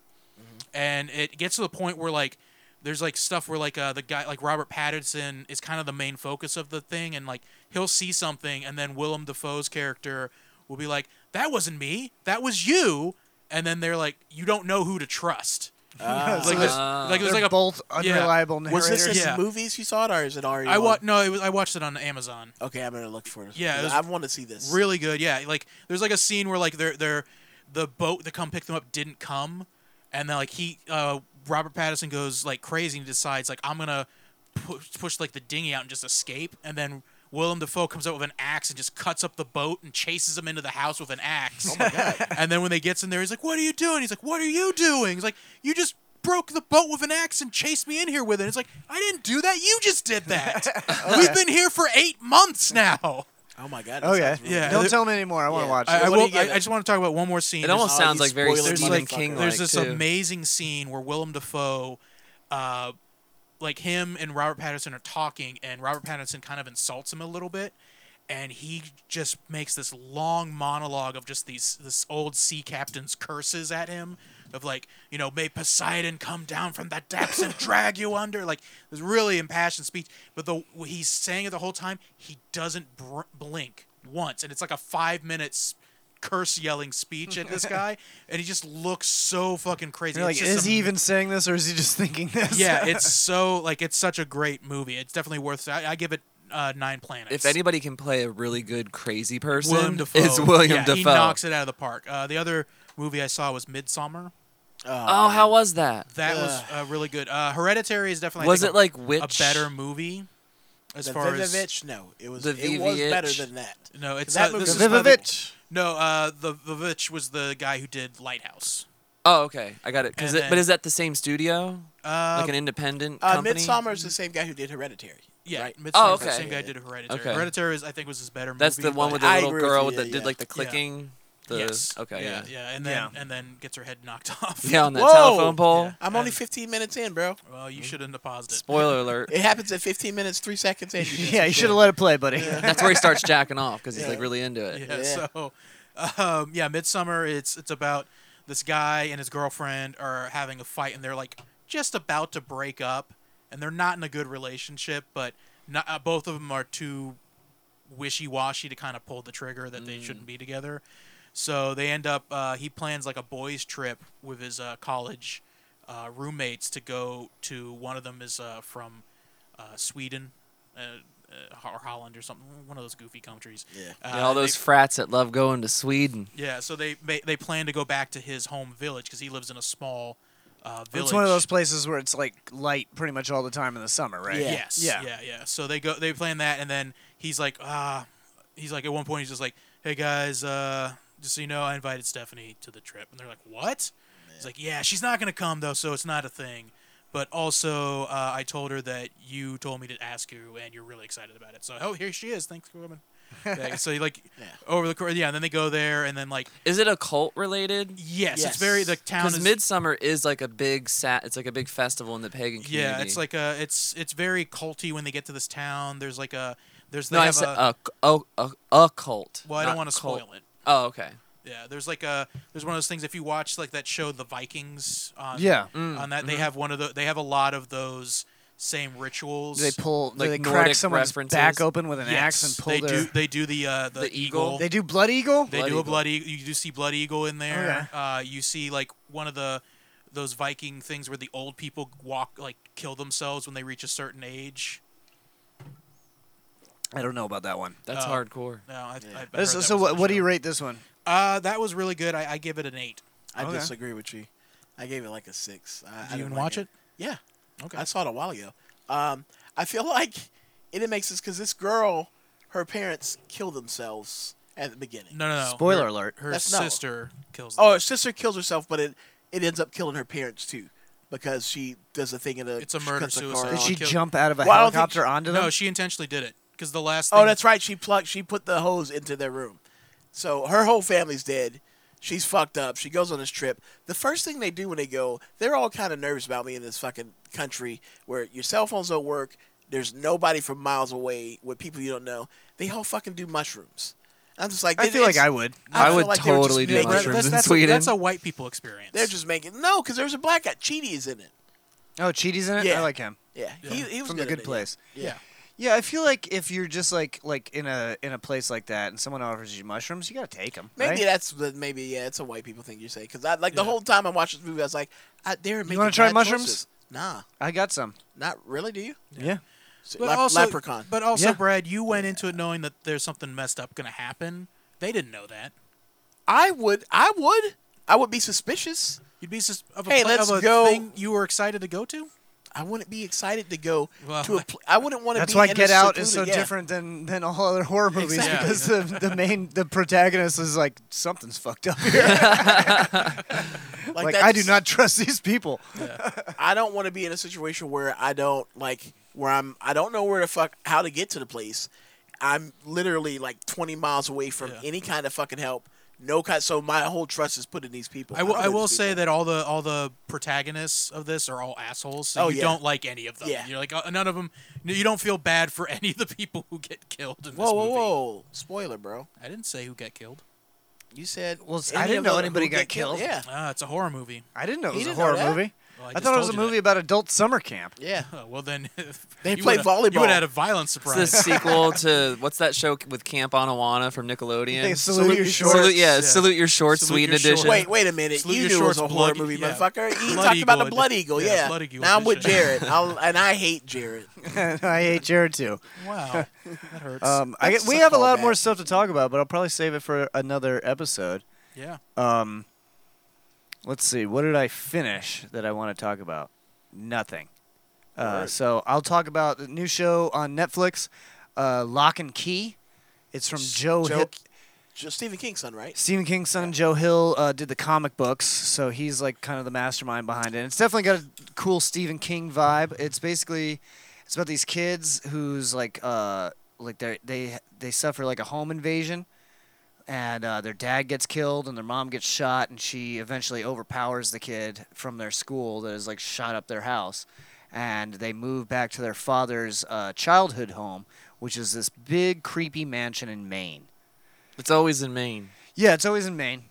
S7: And it gets to the point where like there's like stuff where like uh, the guy like Robert Pattinson is kind of the main focus of the thing, and like he'll see something, and then Willem Dafoe's character will be like, "That wasn't me, that was you," and then they're like, "You don't know who to trust."
S6: Ah.
S7: like there's,
S6: Ah.
S7: like there's
S6: They're
S7: like a
S6: both
S7: yeah.
S6: unreliable Was this narrators. in movies you saw it, or is it already
S7: I wa-
S6: on?
S7: no, it was, I watched it on Amazon.
S6: Okay, I'm gonna look for it.
S7: Yeah, it was
S6: I want to see this.
S7: Really good. Yeah, like there's like a scene where like they're they're the boat that come pick them up didn't come, and then like he uh Robert Pattinson goes like crazy and decides like I'm gonna push, push like the dinghy out and just escape, and then. Willem Dafoe comes out with an axe and just cuts up the boat and chases him into the house with an axe. Oh my god! [laughs] and then when they gets in there, he's like, "What are you doing?" He's like, "What are you doing?" He's like, "You just broke the boat with an axe and chased me in here with it." It's like, "I didn't do that. You just did [laughs] that. We've been here for eight months now."
S6: Oh my god.
S5: Okay.
S7: Yeah.
S5: Don't tell me anymore. I want to watch.
S7: I,
S5: it.
S7: I, will, I, I just want to talk about one more scene.
S3: It almost
S7: There's-
S3: sounds like very
S7: there's
S3: Stephen
S7: like-
S3: King-like,
S7: There's this
S3: too.
S7: amazing scene where Willem Dafoe, uh, like him and Robert Pattinson are talking, and Robert Pattinson kind of insults him a little bit, and he just makes this long monologue of just these this old sea captain's curses at him. Of like, you know, may Poseidon come down from the
S5: [laughs]
S7: depths and drag you under. Like, this really impassioned speech. But the he's saying it the whole time. He doesn't br- blink once, and it's like a five minutes curse yelling
S5: [laughs]
S7: speech at this guy, and he just looks so fucking crazy.
S5: You're like,
S7: It's just
S5: is he even saying this, or is he just thinking [laughs]
S6: [laughs]
S5: this?
S7: yeah, it's so like it's such a great movie. It's definitely worth. I, I give it uh, nine planets.
S3: If anybody can play a really good crazy person,
S7: William Dafoe.
S3: it's [laughs] William
S7: yeah,
S3: Dafoe.
S7: He knocks it out of the park. Uh, the other movie I saw was Midsummer.
S3: Oh, how was that?
S7: That was uh, really good. Uh, Hereditary is definitely I
S3: Was
S7: think,
S3: it like
S7: a,
S3: Witch?
S7: a better movie. As
S6: The
S7: far as
S6: Vivovich? No, it was- The it was better Vivovich? than that.
S7: No, it's
S6: That
S7: uh,
S6: movie
S7: this is
S6: was The
S7: another-
S6: Vivovich.
S7: No, uh, the Vivovich was the guy who did Lighthouse.
S3: Oh, okay, I got it. 'Cause
S7: And
S3: it-
S7: then-
S3: but is that the same studio?
S7: Uh,
S3: like an independent
S6: Uh,
S3: company?
S6: Midsummer is the same guy who did Hereditary.
S7: Yeah,
S6: right?
S3: Oh,
S7: Midsummer's
S3: okay.
S7: the same guy who did Hereditary.
S3: Okay.
S7: Hereditary is I think was his better movie.
S3: That's the one
S7: but-
S3: with the little girl with that did like the clicking. The,
S7: yes.
S3: Okay.
S7: Yeah.
S3: Yeah.
S7: And then and then gets her head knocked [laughs]
S3: [laughs]
S7: off.
S3: Yeah, on that
S6: Whoa!
S3: telephone pole.
S6: I'm only 15 minutes in, bro.
S7: Well, you shouldn't have paused it.
S3: Spoiler alert.
S6: It happens at 15 minutes, three seconds in.
S5: [laughs] Yeah, you should have let it play, buddy.
S3: That's where he starts jacking off because he's like really into it.
S7: Yeah. So, um, yeah, Midsummer. It's it's about this guy and his girlfriend are having a fight, and they're like just about to break up, and they're not in a good relationship, but not, uh, both of them are too wishy washy to kind of pull the trigger that they
S3: Mm.
S7: shouldn't be together. So they end up. Uh, he plans like a boys' trip with his uh, college uh, roommates to go to. One of them is uh, from uh, Sweden. Uh, uh, or Holland or something, one of those goofy countries.
S3: Yeah,
S7: Uh,
S3: all
S7: they-
S3: those frats that love going to Sweden.
S7: yeah, so they they, they plan to go back to his home village because he lives in a small uh,
S5: [laughs]
S7: village.
S5: It's one of those places where it's like light pretty much all the time in the summer, right?
S7: Yes. Yeah. Yeah. Yeah. So they go. They plan that, and then he's like, ah, he's like at one point he's just like, hey guys, uh, just so you know, I invited Stephanie to the trip, and they're like, what? He's like, yeah, she's not gonna come though, so it's not a thing. But also, uh, I told her that you told me to ask you, and you're really excited about it. So oh, here she is. Thanks for coming. Yeah, so like over the course, yeah. And then they go there, and then like
S3: Is it occult related?
S7: Yes, it's very- the town is-
S3: Midsummer is like a big sat. It's like a big festival in the pagan community.
S7: Yeah, it's like a it's it's very culty when they get to this town. There's like a there's they
S3: no, I
S7: have
S3: said
S5: uh,
S7: a,
S3: a, oh, a, a cult.
S7: well, I don't
S3: not
S7: want to
S3: cult.
S7: spoil it.
S3: Oh, okay.
S7: Yeah, there's like a there's one of those things if you watch like that show The Vikings on
S5: Yeah. mm-hmm.
S3: Mm,
S7: on that they
S3: mhm.
S7: have one of the they have a lot of those same rituals.
S5: Do they pull? do
S7: like
S5: they crack someone's back open with an axe and pull
S7: they
S5: their.
S7: do they do the uh the, eagle.
S5: They do blood eagle.
S7: They do a blood eagle. You do see blood eagle in there.
S5: Okay.
S7: Uh, you see like one of the those Viking things where the old people walk like kill themselves when they reach a certain age.
S5: I don't know about that one.
S7: Uh, No, I, I've heard
S5: so
S7: that
S5: so
S7: was
S5: what, what do you rate this one?
S7: Uh, that was really good. I, I give it an eight.
S6: I
S7: Okay.
S6: disagree with you. I gave it like a six. I,
S7: Did
S6: I
S7: you
S6: didn't
S7: even
S6: like
S7: watch it?
S6: Yeah.
S7: Okay.
S6: I saw it a while ago. Um, I feel [laughs] like it didn't make sense because this girl, her parents kill themselves at the beginning.
S7: No, no, no.
S5: Spoiler
S7: Her-
S5: alert.
S7: Her
S6: That's not-
S7: sister kills.
S6: Oh, her sister kills herself, but it it ends up killing her parents too because she does a thing in a.
S7: It's a murder suicide.
S5: Did she jump out of a
S6: Well, I don't think
S5: helicopter
S6: she-
S5: onto them?
S7: No, she intentionally did it because the last.
S6: Oh,
S7: thing-
S6: that's right. She plucked. She put the hose into their room, so her whole family's dead. She's fucked up. She goes on this trip. The first thing they do when they go, they're all kind of nervous about me in this fucking country where your cell phones don't work. There's nobody from miles away with people you don't know. They all fucking do mushrooms. I'm just like,
S5: I
S6: it-
S5: feel like
S6: it's-
S5: I would.
S3: I
S6: feel
S3: would
S6: like they were just
S3: totally do
S6: making-
S3: mushrooms
S7: that's,
S3: in
S7: that's, a,
S3: Sweden.
S7: that's a white people experience.
S6: They're just making no, because there's a black guy. Chidi is in it.
S5: Oh, Cheaty's in it.
S6: Yeah.
S5: I like him.
S6: Yeah. He- he was
S5: from
S6: good
S5: the
S6: in
S5: Good
S6: it, yeah.
S5: Place.
S6: Yeah.
S5: yeah. I feel like if you're just like like in a in a place like that, and someone offers you mushrooms, you gotta take them.
S6: Maybe that's the, maybe yeah, it's a white people thing you say because I like the whole time I watched this movie, I was like, I, they're making.
S5: You want to try
S6: bad
S5: mushrooms?
S6: choices. Nah,
S5: I got some.
S6: not really. Do you?
S5: Yeah.
S6: So,
S7: But
S6: lep-
S7: also,
S6: leprechaun.
S7: But also,
S6: Yeah.
S7: Brad, you went into it knowing that there's something messed up going to happen. They didn't know that.
S6: I would. I would. I would be suspicious.
S7: You'd be sus- of a,
S6: Hey,
S7: pla-
S6: let's
S7: of a
S6: go.
S7: thing you were excited to go to.
S6: I wouldn't be excited to go
S7: Well,
S6: to a. Pl- I wouldn't want to.
S5: That's
S6: be
S5: why
S6: in a
S5: Get Out is so
S6: secluded- yeah.
S5: different than, than all other horror movies
S6: Exactly.
S5: because the, the main the protagonist is like something's fucked up here.
S6: Like,
S5: like I do
S6: that's-
S5: not trust these people.
S6: I don't want to be in a situation where I don't like where I'm. I don't know where the fuck how to get to the place. I'm literally like 20 miles away from any kind of fucking help. No kind. So my whole trust is put in these people.
S7: I will,
S6: Put
S7: I
S6: in
S7: will
S6: these
S7: say that all the all the protagonists of this are all assholes. So
S6: Oh,
S7: you
S6: yeah.
S7: don't like any of them.
S6: Yeah.
S7: You're like uh, none of them. You don't feel bad for [laughs] any of the people who get killed in this
S6: Whoa, whoa,
S7: movie.
S6: whoa! Spoiler, bro.
S7: I didn't say who got killed.
S6: You said.
S5: Well,
S6: any
S5: I didn't
S6: of
S5: know
S6: them
S5: anybody
S6: who
S5: got
S6: get killed. Yeah.
S7: Ah, it's a horror movie. [laughs]
S5: I didn't know it
S6: You
S5: was a
S6: didn't know
S5: horror
S6: that?
S5: movie.
S7: Well, I
S5: I,
S7: just
S5: thought it was a
S7: told you that.
S5: movie about adult summer camp.
S6: Yeah.
S7: Oh, well, then [laughs]
S6: They
S7: you
S6: play
S7: would've- You would
S6: volleyball.
S7: have had a violent
S3: It's
S7: surprise. [laughs]
S3: the sequel to what's that show with Camp Onawana from Nickelodeon?
S5: They salute Salute your your shorts.
S3: Salute, yeah,
S5: Yeah.
S3: salute your shorts,
S7: Salute
S3: Sweden
S7: your
S3: edition.
S7: shorts.
S6: Wait, wait a minute.
S7: Salute
S6: you
S7: your
S6: knew it was a
S7: shorts,
S6: horror
S7: Blood-
S6: movie,
S7: yeah.
S6: motherfucker. He
S7: Blood
S6: talked about the
S7: Eagle
S6: Blood
S7: edi-
S6: Eagle.
S7: yeah,
S6: Yeah.
S7: Blood Eagle
S6: now I'm with
S7: edition.
S6: Jared. I'll, and I
S5: [laughs]
S6: hate Jared.
S5: I hate Jared too.
S7: wow, that hurts.
S5: Um, I
S6: That's
S5: get, we
S6: a
S5: have a lot
S6: callback.
S5: more stuff to talk about, but I'll probably save it for another episode.
S7: yeah.
S5: Um, let's see. What did I finish that I want to talk about? Nothing. Uh, so I'll talk about the new show on Netflix, uh, Lock and Key. It's from Joe,
S6: Joe-
S5: Hill.
S6: Just Stephen King's son, right?
S5: Stephen King's son Joe Hill uh, did the comic books, so he's like kind of the mastermind behind it. It's definitely got a cool Stephen King vibe. It's basically it's about these kids who's like uh like they they they suffer like a home invasion, and uh, their dad gets killed and their mom gets shot, and she eventually overpowers the kid from their school that has like shot up their house, and they move back to their father's uh, childhood home, which is this big creepy mansion in Maine.
S3: It's always in Maine.
S5: Yeah, it's always in Maine.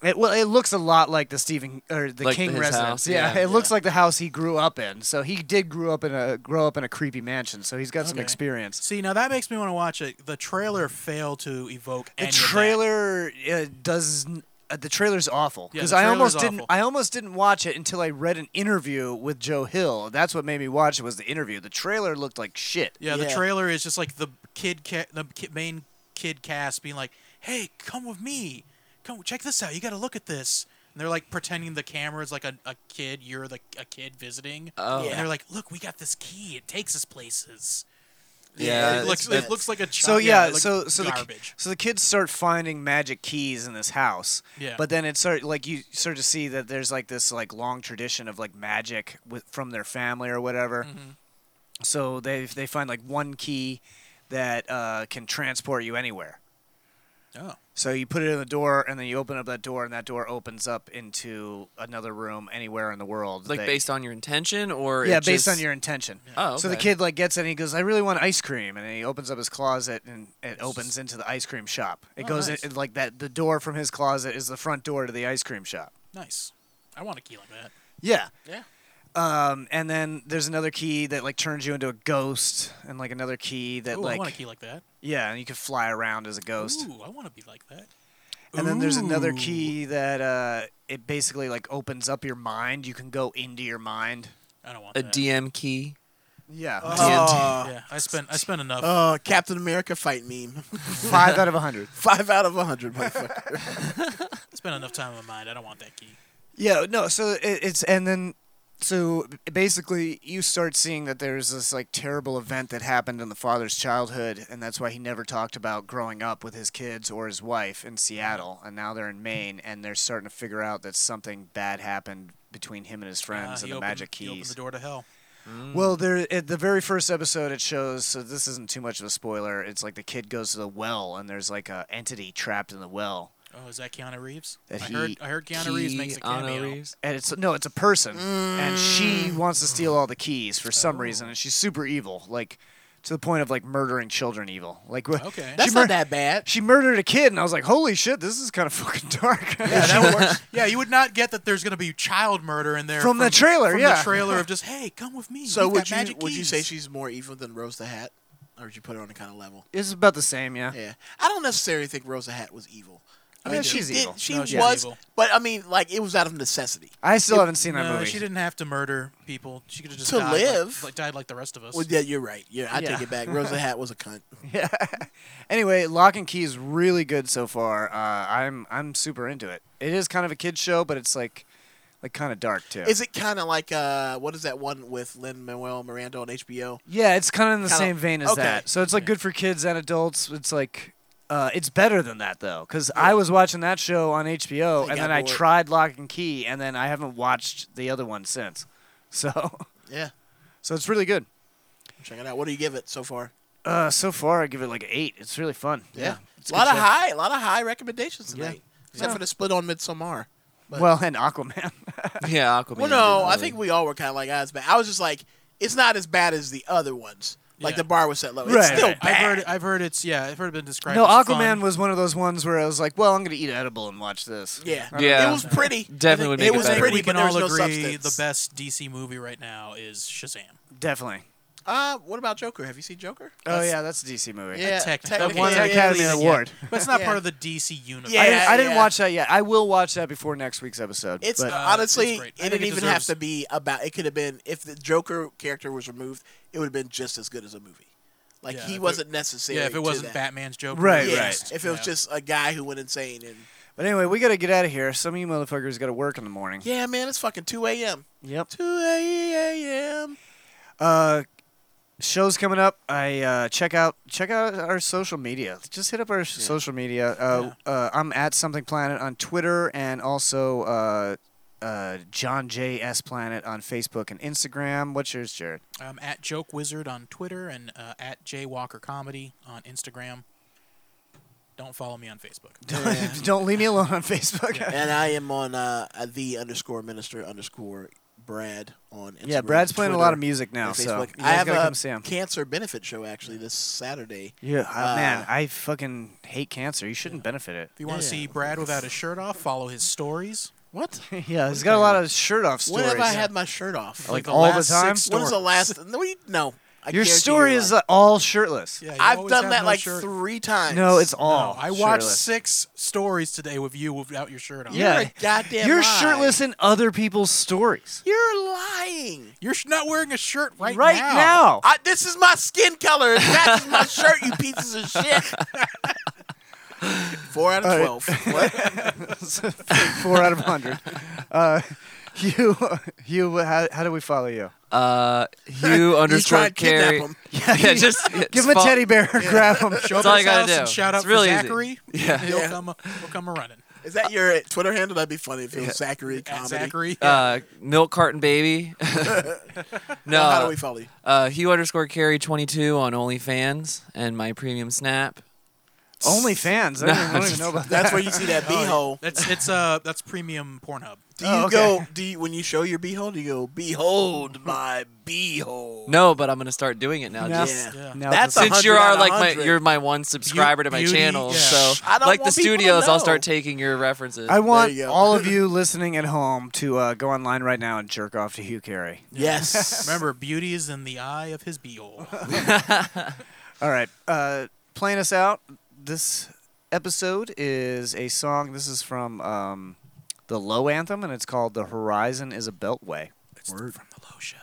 S5: It, well, it looks a lot like the Stephen or the
S3: Like
S5: King
S3: his
S5: residence.
S3: house,
S5: yeah,
S3: yeah,
S5: it looks like the house he grew up in. So he did grow up in a grow up in a creepy mansion. So he's got some
S7: Okay.
S5: experience.
S7: See, now that makes me want to watch it. The trailer failed to evoke
S5: The
S7: any of that.
S5: trailer uh, does. n- Uh, the trailer's awful
S7: Yeah,
S5: because
S7: the
S5: I almost
S7: trailer's
S5: didn't.
S7: awful.
S5: I almost didn't watch it until I read an interview with Joe Hill. That's what made me watch it was the interview. The trailer looked like shit.
S7: Yeah, the
S6: Yeah.
S7: trailer is just like the kid, ca- the ki- main kid cast being like, "Hey, come with me. Come check this out. You got to look at this." And they're like pretending the camera is like a, a kid. You're the a kid visiting.
S3: Oh.
S7: And
S6: Yeah.
S7: they're like, "Look, we got this key. It takes us places."
S3: Yeah,
S7: it
S3: it's-
S7: looks it
S3: that's-
S7: looks like a
S5: So
S7: child-
S5: yeah,
S7: it looks
S5: so so the, ki-
S7: garbage.
S5: so the kids start finding magic keys in this house.
S7: Yeah.
S5: But then it start like you start to see that there's like this like long tradition of like magic with, from their family or whatever.
S7: Mm-hmm.
S5: So they they find like one key that uh, can transport you anywhere.
S7: oh,
S5: So you put it in the door, and then you open up that door, and that door opens up into another room anywhere in the world.
S3: Like
S5: that-
S3: based on your intention or
S5: yeah,
S3: it
S5: based on
S3: just-
S5: your intention.
S3: Oh,
S5: So the
S3: okay.
S5: kid like gets it and he goes, "I really want ice cream," and he opens up his closet and it opens into the ice cream shop. It
S7: Oh,
S5: goes
S7: nice.
S5: in, like that. The door from his closet is the front door to the ice cream shop.
S7: nice. I want a key like that.
S5: Yeah.
S6: Yeah.
S5: Um, and then there's another key that like turns you into a ghost, and like another key that
S7: Ooh, I
S5: like
S7: want a key like that.
S5: yeah, and you can fly around as a ghost.
S7: Ooh, I want to be like that.
S5: And then there's another
S7: Ooh.
S5: key that uh, it basically like opens up your mind. You can go into your mind.
S7: I don't want
S3: a
S7: that.
S3: DM key.
S5: Yeah.
S7: Uh,
S6: Oh,
S7: Yeah, I spent I spent enough.
S6: oh, Captain America fight meme. [laughs]
S5: Five out of a hundred.
S6: Five out of a hundred, [laughs] motherfucker.
S7: I spent enough time on my mind. I don't want that key.
S5: Yeah, no. So it, it's and then so basically you start seeing that there's this like terrible event that happened in the father's childhood, and that's why he never talked about growing up with his kids or his wife in Seattle, and now they're in Maine, and they're starting to figure out that something bad happened between him and his
S7: Uh,
S5: friends
S7: he
S5: and the
S7: opened-
S5: magic
S7: He opened
S5: keys.
S7: the door to hell.
S5: Well, there at the very first episode, it shows. So this isn't too much of a spoiler. It's like the kid goes to the well, and there's like a entity trapped in the well.
S7: Oh, is that Keanu Reeves?
S5: That
S7: I
S5: he-
S7: heard I heard Keanu Reeves makes a
S3: Keanu
S7: cameo.
S3: Reeves.
S5: and it's no, it's a
S6: Mm.
S5: person, and she wants to steal all the keys for some reason, and she's super evil. Like to the point of like murdering children evil. Like wh-
S6: Okay.
S5: she
S6: That's not that bad.
S5: She murdered a kid, and I was like, holy shit, this is kind of [laughs] fucking dark.
S7: Yeah, that
S6: [laughs]
S7: works. Yeah, you would not get that there's going to be child murder in there
S5: From the trailer,
S7: From
S5: yeah.
S7: the trailer
S6: [laughs]
S7: of just hey, come with me.
S6: So
S7: We've
S6: would
S7: got
S6: you
S7: magic
S6: would you
S7: keys."
S6: say she's more evil than Rose the Hat, or would you put her on a kind of level?
S5: It's about the same, yeah.
S6: Yeah, I don't necessarily think Rose the Hat was evil. I
S5: Yeah,
S6: mean, she
S5: she's
S6: did,
S5: evil.
S6: She
S5: No, she's
S6: was,
S5: evil.
S6: but I mean, like it was out of necessity.
S5: I still
S6: It-
S5: haven't seen that
S7: no,
S5: movie.
S7: she didn't have to murder people. She could have just
S6: To
S7: died like-
S6: live.
S7: like, died like the rest of us.
S6: Well, yeah, you're right. Yeah, I take it back. Rose the Hat was
S7: [laughs]
S6: a cunt.
S5: Yeah. [laughs] anyway, Lock and Key is really good so far. Uh, I'm I'm super into it. It is kind of a kids show, but it's like like kind of dark too.
S6: Is it kind of like uh, what is that one with Lin Manuel Miranda on HBO?
S5: Yeah, it's kind of in the
S6: Kinda-
S5: same vein as
S6: okay.
S5: that. So it's like good for kids and adults. It's like uh, it's better than that though, because I was watching that show on HBO, and
S6: got
S5: then I
S6: bored.
S5: tried Lock and Key, and then I haven't watched the other one since. [laughs] So
S6: Yeah,
S5: so it's really good.
S6: check it out. What do you give it so far?
S5: Uh, so far, I give it like an eight. It's really fun. Yeah, it's
S6: a lot
S5: good
S6: of
S5: show.
S6: high, a lot of high recommendations
S5: Yeah.
S6: tonight. Except
S5: Yeah.
S6: for the split on Midsommar. But-
S5: Well, and Aquaman. [laughs]
S3: yeah, Aquaman.
S6: Well, no, I think we all were kind of like, ah, it's bad. I was just like, it's not as bad as the other ones. Like
S7: Yeah.
S6: the bar was set low.
S5: Right,
S6: It's still
S5: right.
S7: I've
S6: bad.
S7: heard, I've heard it's yeah, I've heard it been described.
S5: No,
S7: as
S5: Aquaman
S7: fun.
S5: was one of those ones where I was like, well, I'm gonna eat an edible and watch this.
S6: Yeah.
S5: I don't
S3: Yeah.
S6: It was pretty.
S3: Definitely would make
S6: it
S3: it
S6: was
S3: better.
S6: pretty,
S7: We
S6: but
S7: can
S6: there was
S7: all
S6: no
S7: agree
S6: substance.
S7: the best DC movie right now is Shazam.
S5: Definitely.
S6: Uh, what about Joker? Have you seen Joker?
S5: Oh yeah, that's a DC movie.
S6: Yeah,
S7: Technically,
S6: technically,
S5: won an
S6: yeah,
S5: Academy
S6: yeah, yeah.
S5: Award.
S7: but it's not
S6: Yeah.
S7: part of the DC universe.
S5: I, didn't, I didn't
S6: yeah.
S5: watch that yet. I will watch that before next week's episode.
S6: It's
S5: but-
S6: honestly,
S7: Uh, it's great. I
S6: it
S7: think
S6: didn't
S7: it
S6: even have
S7: deserves-
S6: to be about. It could have been if the Joker character was removed, it would have been just as good as a movie. Like
S7: Yeah, if
S6: he
S7: it-
S6: wasn't necessary.
S7: Yeah, if
S6: to
S7: it wasn't
S6: that.
S7: Batman's Joker,
S5: Right,
S6: Yeah,
S5: right.
S6: If it was just a guy who went insane and
S5: But anyway, we gotta get out of here. Some of you motherfuckers gotta work in the morning.
S6: yeah, man, it's fucking two a.m.
S5: Yep.
S6: Two a.m.
S5: Uh, shows coming up. I uh, check out check out our social media. Just hit up our social media. Uh, uh, I'm at Something Planet on Twitter and also uh, uh, John J S Planet on Facebook and Instagram. What's yours,
S6: [laughs]
S5: Jared?
S7: um, at Joke Wizard on Twitter and uh, at Jay Walker Comedy on Instagram. Don't follow me
S5: [laughs]
S7: on Facebook.
S5: Don't leave me alone on Facebook. Yeah, [laughs]
S6: and I am on uh, the underscore minister underscore Brad on Instagram.
S5: Brad's playing a lot of
S6: Twitter,
S5: music now,
S6: and
S5: so you
S6: Facebook. I
S5: guys
S6: have
S5: gotta
S6: a
S5: come see him.
S6: cancer benefit show actually this Saturday.
S5: Yeah, I-
S6: Uh,
S5: man, I fucking hate cancer. You shouldn't benefit it.
S7: If you want to
S6: Yeah.
S7: see Brad without his shirt off, follow his stories.
S6: What?
S5: Yeah, [laughs] he's got a lot of shirt off
S6: When
S5: stories.
S6: have I had my shirt off?
S5: like
S7: the
S5: all the
S7: last
S5: time.
S7: six-
S6: When's the last? No, you- no. I
S5: Your
S6: guarantee you
S5: story
S6: you're
S5: is
S6: right.
S5: uh, all shirtless.
S7: Yeah, you
S6: I've
S7: always
S6: done
S7: have
S6: that
S7: no
S6: like
S7: shirt.
S6: three times.
S5: No, it's
S7: No,
S5: all.
S7: I watched
S5: Oh, shirtless.
S7: six stories today with you without your shirt on.
S6: You're
S5: Yeah.
S6: a goddamn.
S5: You're
S6: lie.
S5: shirtless in other people's stories.
S6: You're lying.
S7: You're sh- not wearing a shirt right,
S5: Right now.
S6: I, this is my skin color. It matches
S5: [laughs]
S6: my shirt. You pieces of shit. [laughs] Four out of
S5: All
S6: twelve.
S5: [laughs]
S6: What? [laughs]
S5: Four out of hundred. [laughs] Uh, you, you. How, how do we follow you?
S6: [laughs]
S3: Uh, Hugh underscore
S6: tried to kidnap
S3: Carey.
S6: him. [laughs]
S3: Yeah, just
S5: Give him a teddy bear. Grab him. [laughs]
S7: Show up
S3: all
S7: at
S3: you
S7: his
S3: gotta
S7: house and
S3: do.
S7: shout out
S3: It's really
S7: for
S3: easy.
S7: Zachary.
S3: [laughs] Yeah.
S7: he'll
S6: Yeah.
S7: come. He'll come running.
S5: [laughs]
S6: Is that your Twitter handle? That'd be funny if it was Zachary
S7: At
S6: comedy.
S7: Zachary.
S3: uh, milk carton
S6: [laughs]
S3: baby. no,
S6: Well, how do we follow you?
S3: uh, Hugh underscore carry twenty two on OnlyFans and my premium snap.
S5: Only fans. I don't, even, I don't even know about
S6: [laughs]
S5: that.
S6: That's where you see
S7: [laughs]
S6: that
S7: Oh,
S6: beehole.
S7: That's it's uh that's premium
S5: [laughs]
S7: Pornhub.
S6: Do you
S5: Oh, okay.
S6: go? Do you, when you show your beehole? Do you go? Behold my beehole.
S3: No, but I'm gonna start doing it now.
S5: No.
S3: Just
S6: Yeah.
S7: Yeah.
S5: No,
S6: That's
S5: it's-
S3: since you
S6: 100 out
S3: are
S6: of
S3: like my
S6: 100.
S3: you're my one subscriber to my
S7: beauty,
S3: channel,
S7: yeah.
S3: so
S6: I don't
S3: like the
S6: want people to
S3: studios, I'll
S6: know.
S3: start taking your references.
S5: I want
S6: you go.
S5: all of you listening at home to uh, go online right now and jerk off to Hugh Carey. [laughs]
S6: Yes.
S7: Remember, beauty is in the eye of his beehole.
S5: All right. Uh, playing us out. This episode is a song. This is from um, the Low Anthem, and it's called "The Horizon Is a Beltway."
S7: It's from the low show.